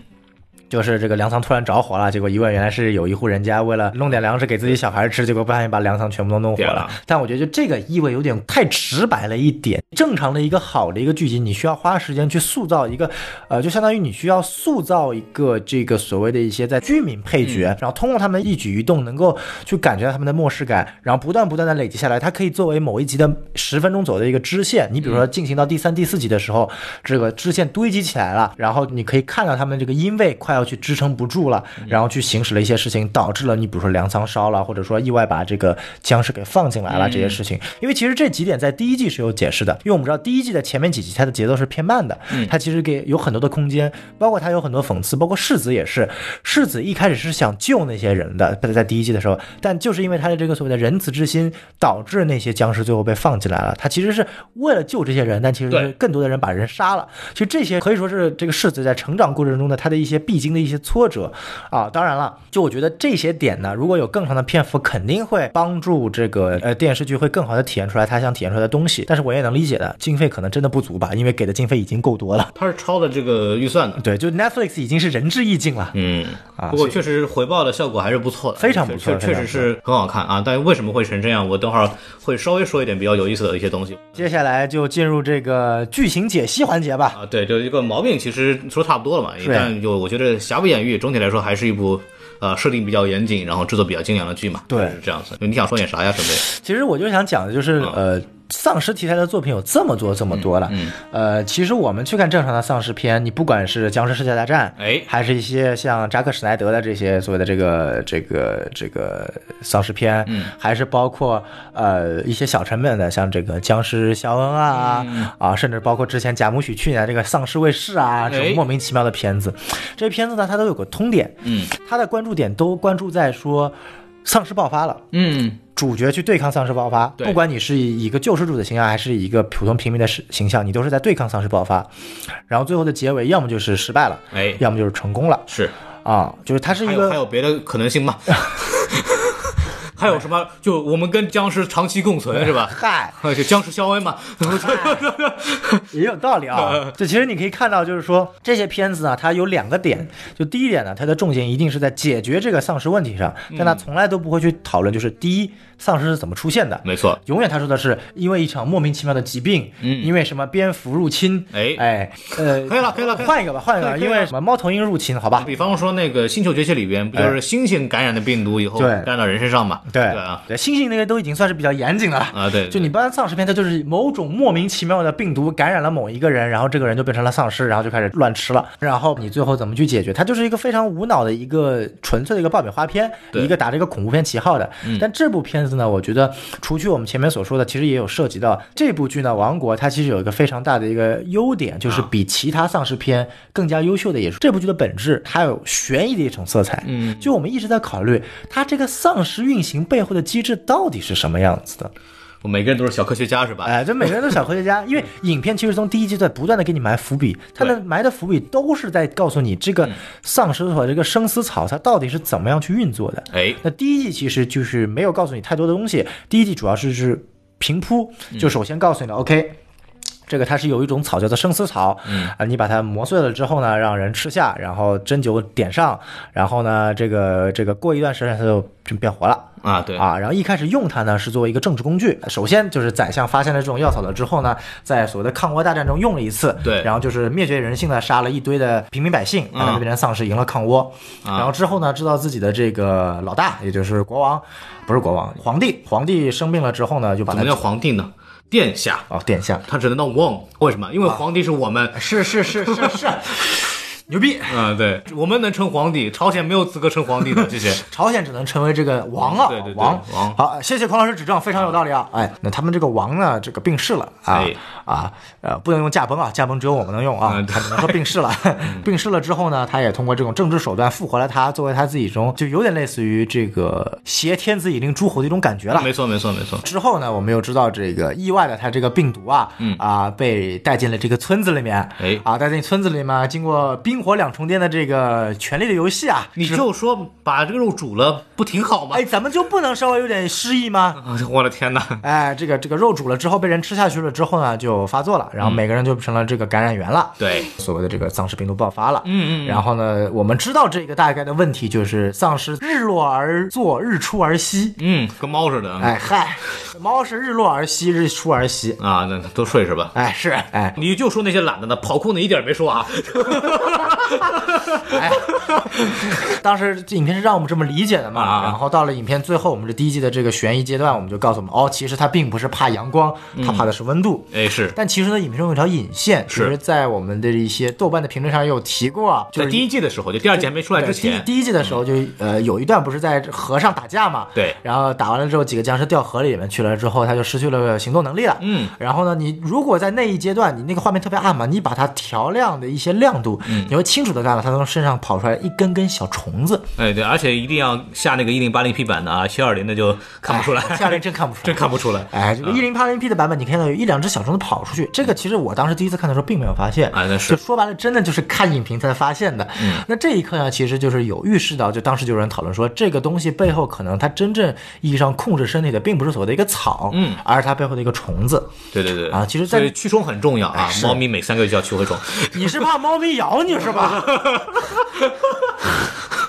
A: 就是这个粮仓突然着火了，结果一问原来是有一户人家为了弄点粮食给自己小孩吃，结果不小心把粮仓全部都弄火
B: 点
A: 了
B: 了。
A: 但我觉得就这个意味有点太直白了一点。正常的一个好的一个剧集，你需要花时间去塑造一个，呃，就相当于你需要塑造一个这个所谓的一些在居民配角，然后通过他们的一举一动能够去感觉到他们的漠视感，然后不断不断的累积下来，它可以作为某一集的十分钟左右的一个支线。你比如说进行到第三、第四集的时候，这个支线堆积起来了，然后你可以看到他们这个因为快要去支撑不住了，然后去行使了一些事情，导致了你比如说粮仓烧了，或者说意外把这个僵尸给放进来了这些事情。因为其实这几点在第一季是有解释的，因为我们知道第一季的前面几集它的节奏是偏慢的，它其实给有很多的空间，包括它有很多讽刺，包括世子也是，世子一开始是想救那些人的，在第一季的时候，但就是因为他的这个所谓的仁慈之心，导致那些僵尸最后被放进来了。他其实是为了救这些人，但其实
B: 对
A: 是更多的人把人杀了。其实这些可以说是这个世子在成长过程中的他的一些必经的一些挫折啊。当然了，就我觉得这些点呢，如果有更长的篇幅，肯定会帮助这个呃电视剧会更好的体现出来他想体现出来的东西。但是我也能理解的，经费可能真的不足吧，因为给的经费已经够多了。 *laughs*
B: 它是超了这个预算的。
A: 对，就 Netflix 已经是仁至义尽了。
B: 嗯，
A: 啊
B: 不过确实回报的效果还是不错的，
A: 非常不错
B: 确
A: 非
B: 确确
A: 常
B: 实
A: 不错
B: 是很好看啊。但为什么会成这样？我等会儿会稍微说一点比较有意思的一些东西
A: 接下来就进入这个剧情解析环节吧。
B: 啊。对，就一个毛病，其实说差不多了嘛。但就我觉得瑕不掩瑜，总体来说还是一部呃设定比较严谨，然后制作比较精良的剧嘛。
A: 对
B: 就是这样子。你想说点啥呀，准备？
A: 其实我就想讲的就是，呃，丧尸题材的作品有这么多这么多了。
B: 嗯
A: 呃，其实我们去看正常的丧尸片，你不管是《僵尸世界大战》，
B: 哎
A: 还是一些像扎克·史奈德的这些所谓的这个这个这个丧尸片，嗯，还是包括呃一些小成本的，像这个《僵尸肖恩》啊、
B: 嗯
A: 啊，甚至包括之前贾母许去年的这个《丧尸卫士》啊，这
B: 哎
A: 种莫名其妙的片子，这些片子呢，它都有个通点，
B: 嗯，
A: 它的关注点都关注在说丧尸爆发了。
B: 嗯，
A: 主角去对抗丧尸爆发，
B: 对
A: 不管你是以一个救世主的形象，还是以一个普通平民的是形象，你都是在对抗丧尸爆发。然后最后的结尾，要么就是失败了，
B: 哎，
A: 要么就是成功了
B: 是。
A: 啊！就是它是
B: 还
A: 一 *laughs*
B: 有还
A: 个
B: 有别的可能性吗？ *laughs* 还有什么？就我们跟僵尸长期共存是吧？ *laughs*
A: 嗨， *laughs*
B: 就僵尸肖恩嘛， *laughs*
A: 哎也有道理啊。就其实你可以看到，就是说这些片子啊，它有两个点。就第一点呢，它的重心一定是在解决这个丧尸问题上，但
B: 嗯
A: 它从来都不会去讨论，就是第一，丧尸是怎么出现的。
B: 没错，
A: 永远他说的是因为一场莫名其妙的疾病，因为什么蝙蝠入侵，
B: 嗯哎
A: 哎，呃，
B: 可以了可以了可以了
A: 换一个吧，换一
B: 可
A: 个，
B: 以可以
A: 因
B: 了
A: 为什么猫头鹰入侵，好吧，
B: 比方说那个《星球崛起》里边，不就是猩猩感染的病毒以后
A: 哎对
B: 干到人身上嘛？
A: 对
B: 啊，
A: 对，猩猩那个都已经算是比较严谨的了。
B: 啊对，
A: 就你搬丧尸片，它就是某种莫名其妙的病毒感染了某一个人，然后这个人就变成了丧尸，然后就开始乱吃了。然后你最后怎么去解决？它就是一个非常无脑的一个纯粹的一个爆米花片，
B: 对嗯
A: 一个打着一个恐怖片旗号的。但这部片子呢，我觉得除去我们前面所说的，其实也有涉及到这部剧呢，《王国》它其实有一个非常大的一个优点，就是
B: 啊
A: 比其他丧尸片更加优秀的，也是这部剧的本质，它有悬疑的一种色彩。嗯，就我们一直在考虑它这个丧尸运行背后的机制到底是什么样子的。
B: 我每个人都是小科学家是吧？
A: 哎，这每个人都是小科学家，因为影片其实从第一阶段不断的给你埋伏笔，它的埋的伏笔都是在告诉你这个丧尸和这个生死草它到底是怎么样去运作的。
B: 哎，
A: 那第一季其实就是没有告诉你太多的东西，第一季主要是是平铺，就首先告诉你了、o k 这个它是有一种草叫做生丝草，嗯啊，你把它磨碎了之后呢，让人吃下，然后针灸点上，然后呢，这个这个过一段时间它就就变活了。
B: 啊对，
A: 啊，然后一开始用它呢是作为一个政治工具。首先就是宰相发现了这种药草了之后呢，在所谓的抗倭大战中用了一次，
B: 对嗯
A: 然后就是灭绝人性的杀了一堆的平民百姓，让他们变成丧尸，赢了抗倭。
B: 啊
A: 然后之后呢，知道自己的这个老大，也就是国王，不是国王，皇帝，皇帝生病了之后呢，就把
B: 怎
A: 他
B: 么叫皇帝呢？殿下，
A: 哦，殿下， *laughs*
B: 他只能当王，为什么？因为
A: 啊
B: 皇帝是我
A: 哎
B: 们。
C: 是是是是是，牛逼！
B: *laughs* 啊，对，我们能称皇帝，朝鲜没有资格称皇帝的，谢谢。
A: *laughs* 朝鲜只能成为这个王啊，
B: 嗯对对对
A: 王
B: 王
A: 好，谢谢孔老师指正，非常有道理啊。哎，那他们这个王呢，这个病逝了啊
B: 哎
A: 啊呃，不能用驾崩啊，驾崩只有我们能用啊
B: 嗯，对嗯
A: 他只能说病逝了。 *laughs* 病逝了之后呢，他也通过这种政治手段复活了他，作为他自己中就有点类似于这个挟天子以令诸侯的一种感觉了。
B: 没错，没错，没错。
A: 之后呢，我们又知道这个意外的，他这个病毒啊，啊被带进了这个村子里面，
B: 嗯哎
A: 啊带进村子里面，经过冰火两重天的这个权力的游戏啊，
B: 你就说把这个肉煮了，不挺好吗
A: 哎，？咱们就不能稍微有点诗意吗？
B: 啊我的
A: *laughs*
B: 天哪！
A: 哎，这个这个肉煮了之后被人吃下去了之后呢，就发作了，然后每个人就成了这个感染源了。
B: 对，
A: 所谓的这个丧尸病毒爆发了，嗯嗯嗯，然后呢，我们知道这个大概的问题就是丧尸日落而作，日出而息。
B: 嗯，跟猫似的。
A: 哎嗨，猫是日落而息，日出而息。
B: 啊，那都睡是吧？
A: 哎是哎
B: 你就说那些懒的呢，跑酷的一点儿没
A: *laughs*
B: 说啊。
A: 哎，当时这影片是让我们这么理解的嘛，
B: 啊
A: 然后到了影片最后，我们这第一季的这个悬疑阶段，我们就告诉我们哦，其实他并不是怕阳光，他怕的是温度。
B: 哎，是
A: 但其实呢，影片中有条引线，其
B: 是
A: 实在我们的一些豆瓣的评论上也有提过啊，就
B: 在
A: 是
B: 第一季的时候，就第二季还没出来
A: 对
B: 之
A: 第一
B: 前，嗯
A: 第一季的时候就呃有一段不是在河上打架嘛，
B: 对
A: 然后打完了之后，几个僵尸掉河里面去了之后，他就失去了行动能力了，
B: 嗯，
A: 然后呢，你如果在那一阶段你那个画面特别暗嘛，你把它调亮的一些亮度，
B: 嗯
A: 你会清楚的看到它从身上跑出来一根根小虫子，
B: 哎对，而且一定要下那个一零八零 P 版的啊，七二零的就看不
A: *laughs*
B: 出来，
A: 夏令真看不出来，
B: *laughs* 真看不出来。
A: 哎，这个一零八零 P 的版本，你看到有一两只小虫子跑出去，这个其实我当时第一次看的时候并没有发现，
B: 哎那是
A: 就说白了，真的啊就是嗯看影评才发现的。那这一刻呢，其实就是有预示到，就当时就有人讨论说，这个东西背后可能它真正意义上控制身体的，并不是所谓的一个草，嗯，而是它背后的一个虫子。
B: 对对对
A: 啊其实在哎
B: 所以驱虫很重要啊，猫咪每三个月就要驱回虫， *laughs*
A: 你是怕猫咪咬你是吧？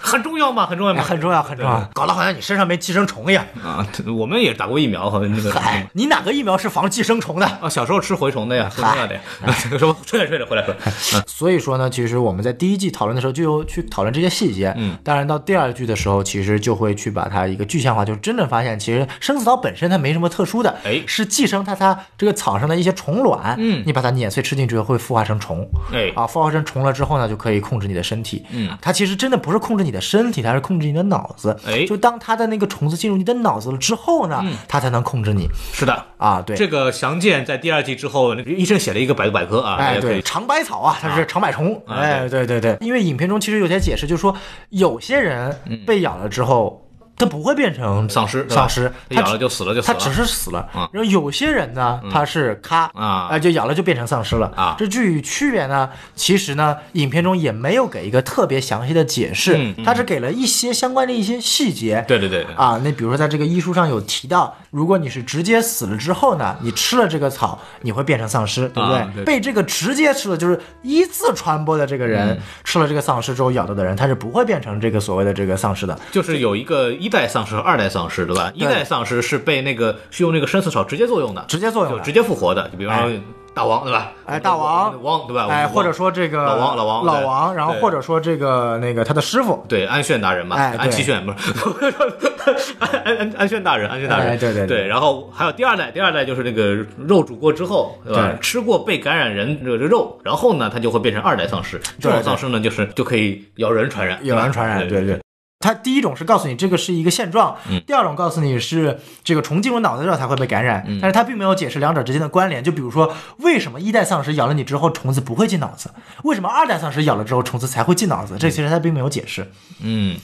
B: 很重要吗？很重
A: *laughs*
B: 要
A: 哎
B: 吗？
A: 很重要，很重要， *laughs* 搞得好像你身上没寄生虫一样。
B: 啊，我们也打过疫苗和那个
A: 哎，你哪个疫苗是防寄生虫的？
B: 啊，小时候吃蛔虫的呀，很重要的呀。
A: 哎
B: *laughs* 什么吹来吹来回来回来，嗯
A: 所以说呢，其实我们在第一季讨论的时候就有去讨论这些细节，嗯，当然到第二季的时候，其实就会去把它一个具象化，就是真正发现其实生死草本身它没什么特殊的，
B: 哎
A: 是寄生它它这个草上的一些虫卵，
B: 嗯
A: 你把它碾碎吃进去会孵化成虫，
B: 哎
A: 啊，孵化成虫了之后呢，就可以控制你的身体，嗯，它其实真的不是控制你的身体，它是控制你的脑子，
B: 哎
A: 就当它的那个虫子进入你的脑子了之后呢，它才能控制你，
B: 是的。
A: 啊，对，
B: 这个详见在第二季之后，医生写了一个百度百科啊，大
A: 哎，
B: 家可
A: 对，
B: 以
A: 长白草啊，它是长柏虫。
B: 啊
A: 哎，对对对，因为影片中其实有些解释，就是说有些人被咬了之后。他不会变成
B: 嗯丧尸，
A: 丧尸，
B: 对
A: 他
B: 吧咬了
A: 只
B: 就死了就死
A: 他
B: 了，
A: 只是死了
B: 嗯。
A: 然后有些人呢，他是咔哎
B: 啊
A: 就咬了就变成丧尸了
B: 啊
A: 这具体区别呢，其实呢，影片中也没有给一个特别详细的解释
B: 嗯嗯，
A: 他只给了一些相关的一些细节。
B: 对对对，对
A: 啊，那比如说在这个医书上有提到，如果你是直接死了之后呢，你吃了这个草，你会变成丧尸，对不对？
B: 啊对
A: 被这个直接吃了，就是依次传播的这个
B: 嗯
A: 人、吃了这个丧尸之后咬到的人，他是不会变成这个所谓的这个丧尸的。
B: 就是有一个一代丧尸和二代丧尸，对吧？一代丧尸是被那个是用那个生死草直接作用的，
A: 直接作用
B: 就
A: 的
B: 直接复活的，就比方说
A: 哎
B: 大王，对吧？
A: 哎，大王，
B: 王，对吧？
A: 哎，
B: 我们的王
A: 或者说这个
B: 老王老王
A: 老
B: 对
A: 王，然后
B: 对
A: 或者说这个那个他的师傅，
B: 对安炫大人嘛，
A: 哎对
B: 安七炫不是， *laughs* 安安安安炫大人，安炫大人，
A: 哎对对对
B: 然后还有第二代，第二代就是那个肉煮过之后，对吧？
A: 对
B: 吃过被感染人这个肉，然后呢，它就会变成二代丧尸。这种
A: 对对
B: 丧尸呢，就是就可以咬人传染，
A: 有人传染，对嗯对。他第一种是告诉你这个是一个现状，第二种告诉你是这个虫进入脑袋之后才会被感染，但是他并没有解释两者之间的关联。就比如说，为什么一代丧尸咬了你之后虫子不会进脑子，为什么二代丧尸咬了之后虫子才会进脑子？这其实他并没有解释。
B: 嗯，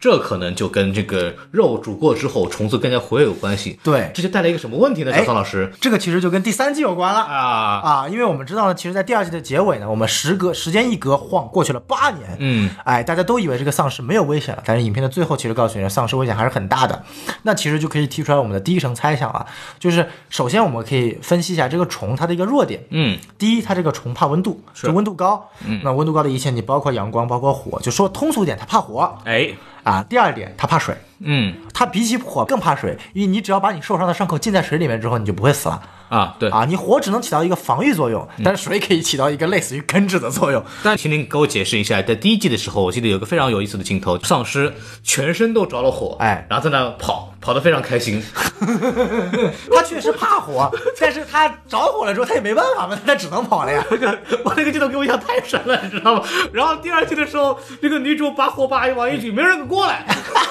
B: 这可能就跟这个肉煮过之后虫子更加活跃有关系。
A: 对
B: 这就带来一个什么问题呢？
A: 哎
B: 小桑老师
A: 这个其实就跟第三季有关了
B: 啊，
A: 啊，因为我们知道呢，其实，在第二季的结尾呢，我们时隔时间一隔晃过去了八年，
B: 嗯，
A: 哎，大家都以为这个丧尸没有危险了，但是影片的最后其实告诉你，丧尸危险还是很大的。那其实就可以提出来我们的第一层猜想啊，就是首先我们可以分析一下这个虫它的一个弱点。
B: 嗯，
A: 第一，它这个虫怕温度，就温度高。嗯，那温度高的一切，你包括阳光，包括火，就说通俗一点，它怕火
B: 哎，
A: 啊。第二点，它怕水。
B: 嗯
A: 它比起火更怕水，因为你只要把你受伤的伤口浸在水里面之后，你就不会死了。
B: 啊，对。嗯
A: 啊，你火只能起到一个防御作用，但是水可以起到一个类似于根治的作用。
B: 但请您给我解释一下，在第一季的时候，我记得有个非常有意思的镜头，丧尸全身都着了火，
A: 哎
B: 然后在那跑，跑得非常开心。
A: 他确实怕
B: *laughs*
A: 火，但是他着火了之后，他也没办法嘛，他只能跑了
B: *laughs*
A: 呀。
B: 我那个镜头给我印象太深了，你知道吗？然后第二季的时候，这个女主把火把往一举，没人过来， *laughs*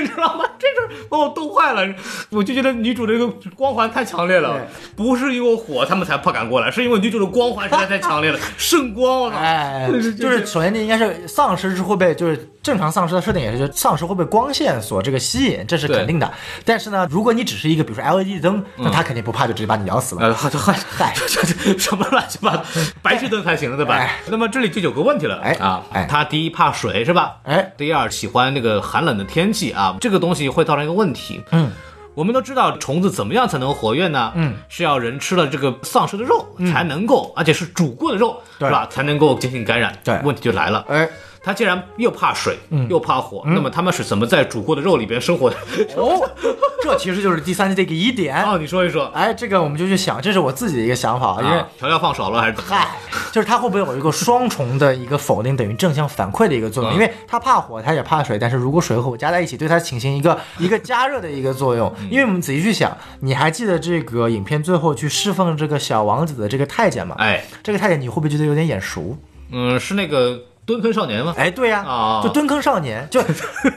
B: 你知道吗？这就是把我逗坏了，我就觉得女主这个光环太强烈了，不是因为火他们才不敢过来，是因为女主的光环实在太强
A: *laughs*
B: 烈了，圣光，啊我操！ *laughs*
A: 哎， *laughs* 就是首先，这应该是丧尸是会被，就是正常丧尸的设定也是，就是丧尸会被光线所这个吸引，这是肯定的。但是呢，如果你只是一个比如说 LED 灯，
B: 嗯
A: 那他肯定不怕，就直接把你咬死了。
B: 呃，嗨嗨嗨，这这什么乱七八糟，白炽灯才行了，对吧？
A: 哎
B: 那么这里就有个问题了，
A: 哎
B: 啊，
A: 哎
B: 它第一怕水是吧？
A: 哎，
B: 第二喜欢那个寒冷的天气啊，这个东西会造成一个问题，
A: 嗯。
B: 我们都知道虫子怎么样才能活跃呢？嗯，是要人吃了这个丧尸的肉才能够，而且是煮过的肉，
A: 嗯对
B: 是吧？才能够进行感染。
A: 对嗯
B: 问题就来了，
A: 哎，
B: 它既然又怕水，又怕火，那么它们是怎么在煮过的肉里边生活的？
A: 哦，这其实就是第三季这个疑
B: *laughs*
A: 点。
B: 哦，你说一说，
A: 哎，这个我们就去想，这是我自己的一个想法，因为
B: 啊，调料放少了还是怎么着？
A: 哎嗨，哎就是它会不会有一个双重的一个否定等于正向反馈的一个作用？
B: 嗯
A: 因为它怕火，它也怕水，但是如果水和火加在一起，对它进行一
B: *laughs*
A: 个一个加热的一个作
B: 嗯
A: 用。因为我们仔细去想，你还记得这个影片最后去侍奉这个小王子的这个太监吗？
B: 哎，
A: 这个太监你会不会觉得有点眼熟？
B: 嗯，是那个蹲坑少年吗？
A: 哎，对呀、
B: 啊
A: 就蹲坑少年，
B: *laughs*
A: 就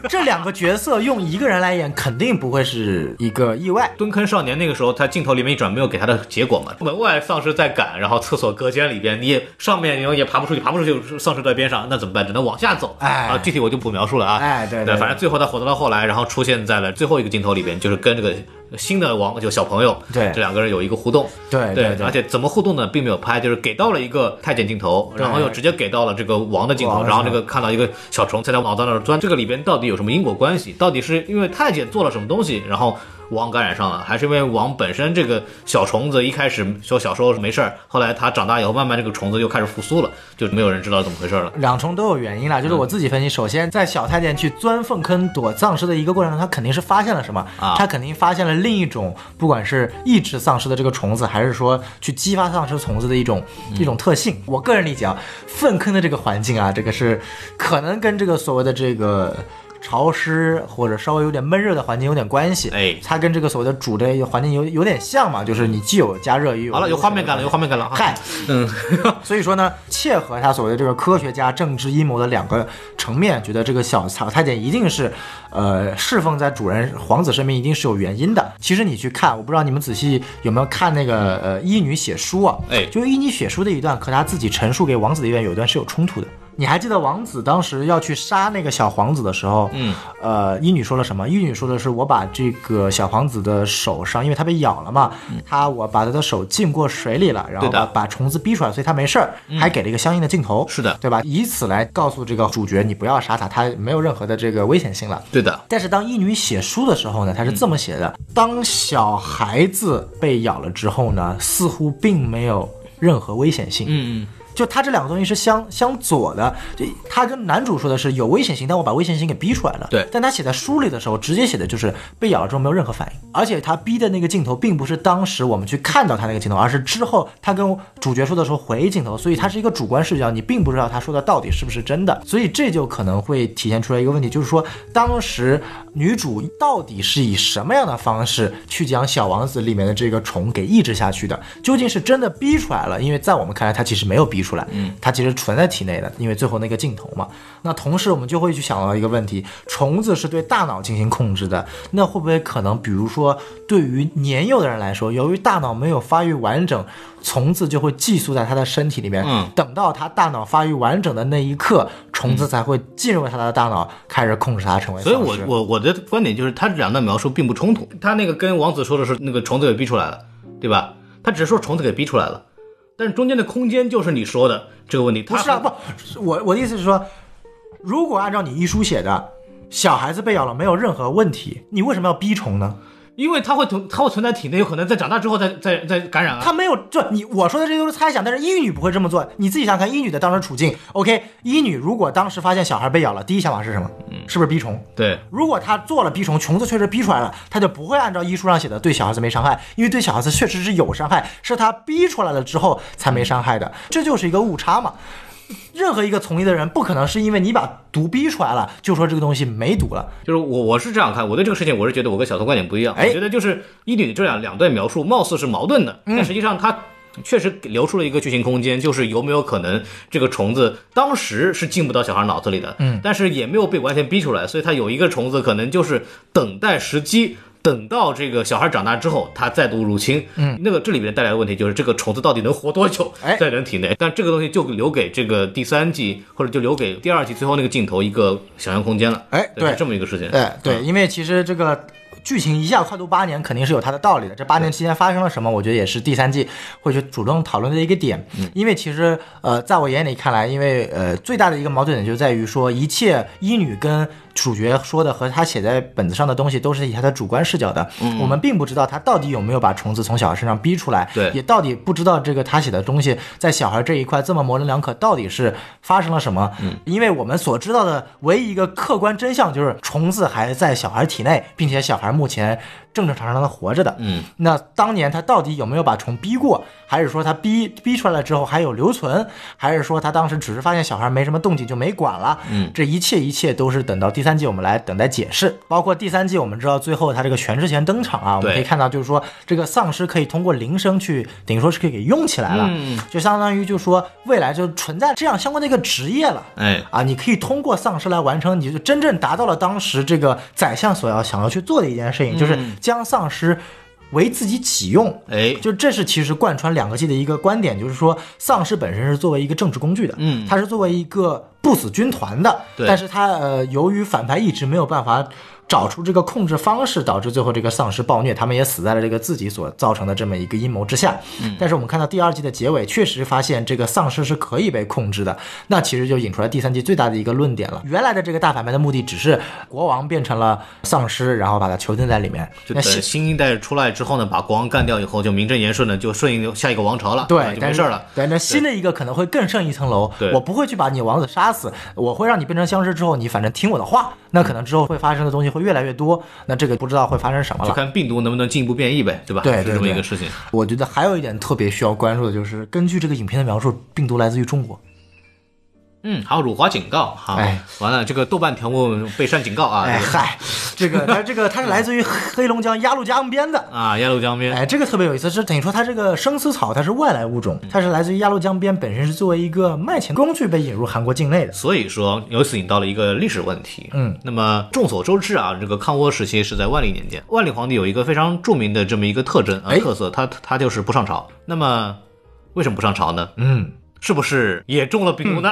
A: 这两个角色用一个人来演，肯定不会是一个意外。
B: 蹲坑少年那个时候，他镜头里面一转，没有给他的结果嘛。门外丧尸在赶，然后厕所隔间里边，你也上面你也爬不出去，爬不出去，丧尸在边上，那怎么办？只能往下走。
A: 哎
B: 啊，具体我就不描述了啊。
A: 哎对对对
B: 反正最后他活到了后来，然后出现在了最后一个镜头里边，就是跟这个新的王就小朋友，
A: 对
B: 这两个人有一个互动。
A: 对
B: 哎对
A: 对对
B: 而且怎么互动呢？并没有拍，就是给到了一个太监镜头，然后又直接给到了这个王的镜头，
A: 王的
B: 然后这
A: 镜
B: 个看到一个小虫在他脑袋那儿钻，这个里边到底有什么因果关系？到底是因为太监做了什么东西，然后王感染上了，还是因为王本身这个小虫子一开始说小时候没事儿，后来他长大以后慢慢这个虫子又开始复苏了，就没有人知道怎么回事了。嗯
A: 两重都有原因啦，就是我自己分析，首先在小太监去钻粪坑躲丧尸的一个过程中，他肯定是发现了什么
B: 啊
A: 他肯定发现了另一种，不管是抑制丧尸的这个虫子，还是说去激发丧尸虫子的一种
B: 嗯
A: 一种特性。我个人理解啊，粪坑的这个环境啊，这个是可能跟这个所谓的这个。潮湿或者稍微有点闷热的环境有点关系，
B: 哎
A: 它跟这个所谓的煮的环境有有点像嘛，就是你既有加热，又有
B: 好了，有画面感了，有画面感了。哈
A: 嗨，
B: 嗯，
A: *laughs* 所以说呢，切合他所谓的这个科学家政治阴谋的两个层面，觉得这个小小太监一定是，呃，侍奉在主人皇子身边一定是有原因的。其实你去看，我不知道你们仔细有没有看那个呃医女写书啊，
B: 哎
A: 就是医女写书的一段和她自己陈述给王子的一段有一段是有冲突的。你还记得王子当时要去杀那个小皇子的时候，
B: 嗯，
A: 呃，一女说了什么？一女说的是我把这个小皇子的手上，因为他被咬了嘛，
B: 嗯
A: 他我把他的手浸过水里了，然后
B: 对
A: 把
B: 的嗯
A: 把虫子逼出来，所以他没事儿，还给了一个相应的镜头，
B: 是的
A: 对吧？以此来告诉这个主角你不要杀他，他没有任何的这个危险性了。
B: 对的，
A: 但是当一女写书的时候呢，她是这么写的：当小孩子被咬了之后呢，似乎并没有任何危险性。
B: 嗯，
A: 就它这两个东西是相相左的，就它跟男主说的是有危险性，但我把危险性给逼出来了。
B: 对
A: 但他写在书里的时候，直接写的就是被咬了之后没有任何反应，而且他逼的那个镜头并不是当时我们去看到他那个镜头，而是之后他跟主角说的时候回忆镜头，所以它是一个主观视角，你并不知道他说的到底是不是真的，所以这就可能会体现出来一个问题，就是说当时女主到底是以什么样的方式去将《小王子》里面的这个虫给抑制下去的？究竟是真的逼出来了？因为在我们看来，它其实没有逼出来，嗯，它其实存在体内的，因为最后那个镜头嘛。那同时，我们就会去想到一个问题：虫子是对大脑进行控制的，那会不会可能，比如说对于年幼的人来说，由于大脑没有发育完整，虫子就会寄宿在他的身体里面，
B: 嗯
A: 等到他大脑发育完整的那一刻，虫子才会进入他的大脑，开始控制他成为丧
B: 所
A: 尸。
B: 以我我我的观点就是，他这两段描述并不冲突。他那个跟王子说的是那个虫子给逼出来了，对吧？他只是说虫子给逼出来了，但是中间的空间就是你说的这个问题。
A: 不是啊，不，是我我的意思是说，如果按照你一书写的，小孩子被咬了没有任何问题，你为什么要逼虫呢？
B: 因为它会存，它会存在体内，有可能在长大之后再再再感染啊。
A: 他没有，就你我说的这都是猜想，但是一女不会这么做。你自己想想看，一女的当时处境，OK，一女如果当时发现小孩被咬了，第一想法是什么？
B: 嗯
A: 是不是逼虫？
B: 对，
A: 如果他做了逼虫，虫子确实逼出来了，他就不会按照医书上写的对小孩子没伤害，因为对小孩子确实是有伤害，是他逼出来了之后才没伤害的，这就是一个误差嘛。任何一个从医的人，不可能是因为你把毒逼出来了，就说这个东西没毒了。
B: 就是我我是这样看，我对这个事情我是觉得我跟小偷观点不一样。
A: 哎
B: 我觉得就是一女这两两段描述貌似是矛盾的，
A: 嗯
B: 但实际上它确实留出了一个剧情空间，就是有没有可能这个虫子当时是进不到小孩脑子里的，嗯，但是也没有被完全逼出来，所以它有一个虫子可能就是等待时机。等到这个小孩长大之后，它再度入侵，嗯，那个这里面带来的问题就是这个虫子到底能活多久
A: 哎
B: 在人体内？但这个东西就留给这个第三季或者就留给第二季最后那个镜头一个想象空间了，
A: 哎对
B: 是这么一个事情，
A: 对对，因为其实这个剧情一下跨度八年，肯定是有它的道理的。这八年期间发生了什么，我觉得也是第三季会去主动讨论的一个点。因为其实呃，在我眼里看来，因为呃最大的一个矛盾点就在于说，一切医女跟主角说的和她写在本子上的东西都是以她的主观视角的，我们并不知道她到底有没有把虫子从小孩身上逼出来，
B: 对
A: 也到底不知道这个她写的东西在小孩这一块这么模棱两可，到底是发生了什么？嗯，因为我们所知道的唯一一个客观真相就是虫子还在小孩体内，并且小孩目前正正常常的活着的。
B: 嗯，
A: 那当年他到底有没有把虫逼过？还是说他逼逼出来了之后还有留存？还是说他当时只是发现小孩没什么动静就没管了？嗯，这一切一切都是等到第三季我们来等待解释。包括第三季我们知道最后他这个全智贤登场啊，我们
B: 对
A: 可以看到就是说这个丧尸可以通过铃声去等于说是可以给用起来了，
B: 嗯
A: 就相当于就说未来就存在这样相关的一个职业了。
B: 哎，
A: 啊，你可以通过丧尸来完成，你就真正达到了当时这个宰相所要想要去做的一件事情，就是将丧尸为自己己用。
B: 哎，
A: 就这是其实贯穿两个季的一个观点，就是说丧尸本身是作为一个政治工具的，
B: 嗯
A: 它是作为一个不死军团的，
B: 对
A: 但是它呃，由于反派一直没有办法找出这个控制方式，导致最后这个丧尸暴虐，他们也死在了这个自己所造成的这么一个阴谋之下。嗯，但是我们看到第二季的结尾，确实发现这个丧尸是可以被控制的，那其实就引出来第三季最大的一个论点了。原来的这个大反派的目的只是国王变成了丧尸，然后把它囚禁在里面，
B: 就
A: 那
B: 等
A: 新
B: 新一代出来之后呢，把国王干掉以后，就名正言顺的就顺应下一个王朝了，啊
A: 对，
B: 就
A: 但
B: 没
A: 是
B: 事儿了。
A: 对，那新的一个可能会更胜一层楼。
B: 对
A: 我不会去把你王子杀死，我会让你变成僵尸之后，你反正听我的话。那可能之后会发生的东西会越来越多，那这个不知道会发生什么
B: 就
A: 了。
B: 看病毒能不能进一步变异呗，对吧？
A: 啊对
B: 是
A: 对
B: 这么一
A: 对
B: 个事情。
A: 我觉得还有一点特别需要关注的就是，根据这个影片的描述，病毒来自于中国。
B: 嗯，还有辱华警告哈，
A: 哎
B: 完了这个豆瓣条目被删警告啊，
A: 哎
B: 这个
A: 嗨，这个它这个它是来自于黑龙江鸭绿江边的。
B: 啊，鸭绿江边，
A: 哎，这个特别有意思，是等于说它这个生丝草它是外来物种，
B: 嗯
A: 它是来自于鸭绿江边，本身是作为一个卖钱工具被引入韩国境内的。
B: 所以说，由此引到了一个历史问题。
A: 嗯，
B: 那么众所周知啊，这个抗倭时期是在万历年间。万历皇帝有一个非常著名的这么一个特征啊、
A: 哎
B: 特色，他他就是不上朝。那么为什么不上朝呢？
A: 嗯，
B: 是不是也中了病毒呢？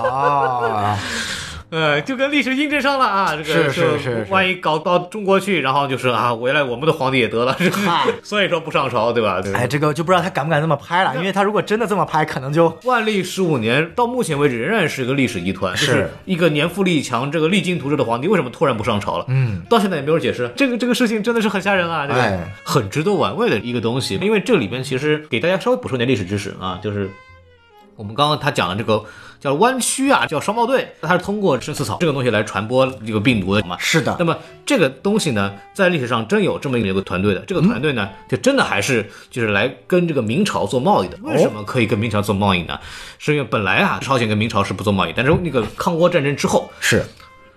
A: 啊，
B: *laughs* 呃，就跟历史印证上了啊，这个
A: 是是
B: 就是
A: 是
B: 万一搞到中国去，然后就是啊，回来我们的皇帝也得了，是不是
A: 嗨
B: *laughs* 所以说不上朝，对吧？对吧
A: 哎，这个就不知道他敢不敢这么拍了，因为他如果真的这么拍，可能就
B: 万历十五年到目前为止仍然是一个历史疑团，就是一个年富力强、这个励精图治的皇帝，为什么突然不上朝了？嗯，到现在也没有解释。这个这个事情真的是很吓人啊，这个、
A: 哎
B: 很值得玩味的一个东西。因为这里边其实给大家稍微补充点历史知识啊，就是我们刚刚他讲的这个叫湾区啊，叫商贸队，它是通过生死草这个东西来传播这个病毒的嘛。
A: 是的
B: 那么这个东西呢，在历史上真有这么一个团队的，
A: 嗯
B: 这个团队呢，就真的还是就是来跟这个明朝做贸易的。为什么可以跟明朝做贸易呢？是因为本来啊，朝鲜跟明朝是不做贸易，但是那个抗倭战争之后，
A: 是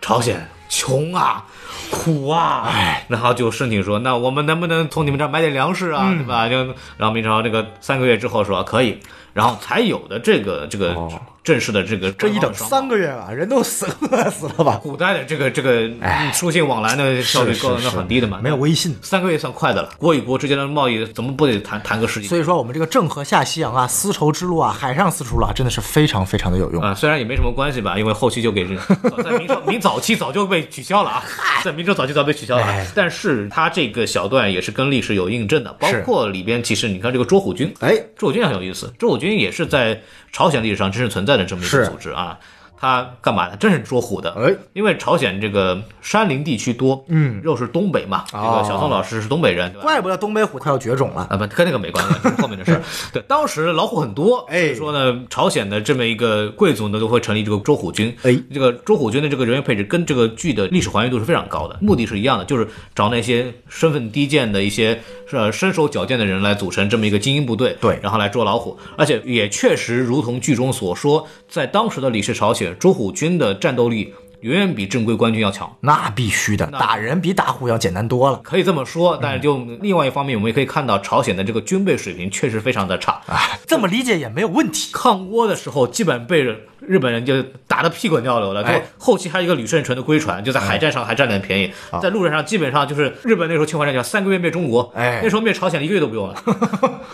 B: 朝鲜穷啊，苦啊，哎，然后就申请说，那我们能不能从你们这儿买点粮食啊，
A: 嗯
B: 对吧？就然后明朝这个三个月之后说啊可以，然后才有的这个这个正式的这个
A: 哦这一等
B: 商贸
A: 三个月啊，人都死饿死了 *laughs* 吧？
B: 古代的这个这个书信往来的效率
A: 是
B: 高
A: 是
B: 那
A: 是
B: 很低的嘛，
A: 没有微信。
B: 三个月算快的了，国与国之间的贸易怎么不得谈谈个十几
A: 所以说，我们这个郑和下西洋啊，丝绸之路啊，海上丝绸路啊，真的是非常非常的有用。
B: 啊、虽然也没什么关系吧，因为后期就给
A: *laughs*
B: 人早在明朝明早期早就被取消了啊，在明朝早期早被取消了啊。
A: 哎
B: 但是它这个小段也是跟历史有印证的，包
A: 是
B: 括里边其实你看这个捉虎军，
A: 哎，
B: 捉虎军很有意思，捉虎军也是在朝鲜历史上真实存在的这么一个
A: 是
B: 组织啊。它干嘛的？真是捉虎的，
A: 哎
B: 因为朝鲜这个山林地区多，嗯，又是东北嘛，这
A: 哦
B: 个小宋老师是东北人，对吧？
A: 怪不得东北虎快要绝种了。
B: 啊，不，跟那个没关系，这是后面的事儿。
A: *laughs*
B: 对，当时老虎很多，
A: 哎
B: 所以说呢，朝鲜的这么一个贵族呢，都会成立这个捉虎军。
A: 哎
B: 这个捉虎军的这个人员配置跟这个剧的历史还原度是非常高的，目的是一样的，就是找那些身份低贱的一些呃身手矫健的人来组成这么一个精英部队，
A: 对
B: 然后来捉老虎。而且也确实如同剧中所说，在当时的李氏朝鲜，捉虎军的战斗力远远比正规官军要强。
A: 那必须的，打人比打虎要简单多了。
B: 可以这么说，但是就另外一方面，我们也可以看到朝鲜的这个军备水平确实非常的
A: 啊
B: 差。
A: 这么理解也没有问题。
B: 抗倭的时候，基本被日本人就打得屁滚尿流了。
A: 哎
B: 就后期还有一个旅顺船的归船，就在海战上还占点便宜，在陆战上基本上就是日本那时候侵华战争三个月灭中国，
A: 哎
B: 那时候灭朝鲜一个月都不
A: *laughs*
B: 用了。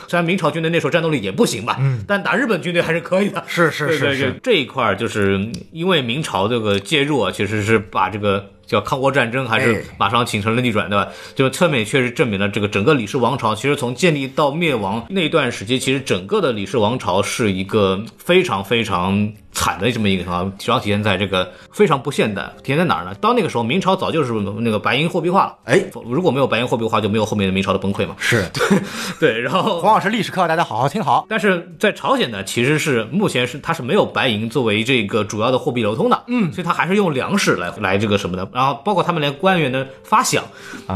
B: 虽然明朝军队那时候战斗力也不行吧，
A: 嗯
B: 但打日本军队还是可以的。
A: *laughs* 是是
B: 对
A: 是
B: 对对
A: 是，，
B: 这一块儿就是嗯因为明朝这个介入啊，其实是把这个。叫抗倭战争还
A: 哎
B: 是马上形成了逆转，对吧？就侧面也确实证明了这个整个李氏王朝，其实从建立到灭亡那段时期，其实整个的李氏王朝是一个非常非常惨的这么一个情况，主要体现在这个非常不现代，体现在哪儿呢？到那个时候，明朝早就是那个白银货币化了，
A: 哎，
B: 如果没有白银货币化，就没有后面的明朝的崩溃嘛。
A: 是
B: 对，然后
A: 黄老师历史课，大家好好听好。
B: 但是在朝鲜呢，其实是目前是它是没有白银作为这个主要的货币流通的，嗯，所以它还是用粮食来来这个什么的，然后包括他们连官员的发饷，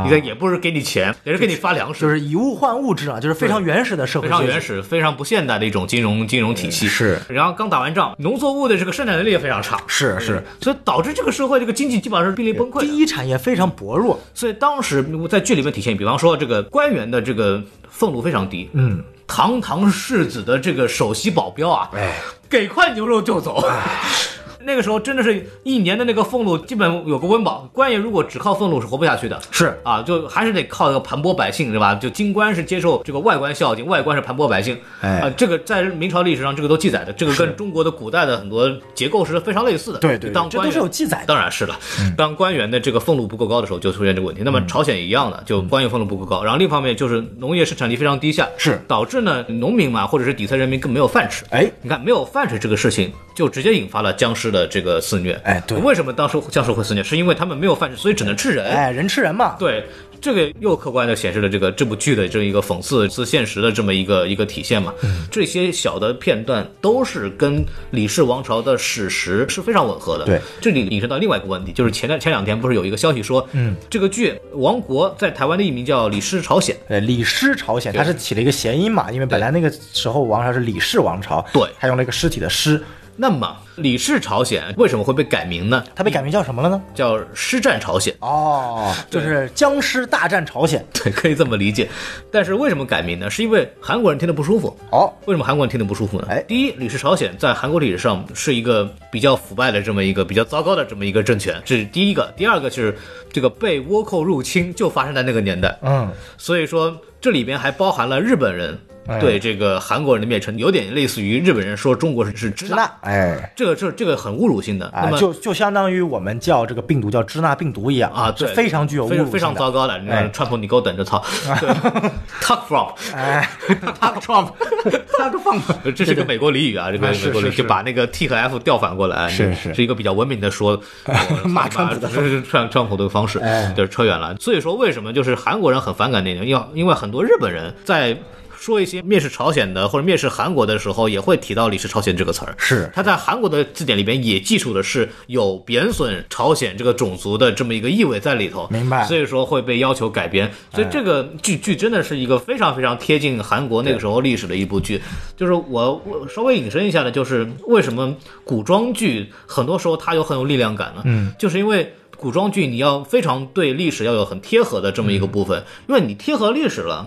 B: 你的也不是给你钱，也是给你发粮食，
A: 啊就是以物换物质啊，就是非常原始的社会
B: 非常
A: 阶级
B: 原始、非常不现代的一种金融金融体系。
A: 嗯是，
B: 然后刚打完仗，农作物的这个生产能力也非常差，
A: 是是，
B: 所以导致这个社会这个经济基本上是濒临崩溃的。
A: 第一产业非常薄弱，
B: 所以当时在剧里面体现，比方说这个官员的这个俸禄非常低，嗯，堂堂世子的这个首席保镖啊，
A: 哎，
B: 给块牛肉就走。那个时候真的是一年的那个俸禄，基本有个温饱。官员如果只靠俸禄是活不下去的，
A: 是
B: 啊，就还是得靠这个盘剥百姓，对吧？就京官是接受这个外官孝敬，外官是盘剥百姓。
A: 哎
B: 啊，这个在明朝历史上这个都记载的，这个跟中国的古代的很多结构是非常类似的。
A: 对对嗯
B: 当
A: 这都
B: 官
A: 是有
B: 员。
A: 记载的。
B: 当然是了，当官员的这个俸禄不够高的时候，就出现这个问题。那么
A: 嗯
B: 朝鲜也一样的，就官员俸禄不够高，然后另一方面就是农业生产力非常低下，
A: 是
B: 导致呢农民嘛或者是底层人民更没有饭吃。
A: 哎，
B: 你看，没有饭吃这个事情，就直接引发了僵尸的这个肆虐。
A: 哎对
B: 为什么当时僵尸会肆虐？是因为他们没有饭吃，所以只能吃人。
A: 哎，人吃人嘛，
B: 对，这个又客观的显示了这个这部剧的这么一个讽刺自现实的这么一个一个体现嘛。这些小的片段都是跟李氏王朝的史实是非常吻合的。
A: 对，
B: 这里引申到另外一个问题，就是前段前两天不是有一个消息说，嗯，这个剧《王国》在台湾的译名叫《李氏朝鲜》。
D: 呃，李氏朝鲜，它是起了一个谐音嘛，因为本来那个时候王朝是李氏王朝，
B: 对
D: 他用了一个尸体的尸，
B: 那么，李氏朝鲜为什么会被改名呢？
D: 它被改名叫什么了呢？
B: 叫师战朝鲜。 *laughs*
D: 哦，就是僵尸大战朝鲜。
B: 对，可以这么理解。但是为什么改名呢？是因为韩国人听得不舒服。
D: 哦，
B: 为什么韩国人听得不舒服呢？
D: 哎
B: 第一，李氏朝鲜在韩国历史上是一个比较腐败的这么一个比较糟糕的这么一个政权，这是第一个。第二个就是这个被
A: *laughs*
B: 倭寇入侵就发生在那个年代，
D: 嗯，
B: 所以说这里边还包含了日本人
A: 哎
B: 对这个韩国人的蔑称，有点类似于日本人说中国人是支
A: 支
B: 那，
A: 那，哎，
B: 这个这这个很侮辱性的。那
A: 啊，
B: 么
A: 就就相当于我们叫这个病毒叫支那病毒一样
B: 啊，对，
A: 是非常具有侮
B: 非
A: 辱
B: 常
A: 性
B: 非常
A: 的 *laughs*
B: 糟糕的。你看
A: 哎
B: 川普，你给我等
A: *laughs*
B: 着操！对，Tuck from，
A: 哎
E: Tuck Trump，Tuck
B: *laughs*
E: Trump，
B: 这是个美国俚语啊，这个
E: 啊是
B: 美国俚语
E: 是是
B: 就把那个 T 和 F 调反过来，
A: 是
B: 是
A: 是
B: 一个比较文明的
E: *laughs*
B: 说
E: 骂川普
B: 的，这是川川普的方式
A: 哎，
B: 就是扯远了。所以说，为什么就是韩国人很反感那种，要因为很多日本人在。说一些蔑视朝鲜的或者蔑视韩国的时候，也会提到“李氏朝鲜”这个词儿。
E: 是
B: 他在韩国的字典里边也记述的是有贬损朝鲜这个种族的这么一个意味在里头。
E: 明白
B: 所以说会被要求改编。所以这个剧剧真的是一个非常非常贴近韩国那个时候历史的一部剧。就是我我稍微引申一下呢，就是为什么古装剧很多时候它有很有力量感呢？嗯，就是因为。古装剧你要非常对历史要有很贴合的这么一个部分，因为你贴合历史了，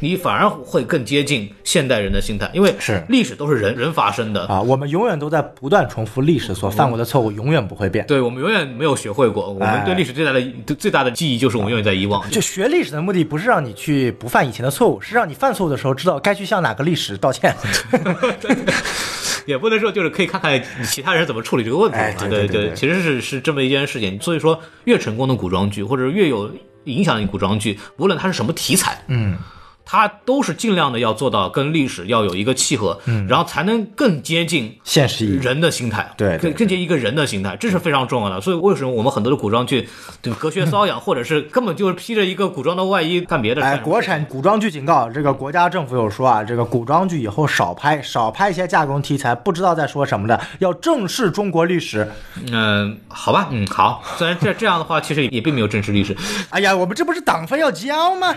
B: 你反而会更接近现代人的心态，因为
E: 是
B: 历史都是人人发生的，
A: 啊，我们永远都在不断重复历史所犯过的错误，永远不会变。
B: 对我们永远没有学会过，我们对历史最大的、最大的记忆就是我们永远在遗忘。
A: 就学历史的目的不是让你去不犯以前的错误，是让你犯错误的时候知道该去向哪个历史道 *laughs* 歉。
B: *laughs* 也不能说就是可以看看其他人怎么处理这个问题嘛，
E: 哎对
B: 对
E: 对对对
B: 其实是是这么一件事情。所以说，越成功的古装剧或者越有影响力的古装剧，无论它是什么题材，嗯。它都是尽量的要做到跟历史要有一个契合，嗯，然后才能更接近
A: 现实意义，
B: 人的心态，
E: 对对
B: 更更接近一个人的心态，这是非常重要的。所以为什么我们很多的古装剧，对隔靴
E: *laughs*
B: 搔痒，或者是根本就是披着一个古装的外衣干别的事儿，
A: *laughs* 哎，国产古装剧警告，这个国家政府有说啊，这个古装剧以后少拍，少拍一些架空题材，不知道在说什么的，要正视中国历史。
B: 嗯，好吧，嗯，好。虽然这这样的话，其实也并没有真实历史。
A: 哎呀，我们这不是党费要交吗？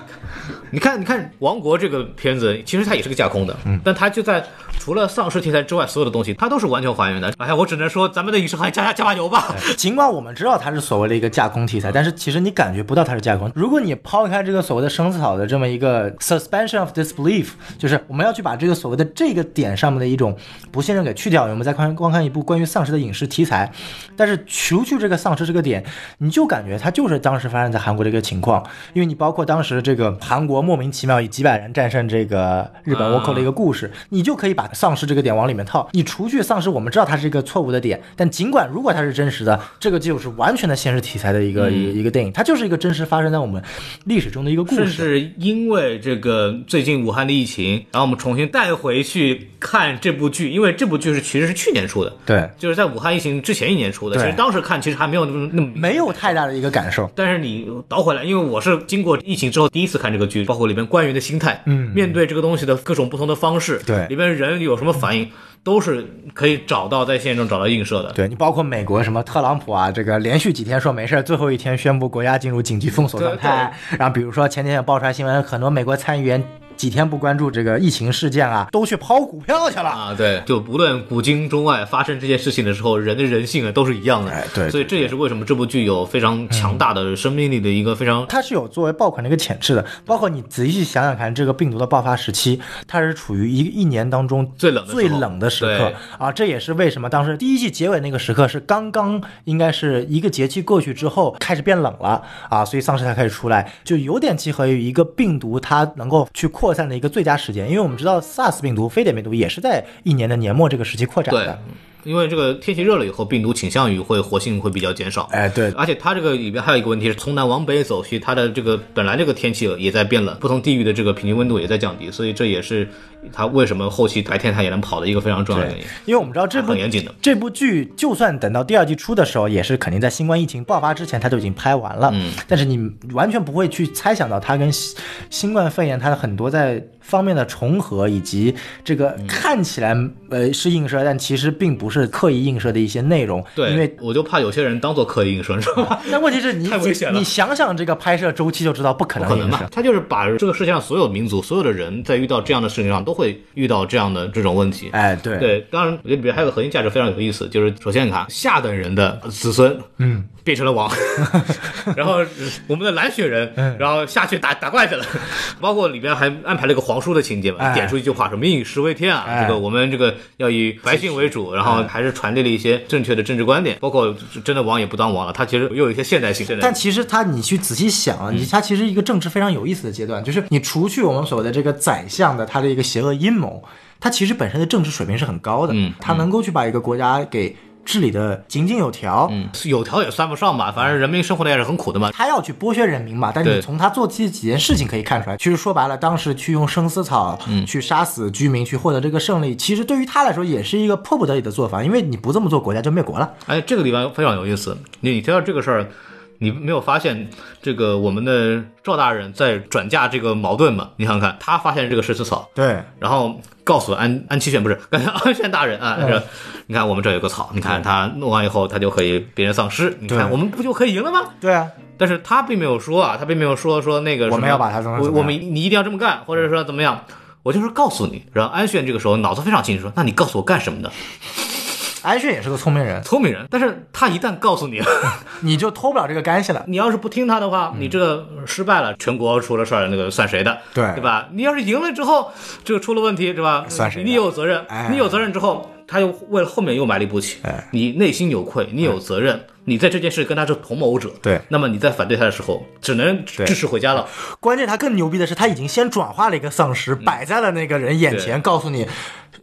B: 你看，你看《王国》这个片子，其实它也是个架空的，嗯，但它就在除了丧尸题材之外，所有的东西它都是完全还原的。哎呀，我只能说，咱们的影视行业加加加把油 *laughs* 吧。
A: 尽管我们知道它是所谓的一个架空题材，但是其实你感觉不到它是架空。如果你抛开这个所谓的生死草的这么一个 suspension of disbelief，就是我们要去把这个所谓的这个点上面的一种不信任给去掉，我们再看观看一部关于丧尸的影视题材，但是除去这个丧尸这个点，你就感觉它就是当时发生在韩国的一个情况，因为你包括当时这个韩国莫名其妙以几百人战胜这个日本倭寇的一个故事，你就可以把丧尸这个点往里面套。你除去丧尸，我们知道它是一个错误的点，但尽管如果它是真实的，这个就是完全的现实题材的一个、一个一个电影，它就是一个真实发生在我们历史中的一个故
B: 甚
A: 事。
B: 至因为这个最近武汉的疫情，然后我们重新带回去看这部剧，因为这部剧是其实是去年出的，
A: 对，
B: 就是在武汉疫情之前一年出的。
A: 对
B: 其实当时看，其实还没有那么那么明显
A: 没有太大的一个感受。
B: 但是你倒回来，因为我是经过疫情之后第一次看这个剧，包括里面官员的心态，嗯，面对这个东西的各种不同的方式，
A: 对
B: 里面人有什么反应，都是可以找到在现实中找到映射的。
A: 对你包括美国什么特朗普啊，这个连续几天说没事儿，最后一天宣布国家进入紧急封锁状态。然后比如说前几天也爆出来新闻，很多美国参议员几天不关注这个疫情事件啊，都去抛股票去了。
B: 啊，对，就不论古今中外发生这些事情的时候，人的人性啊都是一样的，
E: 哎对
B: 所以这也是为什么这部剧有非常强大的生命力的一个非常
A: 它是有作为爆款的一个潜质的，包括你仔细想想看，这个病毒的爆发时期，它是处于一一年当中
B: 最冷的时候
A: 最冷的时刻
B: 对
A: 啊，这也是为什么当时第一季结尾那个时刻是刚刚应该是一个节气过去之后开始变冷了啊，所以丧尸才开始出来，就有点契合于一个病毒它能够去扩散的一个最佳时间，因为我们知道 SARS 病毒、非典病毒也是在一年的年末这个时期扩展
B: 对
A: 的，。
B: 因为这个天气热了以后，病毒倾向于会活性会比较减少。
A: 哎，对，
B: 而且它这个里边还有一个问题是，从南往北走，其实它的这个本来这个天气也在变冷，不同地域的这个平均温度也在降低，所以这也是它为什么后期白天它也能跑的一个非常重要的原因。
A: 因为我们知道这部
B: 很严谨的
A: 这部剧，就算等到第二季出的时候，也是肯定在新冠疫情爆发之前，它就已经拍完了。嗯，但是你完全不会去猜想到它跟新新冠肺炎它的很多在方面的重合，以及这个看起来、
B: 嗯
A: 呃是映射，但其实并不是刻意映射的一些内容。
B: 对，
A: 因为
B: 我就怕有些人当做刻意映射，你知道吗？
A: *laughs* 但问题是你
B: 太危险了
A: 你想想这个拍摄周期就知道不可
B: 不
A: 能
B: 可
A: 映
B: 能
A: 射
B: 吧？。他就是把这个世界上所有民族、所有的人，在遇到这样的事情上，都会遇到这样的这种问题。
A: 哎，对，
B: 对，当然，我觉得里边还有个核心价值非常有意思，就是首先你看下等人的子孙，嗯，变成了王，然后我们的蓝血人，然后下去打打怪去了，包括里边还安排了一个黄叔的情节嘛，
D: 哎
B: 点出一句话说“民以食为天”啊，
D: 哎
B: 这个我们这个要以百姓为主，然后还是传递了一些正确的政治观点，包括真的王也不当王了，他其实又有一些现代性。
A: 但其实他，你去仔细想
B: 嗯
A: 啊，你他其实一个政治非常有意思的阶段，就是你除去我们所谓的这个宰相的他的一个邪恶阴谋，他其实本身的政治水平是很高的，
B: 嗯
A: 他能够去把一个国家给治理的井井有条。
B: 嗯，有条也算不上吧，反正人民生活的也是很苦的嘛。
A: 他要去剥削人民嘛，但
B: 对
A: 你从他做这几件事情可以看出来，其实说白了，当时去用生丝草、
B: 嗯
A: 去杀死居民，去获得这个胜利，其实对于他来说也是一个迫不得已的做法，因为你不这么做，国家就灭国了。
B: 哎，这个地方非常有意思。你你提到这个事儿，你没有发现这个我们的赵大人在转嫁这个矛盾吗？你想想看，他发现这个十四草，
A: 对，
B: 然后告诉安安七炫不是，告诉安炫大人啊，
A: 嗯
B: 说你看我们这儿有个草，你看他弄完以后，他就可以别人丧尸，你看
A: 对
B: 我们不就可以赢了吗？
A: 对啊，
B: 但是他并没有说啊，他并没有说说那个什么
A: 我们要把它怎么
B: 我
A: 怎么样
B: 我们你一定要这么干，或者说怎么样。我就是告诉你，然后安炫这个时候脑子非常清楚，说：“那你告诉我干什么呢？
A: 安炫也是个聪明人，
B: 聪明人。”但是他一旦告诉你，
A: 你就偷不了这个干系了。
B: 你要是不听他的话，
A: 嗯
B: 你这个失败了，全国出了事儿，那个算谁的？
A: 对
B: 对吧？你要是赢了之后，这个出了问题，是吧？
A: 算谁的
B: 你有责任
A: 哎，
B: 你有责任之后，他又为了后面又埋了一步棋
A: 哎，
B: 你内心有愧，你有责任。你在这件事跟他是同谋者，
A: 对
B: 那么你在反对他的时候，只能支
A: 对
B: 持回家了。
A: 关键他更牛逼的是，他已经先转化了一个丧尸，
B: 嗯
A: 摆在了那个人眼前，告诉你，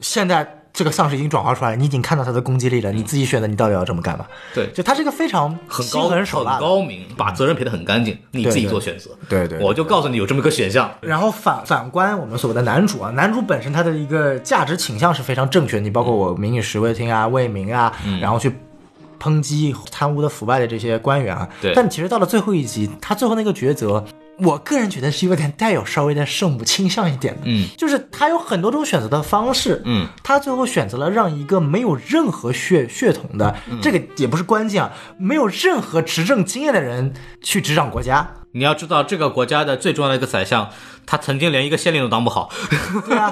A: 现在这个丧尸已经转化出来，你已经看到他的攻击力了，你自己选择你到底要这么干吧。
B: 对，
A: 就他这个非常
B: 嗯很
A: 心
B: 高
A: 狠
B: 很
A: 手辣的，
B: 高明，把责任撇得很干净，你自己
A: 对
B: 做选择。
A: 对对对
B: 我就告诉你有这么一个选项，
A: 然后反反观我们所谓的男主啊，男主本身他的一个价值倾向是非常正确的，你包
B: 嗯
A: 括我民以食为天啊、为民啊，然后去抨击贪污的、腐败的这些官员啊。
B: 对
A: 但其实到了最后一集，他最后那个抉择，我个人觉得是有点带有稍微的圣母倾向一点的。
B: 嗯，
A: 就是他有很多种选择的方式。
B: 嗯，
A: 他最后选择了让一个没有任何血血统的，
B: 嗯
A: 这个也不是关键啊，没有任何执政经验的人去执掌国家。
B: 你要知道这个国家的最重要的一个宰相，他曾经连一个县令都当不好，
A: *laughs* 对啊，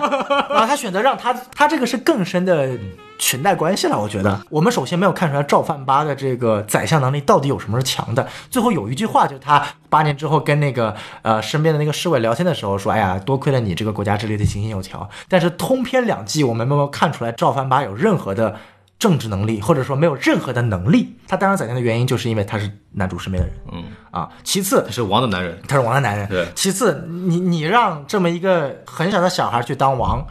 A: 然后他选择让他他这个是更深的裙带关系了，我觉得。我们首先没有看出来赵范八的这个宰相能力到底有什么是强的。最后有一句话，就是他八年之后跟那个呃身边的那个侍卫聊天的时候说：“哎呀，多亏了你这个国家治理的井井有条。”但是通篇两季，我们没有看出来赵范八有任何的。政治能力，或者说没有任何的能力，他当上宰相的原因就是因为他是男主身边的人，
B: 嗯
A: 啊。其次，
B: 他是王的男人。
A: 他是王的男人。
B: 对
A: 其次，你你让这么一个很小的小孩去当王，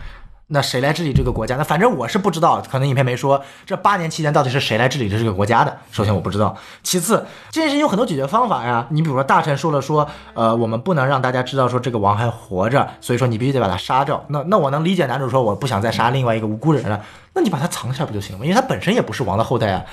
A: 那谁来治理这个国家？那反正我是不知道，可能影片没说这八年期间到底是谁来治理这个国家的。首先我不知道，其次这件事情有很多解决方法呀。你比如说大臣说了说，呃，我们不能让大家知道说这个王还活着，所以说你必须得把他杀掉。那那我能理解男主说我不想再杀另外一个无辜人了，那你把他藏起来不就行了吗？因为他本身也不是王的后代啊。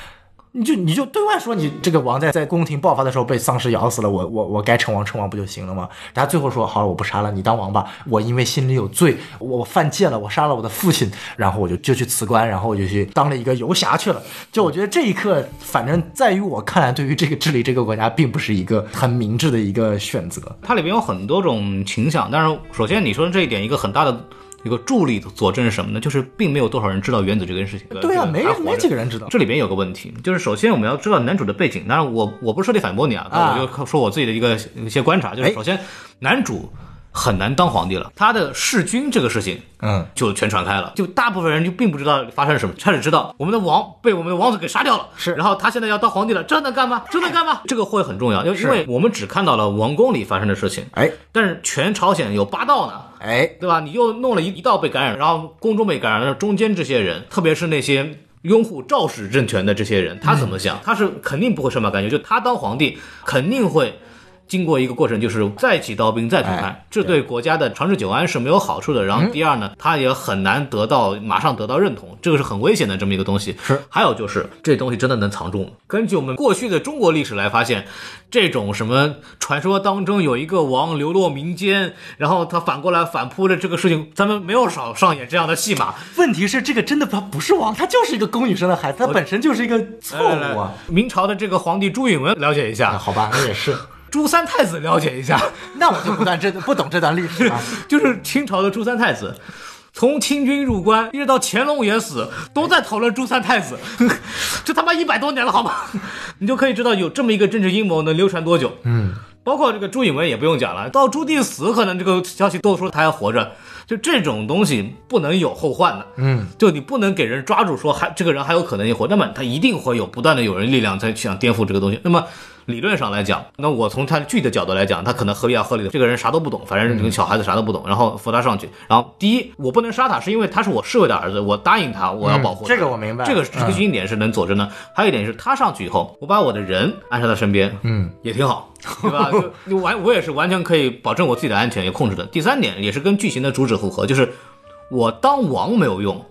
A: 你就你就对外说你这个王在在宫廷爆发的时候被丧尸咬死了，我我我该称王称王不就行了吗？然后最后说好了，我不杀了，你当王吧，我因为心里有罪，我我犯贱了，我杀了我的父亲，然后我就就去辞官，然后我就去当了一个游侠去了。就我觉得这一刻，反正在于我看来，对于这个治理这个国家，并不是一个很明智的一个选择。
B: 它里面有很多种倾向，但是首先你说的这一点，一个很大的一个助力佐证是什么呢？就是并没有多少人知道原子这件事情。
A: 对啊，
B: 这个
A: 没
B: 还活着
A: 没几个人知道。
B: 这里边有个问题，就是首先我们要知道男主的背景。当然我，我不是彻底反驳你啊，
A: 啊
B: 但我就说我自己的一个一些观察，就是
A: 哎
B: 首先男主很难当皇帝了，他的弑君这个事情
A: 嗯，
B: 就全传开了，就大部分人就并不知道发生了什么，他只知道我们的王被我们的王子给杀掉了，
A: 是
B: 然后他现在要当皇帝了，这能干吗？这能干吗？这个会很重要，因为因为我们只看到了王宫里发生的事情，
A: 哎
B: 但是全朝鲜有八道呢，
A: 哎，
B: 对吧？你又弄了一一道被感染，然后宫中被感染，然后中间这些人，特别是那些拥护赵氏政权的这些人，他怎么想？他是肯定不会善罢甘休，就他当皇帝肯定会。经过一个过程，就是再起刀兵，再评判，
A: 哎嗯
B: 这对国家的长治久安是没有好处的。然后第二呢，他也很难得到马上得到认同，这个是很危险的这么一个东西。
A: 是，
B: 还有就是这东西真的能藏住吗？根据我们过去的中国历史来发现，这种什么传说当中有一个王流落民间，然后他反过来反扑的这个事情，咱们没有少上演这样的戏码。
A: 问题是这个真的他不是王，他就是一个宫女生的孩子，他本身就是一个错
B: 来来
A: 误
B: 来
A: 啊。，
B: 明朝的这个皇帝朱允炆了解
A: 啊
B: 一下，
A: 好吧，那也是。
B: 朱三太子了解一下，
A: 那我就不断这不懂这段历史了。
B: 就是清朝的朱三太子。从清军入关一直到乾隆也死，都在讨论朱三太子， *laughs* 这他妈一百多年了，好吗？你就可以知道有这么一个政治阴谋能流传多久。嗯，包括这个朱允炆也不用讲了，到朱棣死，可能这个消息都说他还活着，就这种东西不能有后患的。
A: 嗯，
B: 就你不能给人抓住说还这个人还有可能性活，那么他一定会有不断的有人力量在想颠覆这个东西。那么理论上来讲，那我从他具体的角度来讲，他可能合理啊合理的，这个人啥都不懂，反
A: 嗯
B: 正这个小孩子啥都不懂，然后扶他上去。然后第一，我不能杀他，是因为他是我侍卫的儿子，我答应他我要保护他、
A: 嗯这个我明白
B: 这个这个一点是能佐证的，还有一点是他上去以后，我把我的人安插到身边，嗯，也挺好，
A: *laughs*
B: 对吧？就完，我也是完全可以保证我自己的安全，也控制的。第三点也是跟剧情的主旨符合，就是我当王没有用。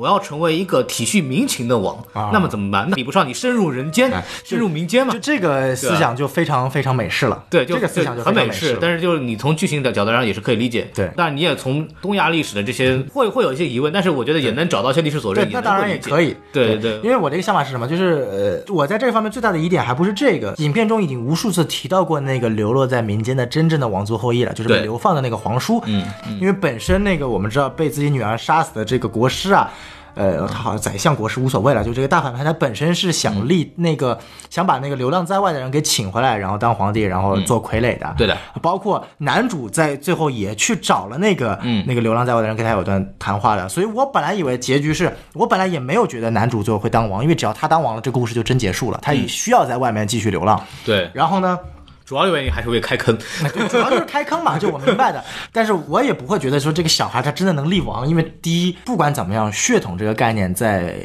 B: 我要成为一个体恤民情的王，
A: 啊
B: 那么怎么办？那比不上你深入人间，
A: 哎
B: 深入民间嘛
A: 就。这个思想就非常非常美式了。
B: 对，就
A: 这个思想
B: 就
A: 就
B: 很
A: 非常
B: 美
A: 美
B: 式，
A: 了
B: 但是就是你从剧情的角度上也是可以理解。
A: 对
B: 但你也从东亚历史的这些会会有一些疑问，但是我觉得也能找到一些历史佐证
A: 对，，
B: 也
A: 那
B: 能
A: 当然
B: 够
A: 也
B: 理解
A: 可以。
B: 对对
A: 因为我的一个想法是什么？就是呃，我在这个方面最大的疑点还不是这个。影片中已经无数次提到过那个流落在民间的真正的王族后裔了，就是
B: 对
A: 被流放的那个皇叔。
B: 嗯，
A: 因为本身那个我们知道被自己女儿杀死的这个国师啊。呃，他好像宰相国师无所谓了，就这个大反派，他本身是
B: 嗯
A: 想立那个、想把那个流浪在外的人给请回来，然后当皇帝，然
B: 嗯
A: 后做傀儡的。
B: 对的，
A: 包括男主在最后也去找了那个、
B: 嗯
A: 那个流浪在外的人，跟他有段谈话的。所以我本来以为结局是我本来也没有觉得男主最后会当王，因为只要他当王了，这个故事就真结束了，他也
B: 嗯
A: 需要在外面继续流浪。
B: 对，
A: 然后呢，
B: 主要原因还是为开坑。
A: *laughs* 主要就是开坑嘛，就我明白
B: *laughs*
A: 的。但是我也不会觉得说这个小孩他真的能立王，因为第一，不管怎么样，血统这个概念在。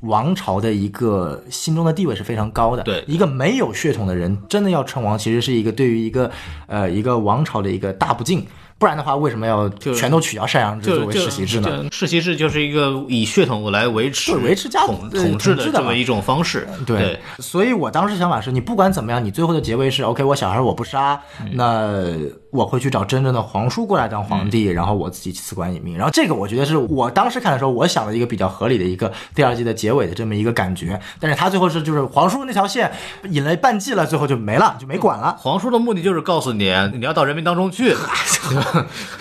A: 王朝的一个心中的地位是非常高的，
B: 对
A: 一个没有血统的人真的要称王，其实是一个对于一个呃一个王朝的一个大不敬，不然的话为什么要
B: 就
A: 全都取消赡养制作为世袭制呢？？
B: 就世袭制就是一个以血统来维持、
A: 对维持家
B: 统
A: 呃
B: 统治的
A: 统治的
B: 这
A: 嘛
B: 么一种方式。对，
A: 所以我当时想法是你不管怎么样，你最后的结尾是 OK，我小孩我不杀，
B: 嗯
A: 那我会去找真正的皇叔过来当皇帝，
B: 嗯
A: 然后我自己辞官隐命。然后这个我觉得是我当时看的时候，我想的一个比较合理的一个第二季的结尾的这么一个感觉。但是他最后是就是皇叔那条线引了半季了，最后就没了，就没管
B: *laughs*
A: 了。
B: 皇叔的目的就是告诉你，你要到人民当中去。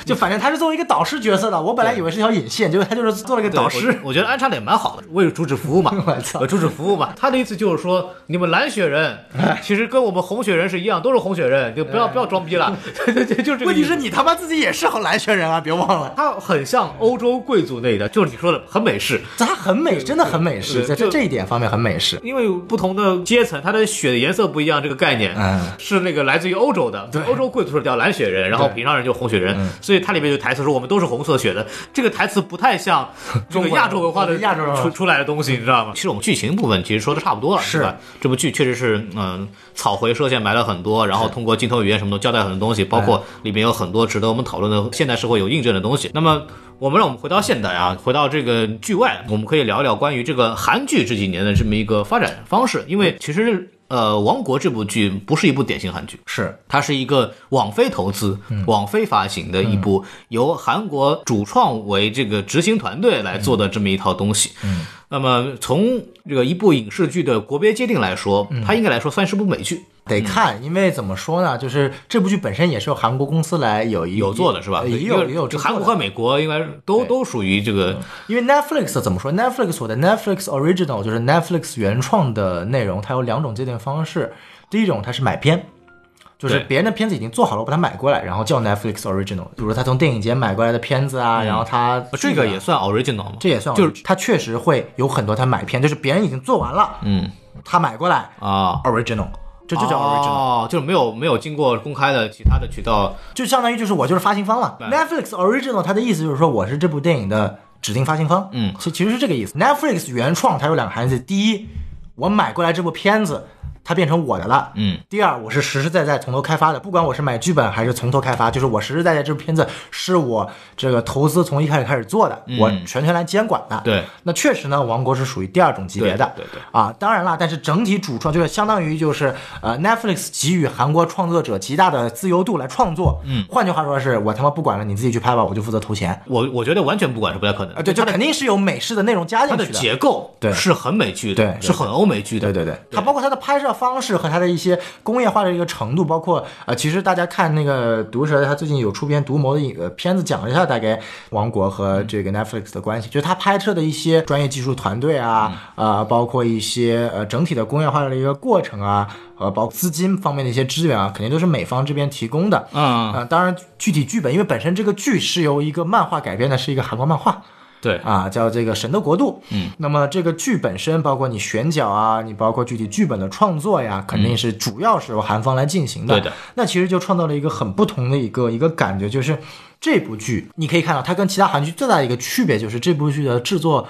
A: 就反正他是作为一个导师角色的，我本来以为是条引线，结果他就是做了个
B: 对
A: 导师。
B: 我我觉得安插的也蛮好的，为主旨服务嘛
A: *laughs* 我操，
B: 为主旨服务嘛。他的意思就是说，你们蓝血人
A: 哎
B: 其实跟我们红血人是一样，都是红血人，就不要不要装
A: *laughs*
B: 逼了。对对对，就是这个
A: 问
B: 意
A: 题
B: 思
A: 是。你他妈自己也是蓝血人啊，别忘
B: *laughs*
A: 了。
B: 他很像欧洲贵族那一代，就是你说的很美式，
A: 他很美，真的很美式，
B: 对
A: 在
B: 就
A: 这这一点方面很美式。
B: 因为不同的阶层，它的血的颜色不一样，这个概念、
A: 嗯
B: 是那个来自于欧洲的，
A: 对
B: 欧洲贵族是叫蓝血人，然后
A: 对嗯
B: 平常人就是红血人，所以它里面有台词说我们都是红色血的，这个台词不太像
A: *laughs*
B: 这
A: 中
B: 个
A: 国
B: 亚洲文化的
A: 亚洲文化
B: 出出来的东西，你知道吗？嗯其实我们剧情部分其实说的差不多了，
A: 是
B: 对吧？这部剧确实是嗯、草回射线埋了很多，然后通过镜头语言什么都交代很多东西，包括里面有很多值得我们讨论的现代社会有印证的东西。那么。我们让我们回到现代啊，回到这个剧外，我们可以聊一聊关于这个韩剧这几年的这么一个发展方式，因为其实呃，《王国》这部剧不是一部典型韩剧，
A: 是，
B: 它是一个网飞投资、
A: 嗯
B: 网飞发行的一部由韩国主创为这个执行团队来做的这么一套东西。
A: 嗯
B: 那么从这个一部影视剧的国别界定来说，
A: 嗯
B: 它应该来说算是部美剧。
A: 得看，因为怎么说呢，就是这部剧本身也是由韩国公司来有一呃
B: 有做的是吧？
A: 也有
B: 因为
A: 也有制作
B: 就
A: 的
B: 韩国和美国应该都
A: 对嗯
B: 都属于这个
A: 因为 Netflix 怎么说？Netflix 我的 Netflix original 就是 Netflix 原创的内容，它有两种界定方式。第一种，它是买片，就是
B: 对
A: 别人的片子已经做好了，我把它买过来，然后叫 Netflix original。比如他从电影节买过来的片子啊，然后他
B: 嗯呃这个也算 original 嘛？
A: 这也算，
B: 就是
A: 他确实会有很多他买片，就是别人已经做完了，
B: 嗯
A: 他买过来
B: 啊。
A: original，这就叫 original。
B: 哦，就是没有没有经过公开的其他的渠道
A: 就相当于就是我就是发行方了。Netflix original 它的意思就是说我是这部电影的指定发行方，
B: 嗯
A: 其其实是这个意思。Netflix 原创它有两个含义，第一，我买过来这部片子，它变成我的了，
B: 嗯。
A: 第二，我是实实在在从头开发的，不管我是买剧本还是从头开发，就是我实实在在这部片子是我这个投资从一开始开始做的，我全权来监管的。
B: 嗯对，
A: 那确实呢，王国是属于第二种级别的。
B: 对对对
A: 啊，当然啦，但是整体主创就是相当于就是呃，Netflix 给予韩国创作者极大的自由度来创作。嗯，换句话说是，我他妈不管了，你自己去拍吧，我就负责投钱。
B: 我我觉得完全不管是不太可能
A: 啊，对，就肯定是有美式的内容加
B: 它
A: 进
B: 的
A: 去的。
B: 结构
A: 对
B: 是很美剧的，
A: 对对
B: 是很欧美剧的，
A: 对对对，它包括它的拍摄方式和它的一些工业化的一个程度，包括呃，其实大家看那个毒蛇，它最近有出片《毒魔》的一个片子，讲了一下大概王国和这个 Netflix 的关系，就是它拍摄的一些专业技术团队啊，呃，包括一些呃整体的工业化的一个过程啊，呃，包括资金方面的一些资源啊，肯定都是美方这边提供的。
B: 嗯，
A: 啊，当然具体剧本，因为本身这个剧是由一个漫画改编的，是一个韩国漫画。
B: 对，
A: 啊，叫这个《神的国度》。嗯，那么这个剧本身，包括你选角啊，你包括具体剧本的创作呀，肯定是主要是由韩方来进行的。
B: 对的，
A: 那其实就创造了一个很不同的一个一个感觉，就是这部剧你可以看到，它跟其他韩剧最大的一个区别就是这部剧的制作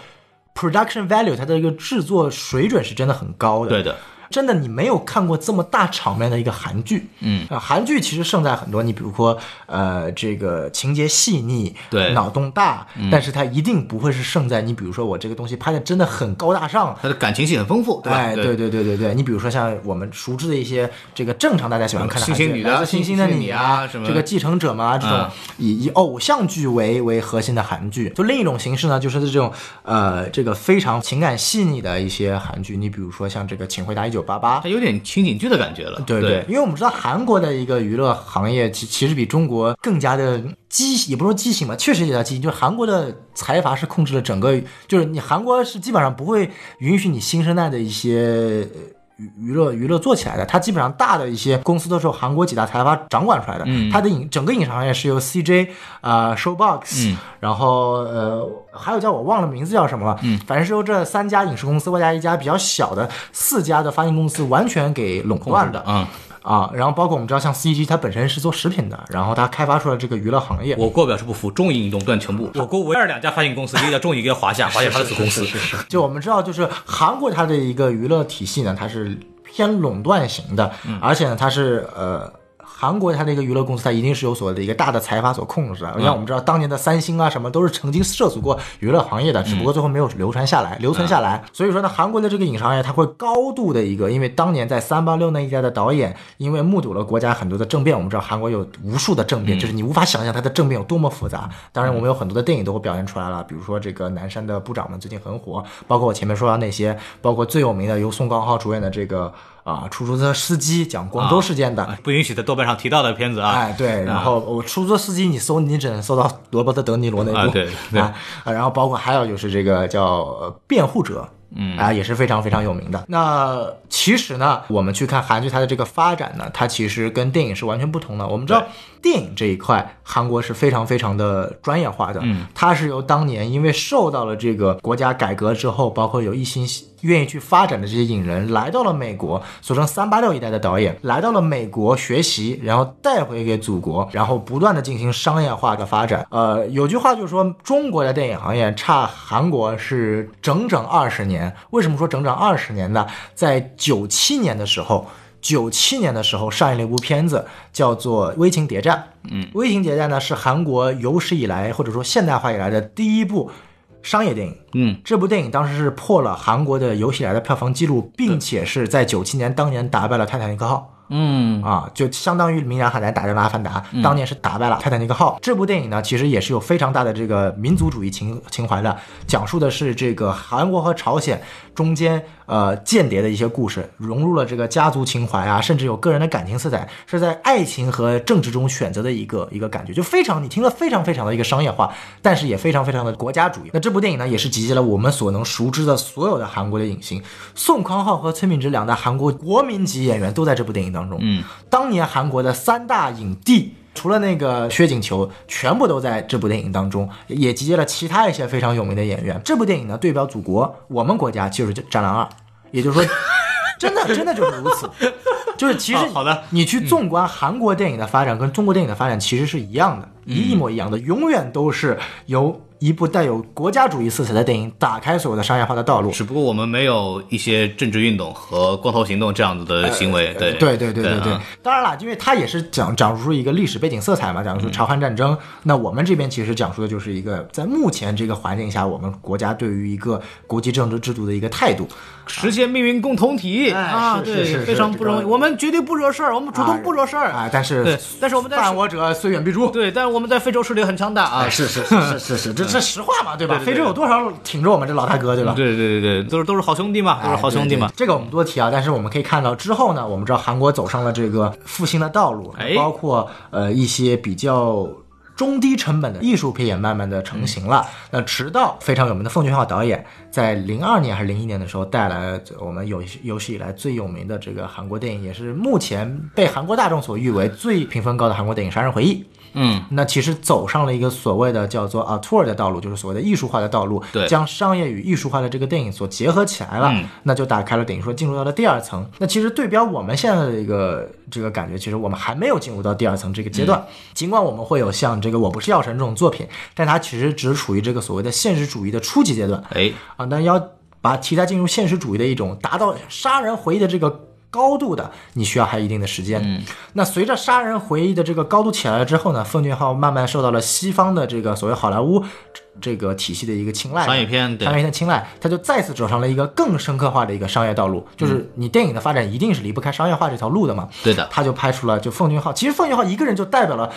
A: production value，它的一个制作水准是真的很高的。
B: 对的，
A: 真的你没有看过这么大场面的一个韩剧，
B: 嗯
A: 啊、韩剧其实胜在很多，你比如说呃，这个情节细腻，
B: 对嗯
A: 脑洞大，但是它一定不会是胜在你比如说我这个东西拍的真的很高大上。
B: 他的感情戏很丰富，对吧？
A: 哎，对对对对对，你比如说像我们熟知的一些这个正常大家喜欢看的韩
B: 啊嗯星
A: 剧，
B: 星女的
A: 来自星星的
B: 星星的
A: 你
B: 你
A: 啊
B: 啊，什么
A: 这个继承者嘛啊这种
B: 嗯
A: 以以偶像剧为为核心的韩剧，就另一种形式呢，就是这种呃这个非常情感细腻的一些韩剧，你比如说像这个《请回答一九八八》，
B: 它有点情景剧的感觉了。
A: 对
B: 对，
A: 因为我们知道韩国的一个娱乐行业其其实比中国更加的畸，也不是说畸形吧，确实也叫畸形。就是韩国的财阀是控制了整个，就是你韩国是基本上不会允许你新生代的一些。呃娱娱乐娱乐做起来的，它基本上大的一些公司都是由韩国几大财阀掌管出来的。它的影整个影视行业是由 CJ 啊、呃 Showbox，、然后呃还有叫我忘了名字叫什么了，嗯，反正是由这三家影视公司外加一家比较小的四家的发行公司完全给垄断的。
B: 嗯，
A: 啊，然后包括我们知道，像 CG 它本身是做食品的，然后它开发出了这个娱乐行业。
B: 我国表示不服，中影垄断全部。我国唯二两家发行公司，一个叫中影，一个叫华夏，华夏是子公司。
A: 就我们知道，就是韩国它的一个娱乐体系呢，它是偏垄断型的，而且呢，它是呃。韩国它的一个娱乐公司，它一定是有所谓的一个大的财阀所控制的。像我们知道，当年的三星啊，什么都是曾经涉足过娱乐行业的，只不过最后没有流传下来、留存下来。所以说呢，韩国的这个影视行业，它会高度的一个，因为当年在三八六那一代的导演，因为目睹了国家很多的政变，我们知道韩国有无数的政变，就是你无法想象它的政变有多么复杂。当然，我们有很多的电影都会表现出来了，比如说这个南山的部长们最近很火，包括我前面说到那些，包括最有名的由宋康昊主演的这个啊出租车司机讲广州事件的，
B: 啊不允许在豆瓣上提到的片子啊。
A: 哎，对，然后我出租车司机，你搜你只能搜到罗伯特·德尼罗那部，
B: 啊对对
A: 啊啊然后包括还有就是这个叫呃辩护者。嗯啊，也是非常非常有名的。那其实呢，我们去看韩剧它的这个发展呢，它其实跟电影是完全不同的。我们知道电影这一块，韩国是非常非常的专业化的，嗯，它是由当年因为受到了这个国家改革之后，包括有一心愿意去发展的这些影人来到了美国，俗称三八六一代的导演来到了美国学习，然后带回给祖国，然后不断的进行商业化的发展。呃，有句话就是说，中国的电影行业差韩国是整整二十年。为什么说整整二十年呢？在九七年的时候。九七年的时候上映了一部片子，叫做《微情谍战》。嗯，《微情谍战》呢是韩国有史以来或者说现代化以来的第一部商业电影。
B: 嗯，
A: 这部电影当时是破了韩国的有史以来的票房纪录，并且是在九七年当年打败了《泰坦尼克号》。
B: 嗯，
A: 啊，就相当于明良海南打败了阿凡达，当年是打败了泰坦尼克号。这部电影呢，其实也是有非常大的这个民族主义情情怀的，讲述的是这个韩国和朝鲜中间呃间谍的一些故事，融入了这个家族情怀啊，甚至有个人的感情色彩，是在爱情和政治中选择的一个一个感觉，就非常你听了非常非常的一个商业化，但是也非常非常的国家主义。那这部电影呢，也是集结了我们所能熟知的所有的韩国的影星，宋康昊和崔敏植两大韩国国民级演员都在这部电影当中。嗯，当年韩国的三大影帝。除了那个薛景求，全部都在这部电影当中，也集结了其他一些非常有名的演员。这部电影呢，对标祖国，我们国家就是《战狼二》，也就是说， *laughs* 真的真的就是如此，就是其实、
B: 啊好的，
A: 你去纵观韩国电影的发展跟中国电影的发展其实是一样的，一模一样的，永远都是由一部带有国家主义色彩的电影打开所有的商业化的道路。
B: 只不过我们没有一些政治运动和光头行动这样子的行为。对
A: 呃对对对对对
B: 嗯，
A: 当然了，因为它也是讲讲述出一个历史背景色彩嘛，讲述朝韩战争。那我们这边其实讲述的就是一个在目前这个环境下，我们国家对于一个国际政治制度的一个态度。
B: 实现命运共同体
A: 哎
B: 啊，
A: 是
B: 对
A: 是是
B: 非常
A: 这
B: 不容易。
A: 个
B: 我们绝对不惹事儿，我们主动不惹事儿
A: 啊，但是 *laughs*
B: 对但是我们在
A: 犯我者虽远必诛。
B: 对，但是我们在非洲势力很强大啊
A: 哎，。是是是是是是，这这实话嘛，对吧？
B: 对对对
A: 非洲有多少挺着我们这老大哥，对吧？
B: 对对对对，都是都是好兄弟嘛，都是
A: 哎
B: 好兄弟嘛。
A: 对对这个我们不多提啊，但是我们可以看到之后呢，我们知道韩国走上了这个复兴的道路，
B: 哎
A: 包括呃一些比较。中低成本的艺术片也慢慢的
B: 嗯
A: 成型了。那直到非常有名的奉俊昊导演在零二年还是零一年的时候，带来了我们有有史以来最有名的这个韩国电影，也是目前被韩国大众所誉为最评分高的韩国电影《杀人回忆》。
B: 嗯，
A: 那其实走上了一个所谓的叫做 auteur 的道路，就是所谓的艺术化的道路，
B: 对
A: 将商业与艺术化的这个电影所结合起来了，
B: 嗯
A: 那就打开了等于说进入到了第二层。那其实对标我们现在的一个这个感觉，其实我们还没有进入到第二层这个阶
B: 嗯
A: 段。尽管我们会有像这个《我不是药神》这种作品，但它其实只处于这个所谓的现实主义的初级阶段
B: 哎，
A: 啊。那要把题材进入现实主义的一种达到杀人回忆的这个。高度的，你需要还有一定的时间。
B: 嗯，
A: 那随着杀人回忆的这个高度起来了之后呢，奉俊昊慢慢受到了西方的这个所谓好莱坞这个体系的一个青睐，
B: 商业片对
A: 商业片的青睐，他就再次走上了一个更深刻化的一个商业道
B: 嗯
A: 路，就是你电影的发展一定是离不开商业化这条路的嘛。
B: 对的，
A: 他就拍出了就奉俊昊，其实奉俊昊一个人就代表了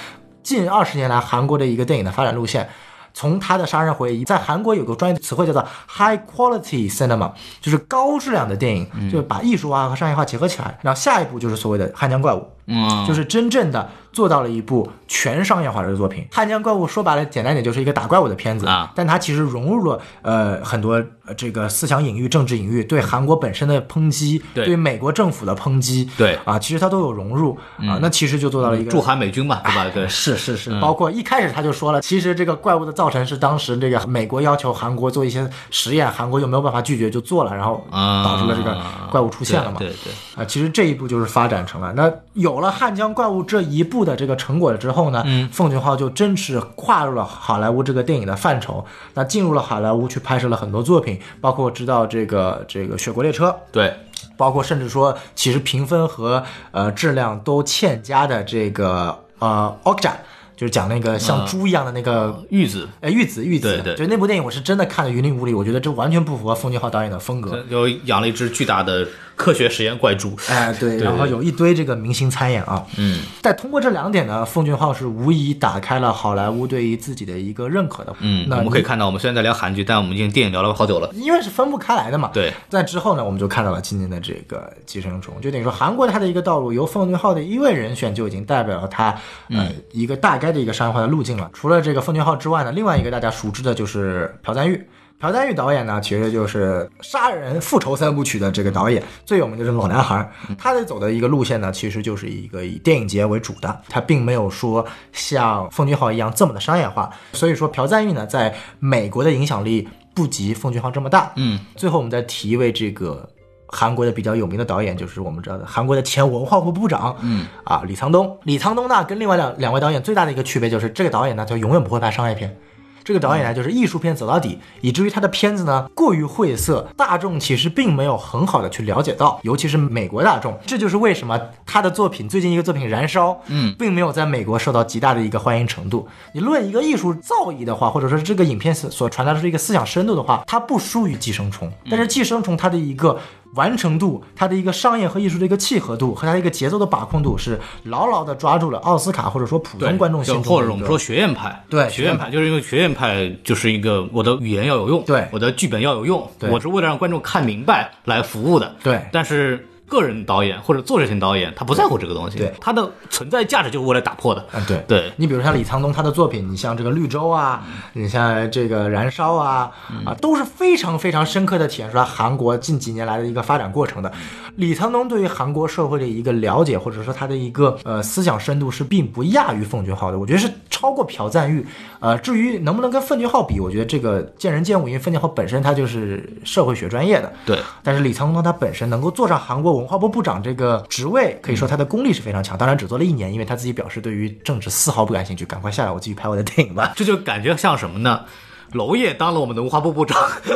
A: 近二十年来韩国的一个电影的发展路线。从他的《杀人回忆》，在韩国有个专业词汇叫做 “high quality cinema”，就是高质量的电影，
B: 嗯
A: 就是把艺术化和商业化结合起来。然后下一步就是所谓的《汉江怪物》，
B: 嗯，
A: 就是真正的做到了一部全商业化的作品。《汉江怪物》说白了，简单一点就是一个打怪物的片子
B: 啊
A: 但它其实融入了呃很多呃这个思想隐喻、政治隐喻，对韩国本身的抨击，
B: 对
A: 美国政府的抨击，
B: 对
A: 啊，其实它都有融入啊。那其实就做到了一个哎
B: 驻韩嗯美军嘛，对吧？对，
A: 是是是，包括一开始他就说了，其实这个怪物的造成是当时这个美国要求韩国做一些实验，韩国又没有办法拒绝，就做了，然后
B: 啊
A: 导致了这个怪物出现了嘛。
B: 对对对
A: 啊，其实这一步就是发展成了。那有了《汉江怪物》这一步的这个成果之后呢，嗯，奉俊昊就正式跨入了好莱坞这个电影的范畴，那进入了好莱坞去拍摄了很多作品，包括知道这个这个《雪国列车》，
B: 对，
A: 包括甚至说，其实评分和呃质量都欠佳的这个呃 Okja，就是讲那个像猪一样的那个。
B: 玉子
A: 呃，玉子，玉子，
B: 嗯对对
A: 就那部电影，我是真的看的云里雾里，我觉得这完全不符合奉俊昊导演的风格。
B: 有呃养了一只巨大的科学实验怪猪，
A: 哎，对，然后有一堆这个明星参演啊，嗯，但通过这两点呢，奉俊昊是无疑打开了好莱坞对于自己的一个认可的，
B: 嗯，
A: 那
B: 我们可以
A: 你
B: 看到，我们虽然在聊韩剧，但我们已经电影聊了好久了，
A: 因为是分不开来的嘛，
B: 对，
A: 在之后呢，我们就看到了今年的这个《寄生虫》，就等于说韩国它的一个道路，由奉俊昊的一位人选就已经代表了它，呃，一个大概的一个商业化的路径了。除了这个奉俊昊之外呢，另外一个大家熟知的就是朴赞玉。朴赞玉导演呢，其实就是《杀人复仇三部曲》的这个导演，最有名就是《老男孩》。他的走的一个路线呢，其实就是一个以电影节为主的，他并没有说像奉俊昊一样这么的商业化。所以说，朴赞玉呢，在美国的影响力不及奉俊昊这么大。
B: 嗯，
A: 最后我们再提一位这个韩国的比较有名的导演，就是我们知道的韩国的前文化部部长，嗯啊李沧东。李沧东呢跟另外两两位导演最大的一个区别就是，这个导演呢他永远不会拍商业片。这个导演呢，啊就是艺术片走到底，以至于他的片子呢过于晦涩，大众其实并没有很好的去了解到，尤其是美国大众。这就是为什么他的作品最近一个作品《燃烧》，嗯，并没有在美国受到极大的一个欢迎程度。你论一个艺术造诣的话，或者说这个影片所所传达出的一个思想深度的话，它不输于《寄生虫》，
B: 嗯
A: 但是《寄生虫》它的一个。完成度，它的一个商业和艺术的一个契合度和它的一个节奏的把控度，是牢牢的抓住了奥斯卡或者说普
B: 对
A: 通观众心
B: 就
A: 中的
B: 或者
A: 一
B: 我们
A: 个
B: 说学院派，
A: 对
B: 学院派就是因为学院派就是一个我的语言要有用，
A: 对
B: 我的剧本要有用，
A: 对
B: 我是为了让观众看明白来服务的，
A: 对
B: 但是。个人导演或者作者型导演，他不在乎这个东西，
A: 对
B: 他的存在价值就是为了打破的。
A: 嗯，对
B: 对
A: 你比如像李沧东他的作品，你像这个《绿洲》啊，你像这个《燃烧》啊，
B: 嗯
A: 啊，都是非常非常深刻的体现出来韩国近几年来的一个发展过程的。李沧东对于韩国社会的一个了解，或者说他的一个呃思想深度是并不亚于奉俊昊的，我觉得是超过朴赞玉。呃，至于能不能跟奉俊昊比，我觉得这个见仁见智，因为奉俊昊本身他就是社会学专业的，
B: 对，
A: 但是李沧东他本身能够坐上韩国文化部部长这个职位，可以说他的功力是非常强。当然只做了一年，因为他自己表示对于政治丝毫不感兴趣，赶快下来，我继续拍我的电影吧。
B: 这就感觉像什么呢？娄烨当了我们的文化部部长， *laughs*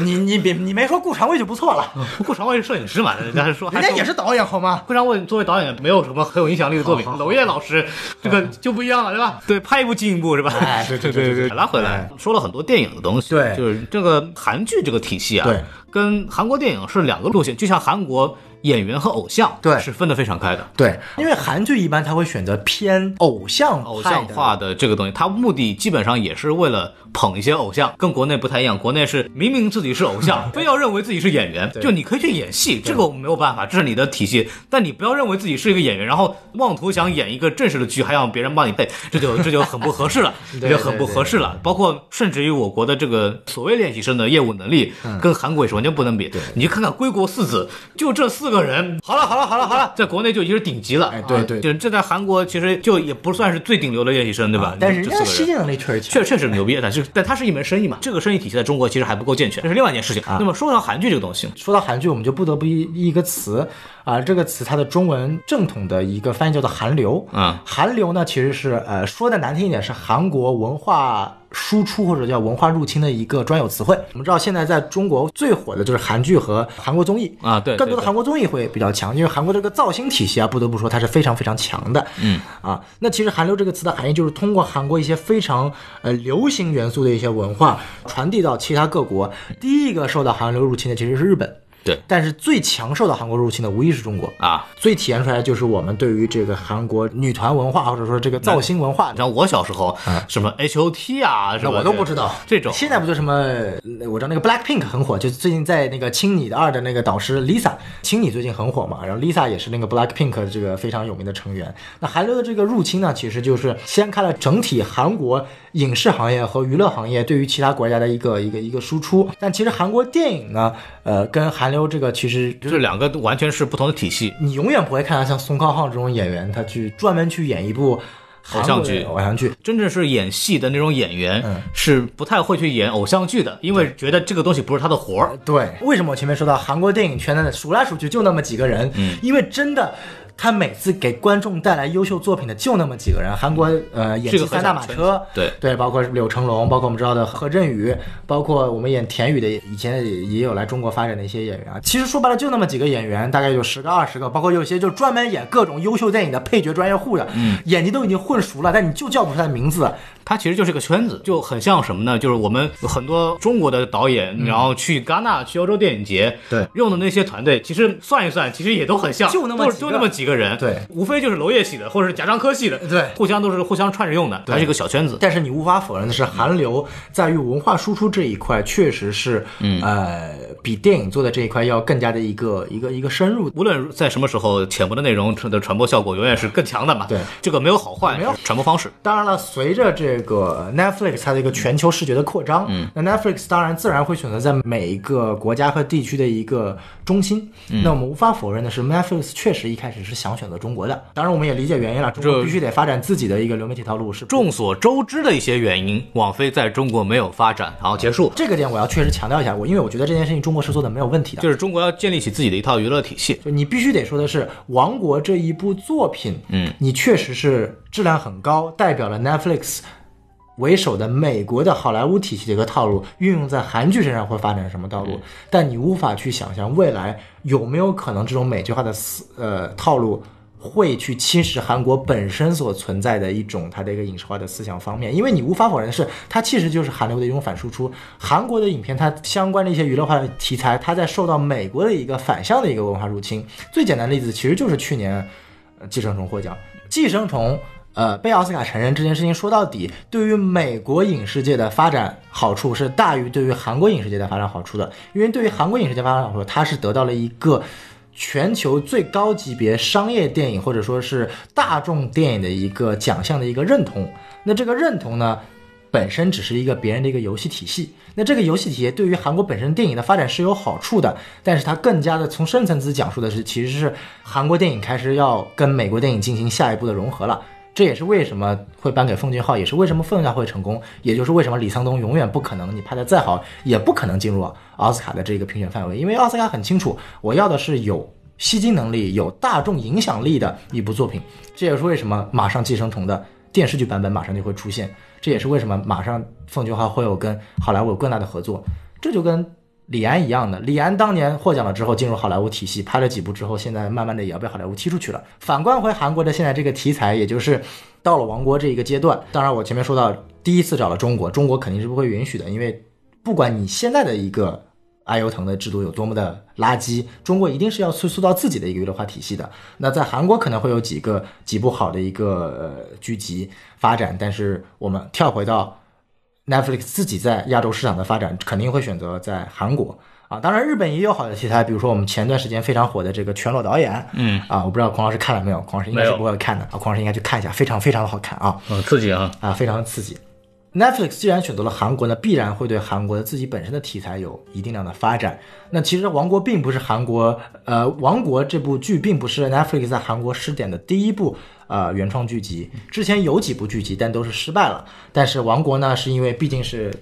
A: 你你别你没说顾长卫就不错了，
B: 顾长卫是摄影师嘛，人家说
A: 人家也是导演好吗？
B: 会让我作为导演没有什么很有影响力的作品，娄烨老师这个就不一样了，对吧？嗯对，拍一部进一步是吧？哎
A: 哎对对对对对
B: 拉回来说了很多电影的东西，
A: 对
B: 就是这个韩剧这个体系啊，
A: 对，
B: 跟韩国电影是两个路线，就像韩国演员和偶像
F: 对
B: 是分得非常开的。
F: 对，
A: 因为韩剧一般它会选择偏偶像
B: 偶
A: 派
B: 像
A: 的
B: 化的这个东西，它目的基本上也是为了捧一些偶像，跟国内不太一样。国内是明明自己是偶像，非要认为自己是演员，就你可以去演戏，这个我们没有办法，这是你的体系。但你不要认为自己是一个演员，然后妄图想演一个正式的剧，还让别人帮你配，这就这就很不合适了，这就很不合适了。包括甚至于我国的这个所谓练习生的业务能力，跟韩国也是完全不能比。你去看看归国四子，就这四个人，好了好了好了好了，在国内就已经是顶级了。
F: 哎对
B: 啊
F: 对
B: 就这在韩国其实就也不算是最顶流的练习生，对吧？
A: 啊但是人
B: 这
A: 家
B: 四
A: 实
B: 个人
A: 际能力确实强。
B: 确确实牛逼，但是但它是一门生意嘛，这个生意体系在中国其实还不够健全，这是另外一件事情。那么说到韩剧这个东西，
A: 说到韩剧，我们就不得不一一个词啊、这个词它的中文正统的一个翻译叫做“韩流”。
B: 嗯
A: 韩流呢，其实是呃说的难听一点，是韩国文化输出或者叫文化入侵的一个专有词汇。我们知道现在在中国最火的就是韩剧和韩国综艺
B: 啊对对
A: 更多的
B: 对
A: 韩国综艺会比较强，因为韩国这个造星体系啊，不得不说它是非常非常强的。嗯啊，那其实“韩流”这个词的含义就是通过韩国一些非常呃流行元素的一些文化传递到其他各国。第一个受到韩流入侵的其实是日本。
B: 对
A: 但是最强受到韩国入侵的无疑是中国。
B: 啊，
A: 最体现出来就是我们对于这个韩国女团文化，或者说这个造星文化
B: 你，像我小时候什么 H O T 啊，什
A: 那
B: 么
A: 我都不知道。
B: 这种。
A: 现在不就什么？呃我知道那个 Blackpink 很火，就是最近在那个《青你的二》的那个导师 Lisa，《青你》最近很火嘛。然后 Lisa 也是那个 Blackpink 的这个非常有名的成员。那韩流的这个入侵呢，其实就是掀开了整体韩国影视行业和娱乐行业对于其他国家的一个一个一个输出。但其实韩国电影呢，呃，跟韩流这个其实
B: 这两个完全是不同的体系，
A: 你永远不会看到像宋康昊这种演员，他去专门去演一部韩国的
B: 偶像剧
A: 偶像剧。
B: 真正是演戏的那种演员、
A: 嗯
B: 是不太会去演偶像剧的，因为觉得这个东西不是他的活儿。
A: 对，为什么我前面说到韩国电影圈呢？数来数去就那么几个人，
B: 嗯
A: 因为真的。他每次给观众带来优秀作品的就那么几个人，韩国呃演
B: 这
A: 技
B: 嗯个
A: 三
B: 很
A: 大
B: 少
A: 马
B: 圈
A: 车，
B: 对
A: 对，包括柳成龙，包括我们知道的何振宇，包括我们演田雨的，以前也也有来中国发展的一些演员啊。其实说白了就那么几个演员，大概有十个二十个，包括有些就专门演各种优秀电影的配角专业户的，
B: 嗯
A: 演技都已经混熟了，但你就叫不出来名字。
B: 它其实就是个圈子，就很像什么呢？就是我们很多中国的导演，然后去戛纳、去欧洲电影节，
A: 对
B: 用的那些团队，其实算一算，其实也都很像，
A: 就那么
B: 都
A: 几个
B: 就那么几个人，
A: 对
B: 无非就是娄烨系的，或者是贾樟柯系的，
A: 对
B: 互相都是互相串着用的，它是一个小圈子。
A: 但是你无法否认的是，韩流在于文化输出这一块，确实是，呃，比电影做的这一块要更加的一个一个一个深入。
B: 无论在什么时候，浅薄的内容的传播效果永远是更强的嘛。
A: 对，
B: 这个没有好坏，
A: 没有
B: 是传播方式。
A: 当然了，随着这个呃 Netflix 它的一个全球视觉的扩张，那 Netflix 当然自然会选择在每一个国家和地区的一个中心。那我们无法否认的是，Netflix 确实一开始是想选择中国的，当然我们也理解原因了，中国
B: 这
A: 必须得发展自己的一个流媒体套路是不
B: 众所周知的一些原因，网飞在中国没有发展。好，结束。
A: 这个点我要确实强调一下，我因为我觉得这件事情中国是做的没有问题的
B: 就。是中国要建立起自己的一套娱乐体系。
A: 就你必须得说的是，《王国》这一部作品，
B: 嗯，
A: 你确实是质量很高，代表了 Netflix 为首的美国的好莱坞体系的一个套路，运用在韩剧身上会发展什么道路？但你无法去想象未来有没有可能这种美剧化的思呃套路。会去侵蚀韩国本身所存在的一种它的一个影视化的思想方面，因为你无法否认的是，它其实就是韩流的一种反输出。韩国的影片它相关的一些娱乐化的题材，它在受到美国的一个反向的一个文化入侵。最简单的例子其实就是去年呃寄生虫获奖。寄生虫呃被奥斯卡承认这件事情，说到底，对于美国影视界的发展好处是大于对于韩国影视界的发展好处的，因为对于韩国影视界发展好处，它是得到了一个。全球最高级别商业电影或者说是大众电影的一个奖项的一个认同，那这个认同呢，本身只是一个别人的一个游戏体系。那这个游戏体系对于韩国本身电影的发展是有好处的，但是它更加的从深层次讲述的是，其实是韩国电影开始要跟美国电影进行下一步的融合了。这也是为什么会颁给奉俊昊，也是为什么奉俊昊会成功，也就是为什么李沧东永远不可能，你拍的再好，也不可能进入奥斯卡的这个评选范围，因为奥斯卡很清楚，我要的是有吸金能力、有大众影响力的一部作品。这也是为什么马上《寄生虫》的电视剧版本马上就会出现，这也是为什么马上奉俊昊会有跟好莱坞有更大的合作。这就跟李安一样的，李安当年获奖了之后进入好莱坞体系，拍了几部之后，现在慢慢的也要被好莱坞踢出去了。反观回韩国的现在这个题材，也就是到了王国这一个阶段。当然，我前面说到第一次找了中国，中国肯定是不会允许的，因为不管你现在的一个阿尤腾的制度有多么的垃圾，中国一定是要塑塑造自己的一个娱乐化体系的。那在韩国可能会有几个几部好的一个呃剧集发展，但是我们跳回到 Netflix 自己在亚洲市场的发展，肯定会选择在韩国啊。当然，日本也有好的题材，比如说我们前段时间非常火的这个《全裸导演》，
B: 嗯
A: 啊，我不知道孔老师看了没有，孔老师应该
B: 没
A: 是
B: 有
A: 不会看的啊，孔老师应该去看一下，非常非常的好看啊。
B: 嗯，刺激啊，
A: 啊，非常刺激。Netflix 既然选择了韩国呢，必然会对韩国的自己本身的题材有一定量的发展。那其实《王国》并不是韩国，呃，《王国》这部剧并不是 Netflix 在韩国试点的第一部呃原创剧集，之前有几部剧集，但都是失败了。但是《王国》呢，是因为毕竟是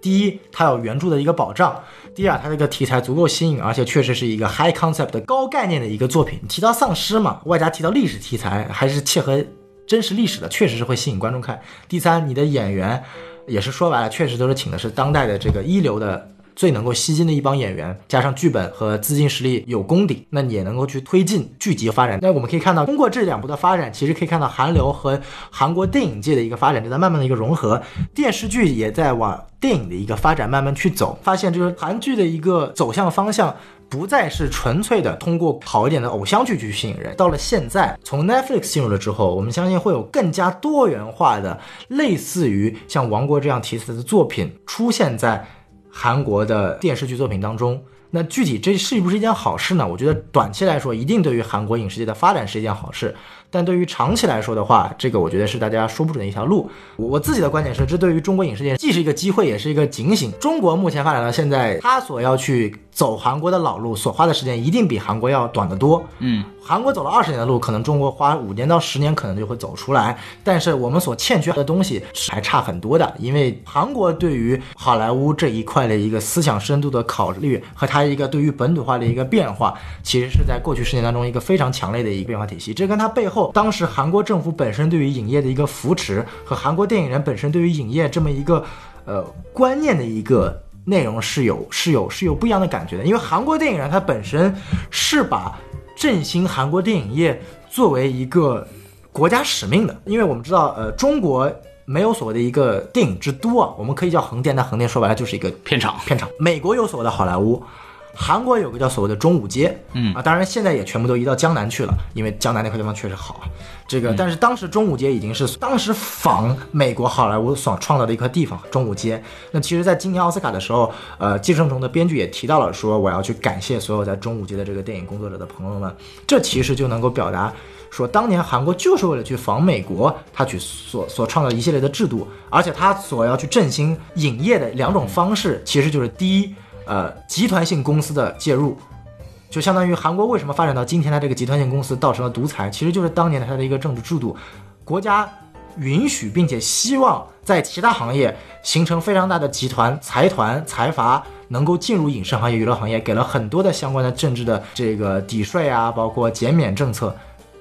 A: 第一，它有原著的一个保障；第二，它这个题材足够新颖，而且确实是一个 high concept 的高概念的一个作品。提到丧尸嘛，外加提到历史题材，还是切合真实历史的，确实是会吸引观众看。第三，你的演员也是说白了，确实都是请的是当代的这个一流的。最能够吸睛的一帮演员，加上剧本和资金实力有功底，那你也能够去推进剧集发展。那我们可以看到，通过这两部的发展，其实可以看到韩流和韩国电影界的一个发展正在慢慢的一个融合，电视剧也在往电影的一个发展慢慢去走。发现就是韩剧的一个走向方向。不再是纯粹的通过好一点的偶像剧去吸引人。到了现在，从 Netflix 进入了之后，我们相信会有更加多元化的，类似于像《王国》这样题材的作品出现在韩国的电视剧作品当中。那具体这是不是一件好事呢？我觉得短期来说，一定对于韩国影视界的发展是一件好事。但对于长期来说的话，这个我觉得是大家说不准的一条路。我我自己的观点是，这对于中国影视界既是一个机会，也是一个警醒。中国目前发展到现在，它所要去走韩国的老路，所花的时间一定比韩国要短得多。
B: 嗯，
A: 韩国走了二十年的路，可能中国花五年到十年可能就会走出来，但是我们所欠缺的东西是还差很多的，因为韩国对于好莱坞这一块的一个思想深度的考虑和它一个对于本土化的一个变化，其实是在过去十年当中一个非常强烈的一个变化体系。这跟它背后当时韩国政府本身对于影业的一个扶持和韩国电影人本身对于影业这么一个呃观念的一个呃内容是有是有是有不一样的感觉的，因为韩国电影人他本身是把振兴韩国电影业作为一个国家使命的，因为我们知道，呃，中国没有所谓的一个电影之都啊，我们可以叫横店，但横店说白了就是一个
B: 片场，
A: 片场。美国有所谓的好莱坞，韩国有个叫所谓的中午街，
B: 嗯
A: 啊，当然现在也全部都移到江南去了，因为江南那块地方确实好啊。这个，但是当时中午街已经是当时仿美国好莱坞所创造的一块地方，中午街。那其实，在今年奥斯卡的时候，呃，《寄生虫》的编剧也提到了说，我要去感谢所有在中午街的这个电影工作者的朋友们，这其实就能够表达。说当年韩国就是为了去仿美国，他去所所创造一系列的制度，而且他所要去振兴影业的两种方式，其实就是第一，呃，集团性公司的介入，就相当于韩国为什么发展到今天，它这个集团性公司造成了独裁，其实就是当年的它的一个政治制度，国家允许并且希望在其他行业形成非常大的集团、财团、财阀。能够进入影视行业、娱乐行业，给了很多的相关的政治的这个抵税啊，包括减免政策，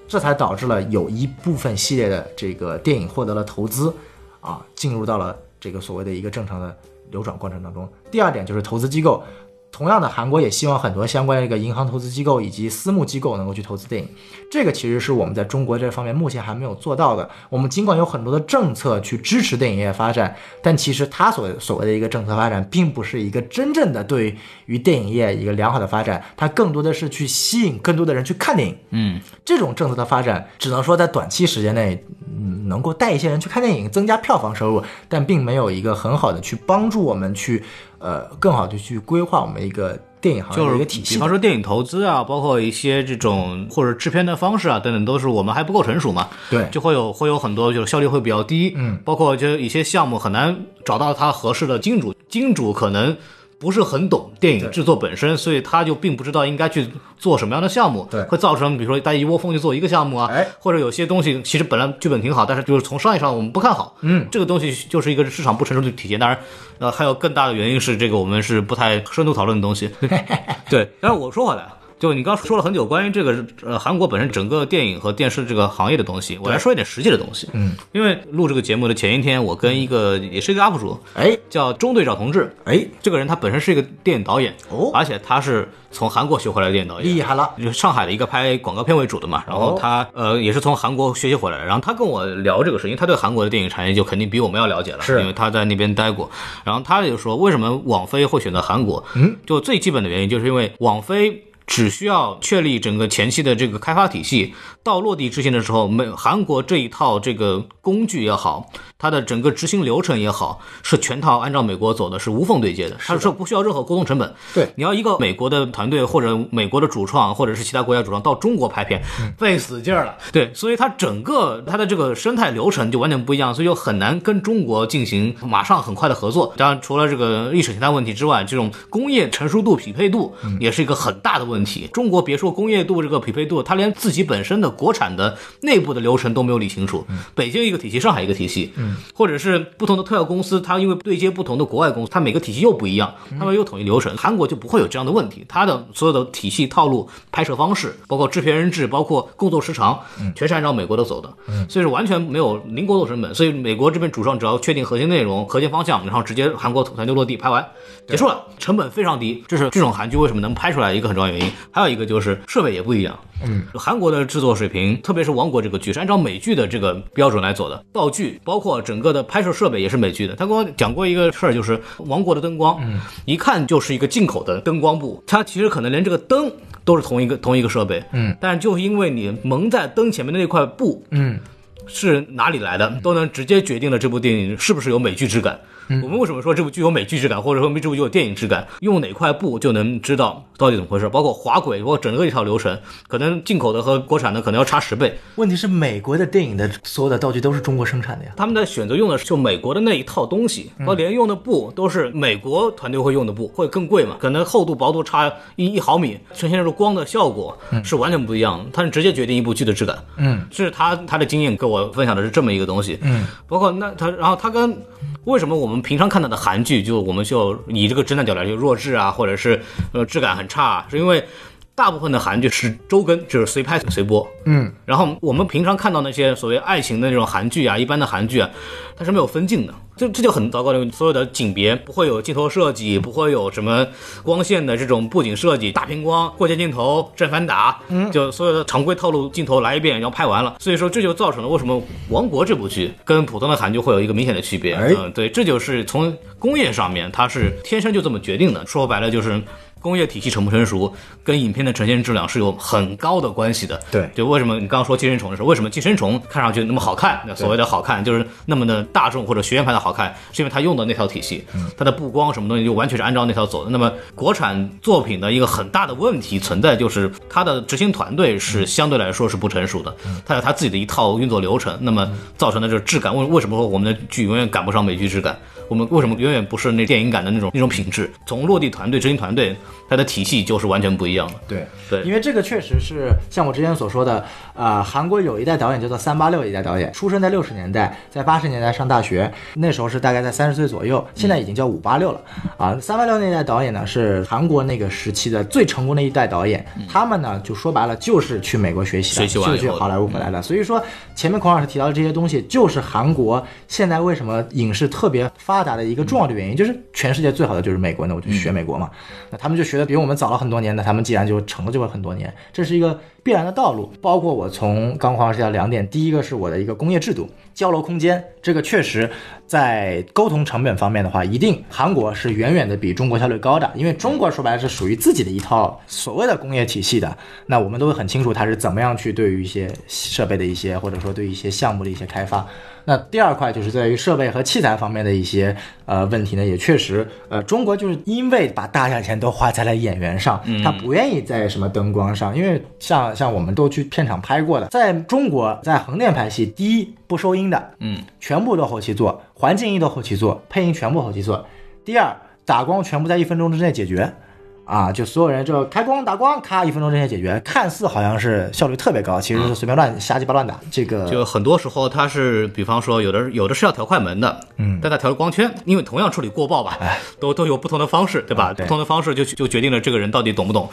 A: 这才导致了有一部分系列的这个电影获得了投资，啊，进入到了这个所谓的一个正常的流转过程当中。第二点就是投资机构，同样的，韩国也希望很多相关的一个银行投资机构以及私募机构能够去投资电影，这个其实是我们在中国这方面目前还没有做到的。我们尽管有很多的政策去支持电影业发展，但其实它所所谓的一个政策发展，并不是一个真正的对于电影业一个良好的发展，它更多的是去吸引更多的人去看电影。
B: 嗯，
A: 这种政策的发展，只能说在短期时间内，嗯，能够带一些人去看电影，增加票房收入，但并没有一个很好的去帮助我们去，呃，更好的去规划我们一个电影行业
B: 就
A: 的一
B: 是
A: 个体系
B: 比。方说电影投资啊，包括一些这种或者制片的方式啊等等，都是我们还不够成熟嘛，
A: 对，
B: 就会有会有很多就是效率会比较低，
A: 嗯，
B: 包括就一些项目很难找到它合适的金主，金主可能不是很懂电影制作本身，所以他就并不知道应该去做什么样的项目，
A: 对
B: 会造成比如说大家一窝蜂去做一个项目啊，
A: 哎
B: 或者有些东西其实本来剧本挺好，但是就是从商业上我们不看好，嗯，这个东西就是一个市场不成熟的体现，当然。呃，还有更大的原因是这个我们是不太深度讨论的东西，对。但是我说回来啊，就你刚说了很久关于这个呃韩国本身整个电影和电视这个行业的东西，我来说一点实际的东西。嗯，因为录这个节目的前一天，我跟一个也是一个 UP 主
G: 哎
B: 叫中队长同志，
G: 哎，
B: 这个人他本身是一个电影导演，
G: 哦
B: 而且他是从韩国学回来的电影导演，
G: 厉害了，
B: 就是上海的一个拍广告片为主的嘛，然后他、呃也是从韩国学习回来的，然后他跟我聊这个事，因为他对韩国的电影产业就肯定比我们要了解了，
G: 是
B: 因为他在那边待过。然后他就说，为什么网飞会选择韩国？嗯，就最基本的原因就是因为网飞。只需要确立整个前期的这个开发体系，到落地执行的时候，没韩国这一套这个工具也好，它的整个执行流程也好，是全套按照美国走的，是无缝对接的。它是不需要任何沟通成本。
G: 对
B: 你要一个美国的团队或者美国的主创或者是其他国家主创到中国拍片，费死劲儿了。嗯对，所以它整个它的这个生态流程就完全不一样，所以就很难跟中国进行马上很快的合作。当然，除了这个历史形态问题之外，这种工业成熟度、匹配度也是一个很大的问题。中国别说工业度这个匹配度，它连自己本身的国产的内部的流程都没有理清楚。北京一个体系，上海一个体系，或者是不同的特效公司，它因为对接不同的国外公司，它每个体系又不一样，它们有统一流程。韩国就不会有这样的问题，它的所有的体系套路、拍摄方式，包括制片人制，包括工作时长，全是按照美国的走的，所以是完全没有零工作成本。所以美国这边主创只要确定核心内容、核心方向，然后直接韩国团队落地拍完，结束了，成本非常低。这是这种韩剧为什么能拍出来一个很重要原因。还有一个就是设备也不一样，嗯，韩国的制作水平，特别是《王国》这个剧是按照美剧的这个标准来走的，道具包括整个的拍摄设备也是美剧的。他跟我讲过一个事儿，就是《王国》的灯光，嗯，一看就是一个进口的灯光布，它其实可能连这个灯都是同一个同一个设备，嗯，但是就是因为你蒙在灯前面的那块布，嗯。是哪里来的，都能直接决定了这部电影是不是有美剧质感。我们为什么说这部剧有美剧质感，或者说这部剧有电影质感？用哪块布就能知道到底怎么回事。包括滑轨，包括整个一套流程，可能进口的和国产的可能要差十倍。
A: 问题是美国的电影的所有的道具都是中国生产的呀。
B: 他们在选择用的是就美国的那一套东西，和连用的布都是美国团队会用的布，会更贵嘛？可能厚度薄度差一一毫米，呈现出光的效果是完全不一样的。它是直接决定一部剧的质感。嗯，这是他他的经验跟我分享的是这么一个东西。嗯，包括那他，然后他跟为什么我们平常看到的韩剧，就我们就以这个直男角来就弱智啊，或者是呃质感很差、啊，是因为。大部分的韩剧是周更，就是随拍随播。嗯，然后我们平常看到那些所谓爱情的那种韩剧啊，一般的韩剧啊，它是没有分镜的，这这就很糟糕的。所有的景别不会有镜头设计，不会有什么光线的这种布景设计，大屏光、过肩镜头、正反打，嗯，就所有的常规套路镜头来一遍，然后拍完了。所以说这就造成了为什么《王国》这部剧跟普通的韩剧会有一个明显的区别。
G: 哎
B: 嗯，对，这就是从工业上面它是天生就这么决定的。说白了就是。工业体系成不成熟，跟影片的呈现质量是有很高的关系的。
G: 对
B: 就为什么你刚刚说寄生虫的时候，为什么寄生虫看上去那么好看？那所谓的好看，就是那么的大众或者学院派的好看，是因为它用的那套体系，它的布光什么东西就完全是按照那套走的。那么国产作品的一个很大的问题存在，就是它的执行团队是相对来说是不成熟的，它有它自己的一套运作流程，那么造成的这个质感，为为什么说我们的剧永远赶不上美剧质感？我们为什么永远不是那电影感的那种那种品质？从落地团队、执行团队，它的体系就是完全不一样的。
G: 对，
B: 对，
A: 因为这个确实是像我之前所说的，呃，韩国有一代导演叫做三八六一代导演，出生在六十年代，在八十年代上大学，那时候是大概在三十岁左右，
G: 嗯
A: 现在已经叫五八六了啊。三八六那代导演呢是韩国那个时期的最成功的一代导演，他们呢就说白了就是去美国学习的，
B: 嗯学习完以
A: 就
B: 后
A: 去好莱坞回来的。所以说前面孔老师提到的这些东西，就是韩国现在为什么影视特别发达的一个重要的原因，就是全世界最好的就是美国，那我就学美国嘛。那他们就学的比我们早了很多年，那他们既然就成了就会很多年，这是一个必然的道路。包括我从刚黄老师提到两点，第一个是我的一个工业制度，交流空间，这个确实在沟通成本方面的话，一定韩国是远远的比中国效率高的，因为中国说白了是属于自己的一套所谓的工业体系的，那我们都会很清楚它是怎么样去对于一些设备的一些或者说对于一些项目的一些开发。那第二块就是在于设备和器材方面的一些呃问题呢，也确实，呃，中国就是因为把大价钱都花在了演员上，他不愿意在什么灯光上，因为像像我们都去片场拍过的，在中国在横店拍戏，第一不收音的，
B: 嗯，
A: 全部都后期做，环境音都后期做，配音全部后期做，第二打光全部在一分钟之内解决。啊，就所有人就开光打光，咔一分钟之内解决，看似好像是效率特别高，其实是随便乱瞎鸡巴乱打。这个
B: 嗯就很多时候它是，比方说有的有的是要调快门的，嗯，但它调了光圈，因为同样处理过曝吧，都都有不同的方式，对吧？
A: 对
B: 不同的方式就就决定了这个人到底懂不懂。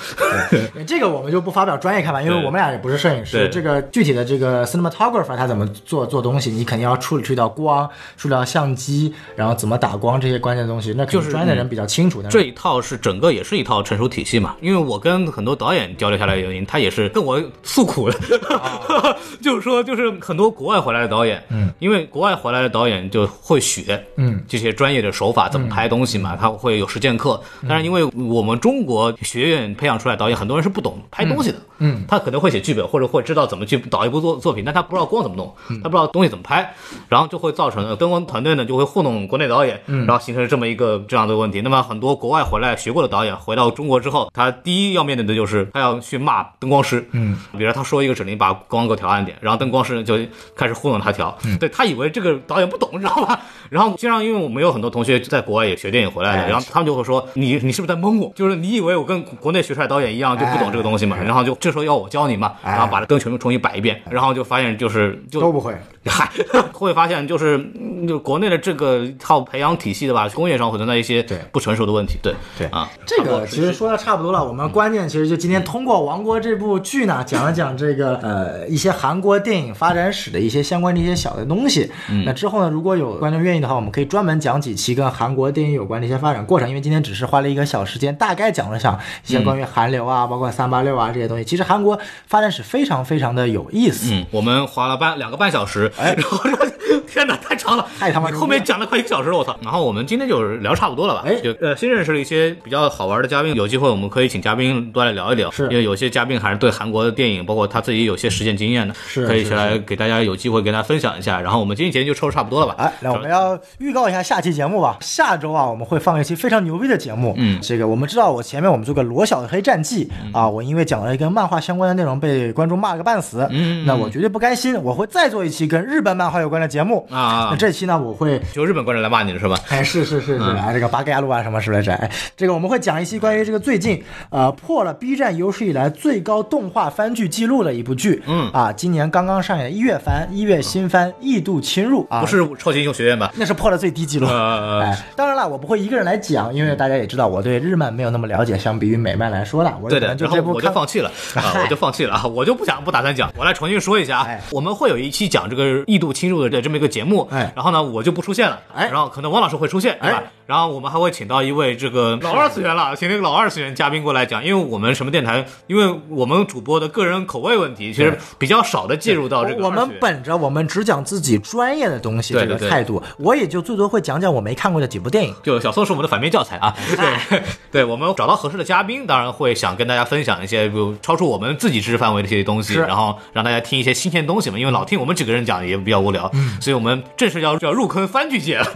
A: 这个我们就不发表专业看法，因为
B: 对
A: 我们俩也不是摄影师
B: 对。
A: 这个具体的这个 cinematographer 他怎么做做东西，你肯定要处理处理到光，处理到相机，然后怎么打光这些关键的东西，那可
B: 就
A: 能
B: 是
A: 专业的人比较清楚。但
B: 这
A: 是
B: 一套是整个也是一套成熟体系嘛，因为我跟很多导演交流下来的原因，他也是跟我诉苦的， *laughs* 就是说就是很多国外回来的导演，嗯，因为国外回来的导演就会学，
A: 嗯，
B: 这些专业的手法怎么拍东西嘛，他会有实践课。但是因为我们中国学院培养出来的导演，很多人是不懂拍东西的，嗯，他可能会写剧本或者会知道怎么去导一部作作品，但他不知道光怎么弄，他不知道东西怎么拍，然后就会造成呃跟我们团队呢就会糊弄国内导演，然后形成这么一个这样的问题。那么很多国外回来学过的导演回到中国之后，他第一要面对的就是他要去骂灯光师，嗯，比如他说一个指令，把光给我调暗点，然后灯光师呢就开始糊弄他调，对他以为这个导演不懂，你知道吧？ *laughs* 然后经常因为我们有很多同学在国外也学电影回来的，然后他们就会说你你是不是在蒙我？就是你以为我跟国内学出来导演一样就不懂这个东西嘛？然后就这时候要我教你嘛，然后把这灯全部重新摆一遍，然后就发现就是就
A: 都不会，
B: *laughs* 嗨，会发现就是嗯就国内的这个套培养体系的吧，工业上会存在一些
A: 对
B: 不成熟的问题。对
H: 对
B: 啊，
A: 这个其实说的差不多了。我们关键其实就今天通过《王国》这部剧呢，讲了讲这个呃一些韩国电影发展史的一些相关的一些小的东西。那之后呢，如果有观众愿意的话，我们可以专门讲几期跟韩国电影有关的一些发展过程。因为今天只是花了一个小时间，大概讲了讲一些关于韩流啊，包括三八六啊这些东西。其实韩国发展史非常非常的有意思。
B: 嗯，我们花了半两个半小时，然后说天哪，太长了，
A: 哎太他妈
B: 你后面讲了快一个小时了，我操！然后我们今天就是聊差不多了吧？
A: 哎
B: 就呃，新认识了一些比较好玩的嘉宾，有机会我们可以请嘉宾多来聊一聊，
A: 是
B: 因为有些嘉宾还是对韩国的电影，包括他自己有些实践经验的，
A: 是
B: 可以
A: 是
B: 起来给大家有机会给大家分享一下。然后我们今天节目就抽差不多了吧？
A: 哎，那我们要预告一下下期节目吧。下周啊，我们会放一期非常牛逼的节目。
B: 嗯
A: 这个我们知道，我前面我们做个罗小黑战记、啊，我因为讲了一跟漫画相关的内容，被观众骂了个半死。
B: 嗯嗯嗯
A: 那我绝对不甘心，我会再做一期跟日本漫画有关的节目。
B: 啊
A: 那这期呢，我会
B: 就日本观众来骂你了是吧？
A: 哎，是是是是，
B: 嗯
A: 啊，这个八嘎呀路啊什么什么来着？哎，这个我们会讲一期关于这个最近呃破了 B 站有史以来最高动画番剧记录的一部剧，
B: 嗯
A: 啊，今年刚刚上映的一月番，一月新番《异度侵入》啊，
B: 不是超级英雄学院吧？
A: 那是破了最低记录。
B: 呃
A: 哎，当然了，我不会一个人来讲，因为大家也知道我对日漫没有那么了解，相比于美漫来说啦，我
B: 对
A: 可
B: 的，
A: 能就
B: 然后
A: 这部
B: 我就
A: 看 *laughs*
B: 放弃了啊，我就放弃了啊，我就不想不打算讲，我来重新说一下啊
A: 哎，
B: 我们会有一期讲这个异度侵入的这么一个节目，
A: 哎
B: 然后呢我就不出现了，
A: 哎
B: 然后可能王老师会出现，对吧
A: 哎？
B: 然后我们还会请到一位这个老二次元了，请那个老二次元嘉宾过来讲，因为我们什么电台，因为我们主播的个人口味问题，其实比较少的介入到这个
A: 我我
B: 二
A: 们
B: 次元
A: 本着我们只讲自己专业的东西
B: 对
A: 这个
B: 对对
A: 态度，我也就最多会讲讲我没看过的几部电影。
B: 就小宋是我们的反面教材啊，
A: 哎
B: 对， *laughs* 对我们找到合适的嘉宾，当然会想跟大家分享一些，比如超出我们自己知识范围的一些东西，
A: 是
B: 然后让大家听一些新鲜东西嘛，因为老听我们几个人讲也比较无聊，
A: 嗯
B: 所以我们正式要要入坑番剧
A: *laughs*
B: 界了，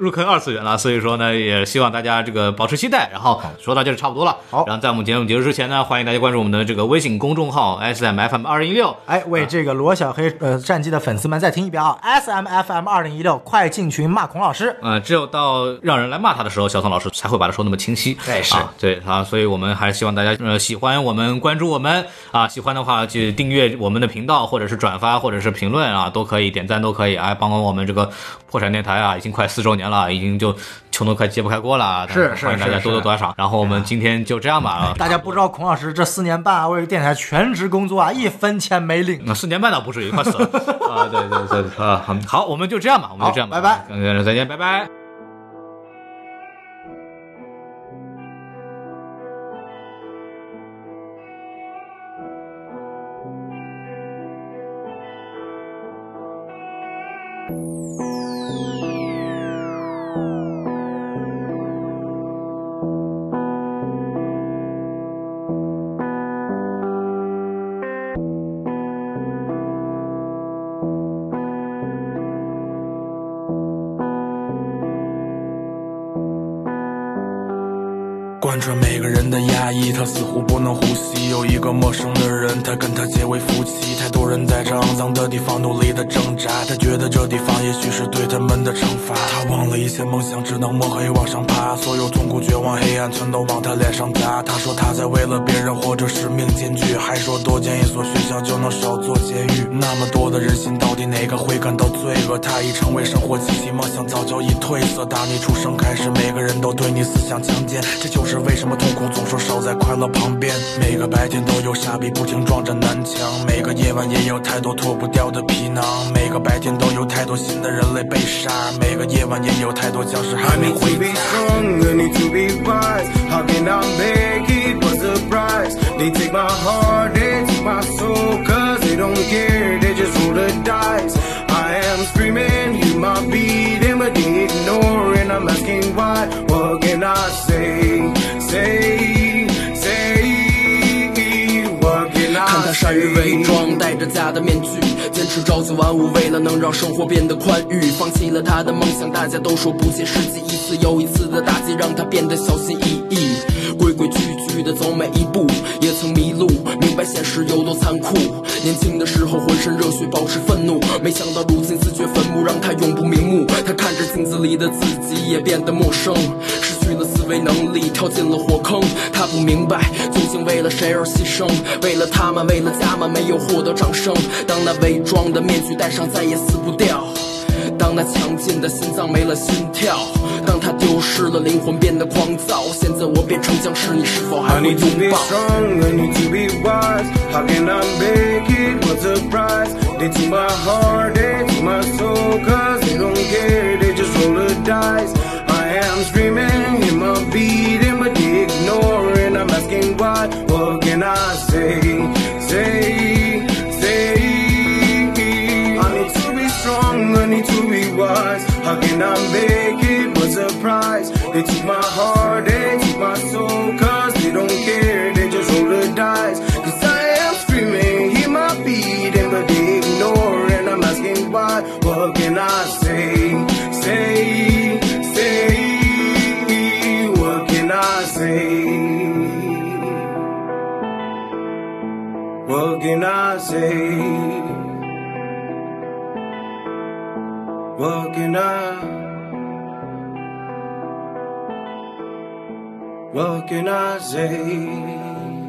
B: 入坑二次元了，所以说呢，也希望大家这个保持期待，然后说到这就差不多了，
A: 好
B: 然后在我们节目结束之前呢，欢迎大家关注我们的这个微信公众号 S M F M 二零一六，
A: 哎，为这个罗小黑呃战绩的粉丝们再听一遍啊！S M F M 二零一六，快进群骂孔老师。
B: 呃，只有到让人来骂他的时候，小宋老师才会把他说那么清晰。
A: 对哎是
B: 啊，对啊，所以我们还是希望大家呃喜欢我们，关注我们啊，喜欢的话就订阅我们的频道，或者是转发，或者是评论啊，都可以点赞都可以啊，帮帮我们这个破产电台啊，已经快四周年了，已经就穷得快揭不开锅了啊，
A: 是
B: 但
A: 是
B: 欢迎大家
A: 是
B: 多多
A: 是哎
B: 打赏。然后我们今天就这样吧啊。
A: 大家不知道孔老师这四年半啊，为了电台全职工作啊，一分钱没领。
B: 那四年半倒不至于，快死
A: *laughs*
B: 了啊！对对对对啊，好好，我们就这样吧，我们就这样吧，
A: 好拜
B: 拜，再见，拜拜。
I: Thank
J: 贯穿每个人的压抑，他似乎不能呼吸。有一个陌生的人，他跟他结为夫妻。太多人在这肮脏的地方努力的挣扎，他觉得这地方也许是对他们的惩罚。他忘了一切梦想，只能摸黑往上爬，所有痛苦、绝望、黑暗全都往他脸上砸。他说他在为了别人活着，使命艰巨，还说多建一所学校就能少做监狱。那么多的人心，到底哪个会感到罪恶？他已成为生活机器，梦想早就已褪色。打你出生开始，每个人都对你思想强奸，这就是为什么痛苦总说少在快乐旁边。每个白天都有傻逼不停撞着南墙，每个夜晚也有太多脱不掉的皮囊，每个白天都有太多新的人类被杀，每个夜晚也有太多僵尸还
K: I
J: 没
K: need
J: 回家
K: to be。strong, I need to be wise. How can I make it was a price? They take my heart, they take my soul, cause they don't care, they just roll the dice. I am screaming, hear my beat, and but they ignore, and I'm asking why. What can I say? Say, say, what can I
L: 看他
K: say?
L: 善于伪装，戴着假的面具，坚持朝九晚五，为了能让生活变得宽裕，放弃了他的梦想。大家都说不切实际，一次又一次的打击让他变得小心翼翼，规规矩矩的走每一步。也曾迷路，明白现实有多残酷。年轻的时候浑身热血，保持愤怒，没想到如今自掘坟墓，让他永不瞑目。他看着镜子里的自己，也变得陌生，失去了思维能力，跳进了火坑。他不明白，究竟为了谁而牺牲？为了他们，为了家们，没有获得掌声。当那伪装的面具戴上，再也撕不掉。当那强劲的心脏没了心跳，当他丢失了灵魂，变得狂躁。现在我变成僵尸，你是否还
K: I
L: 会
K: need
L: 拥
K: to be
L: 抱？
K: strong, I need to be wise. How can I make it? What's the price? They took my heart, they took my soul, cause they don't care, they just roll the dice. I am screaming in my beat, and but they ignore, and I'm asking why. What can I say? Say, say, I need to be strong, I need to be wise. How can I make it? What's the price? They took my heart, they took my soul, cause they don't care, they just roll the dice. Cause I am screaming, hear my beat, and but they ignore, and I'm asking why. What can I say? Say, say, what can I say? What can I say? What can I? What can I say?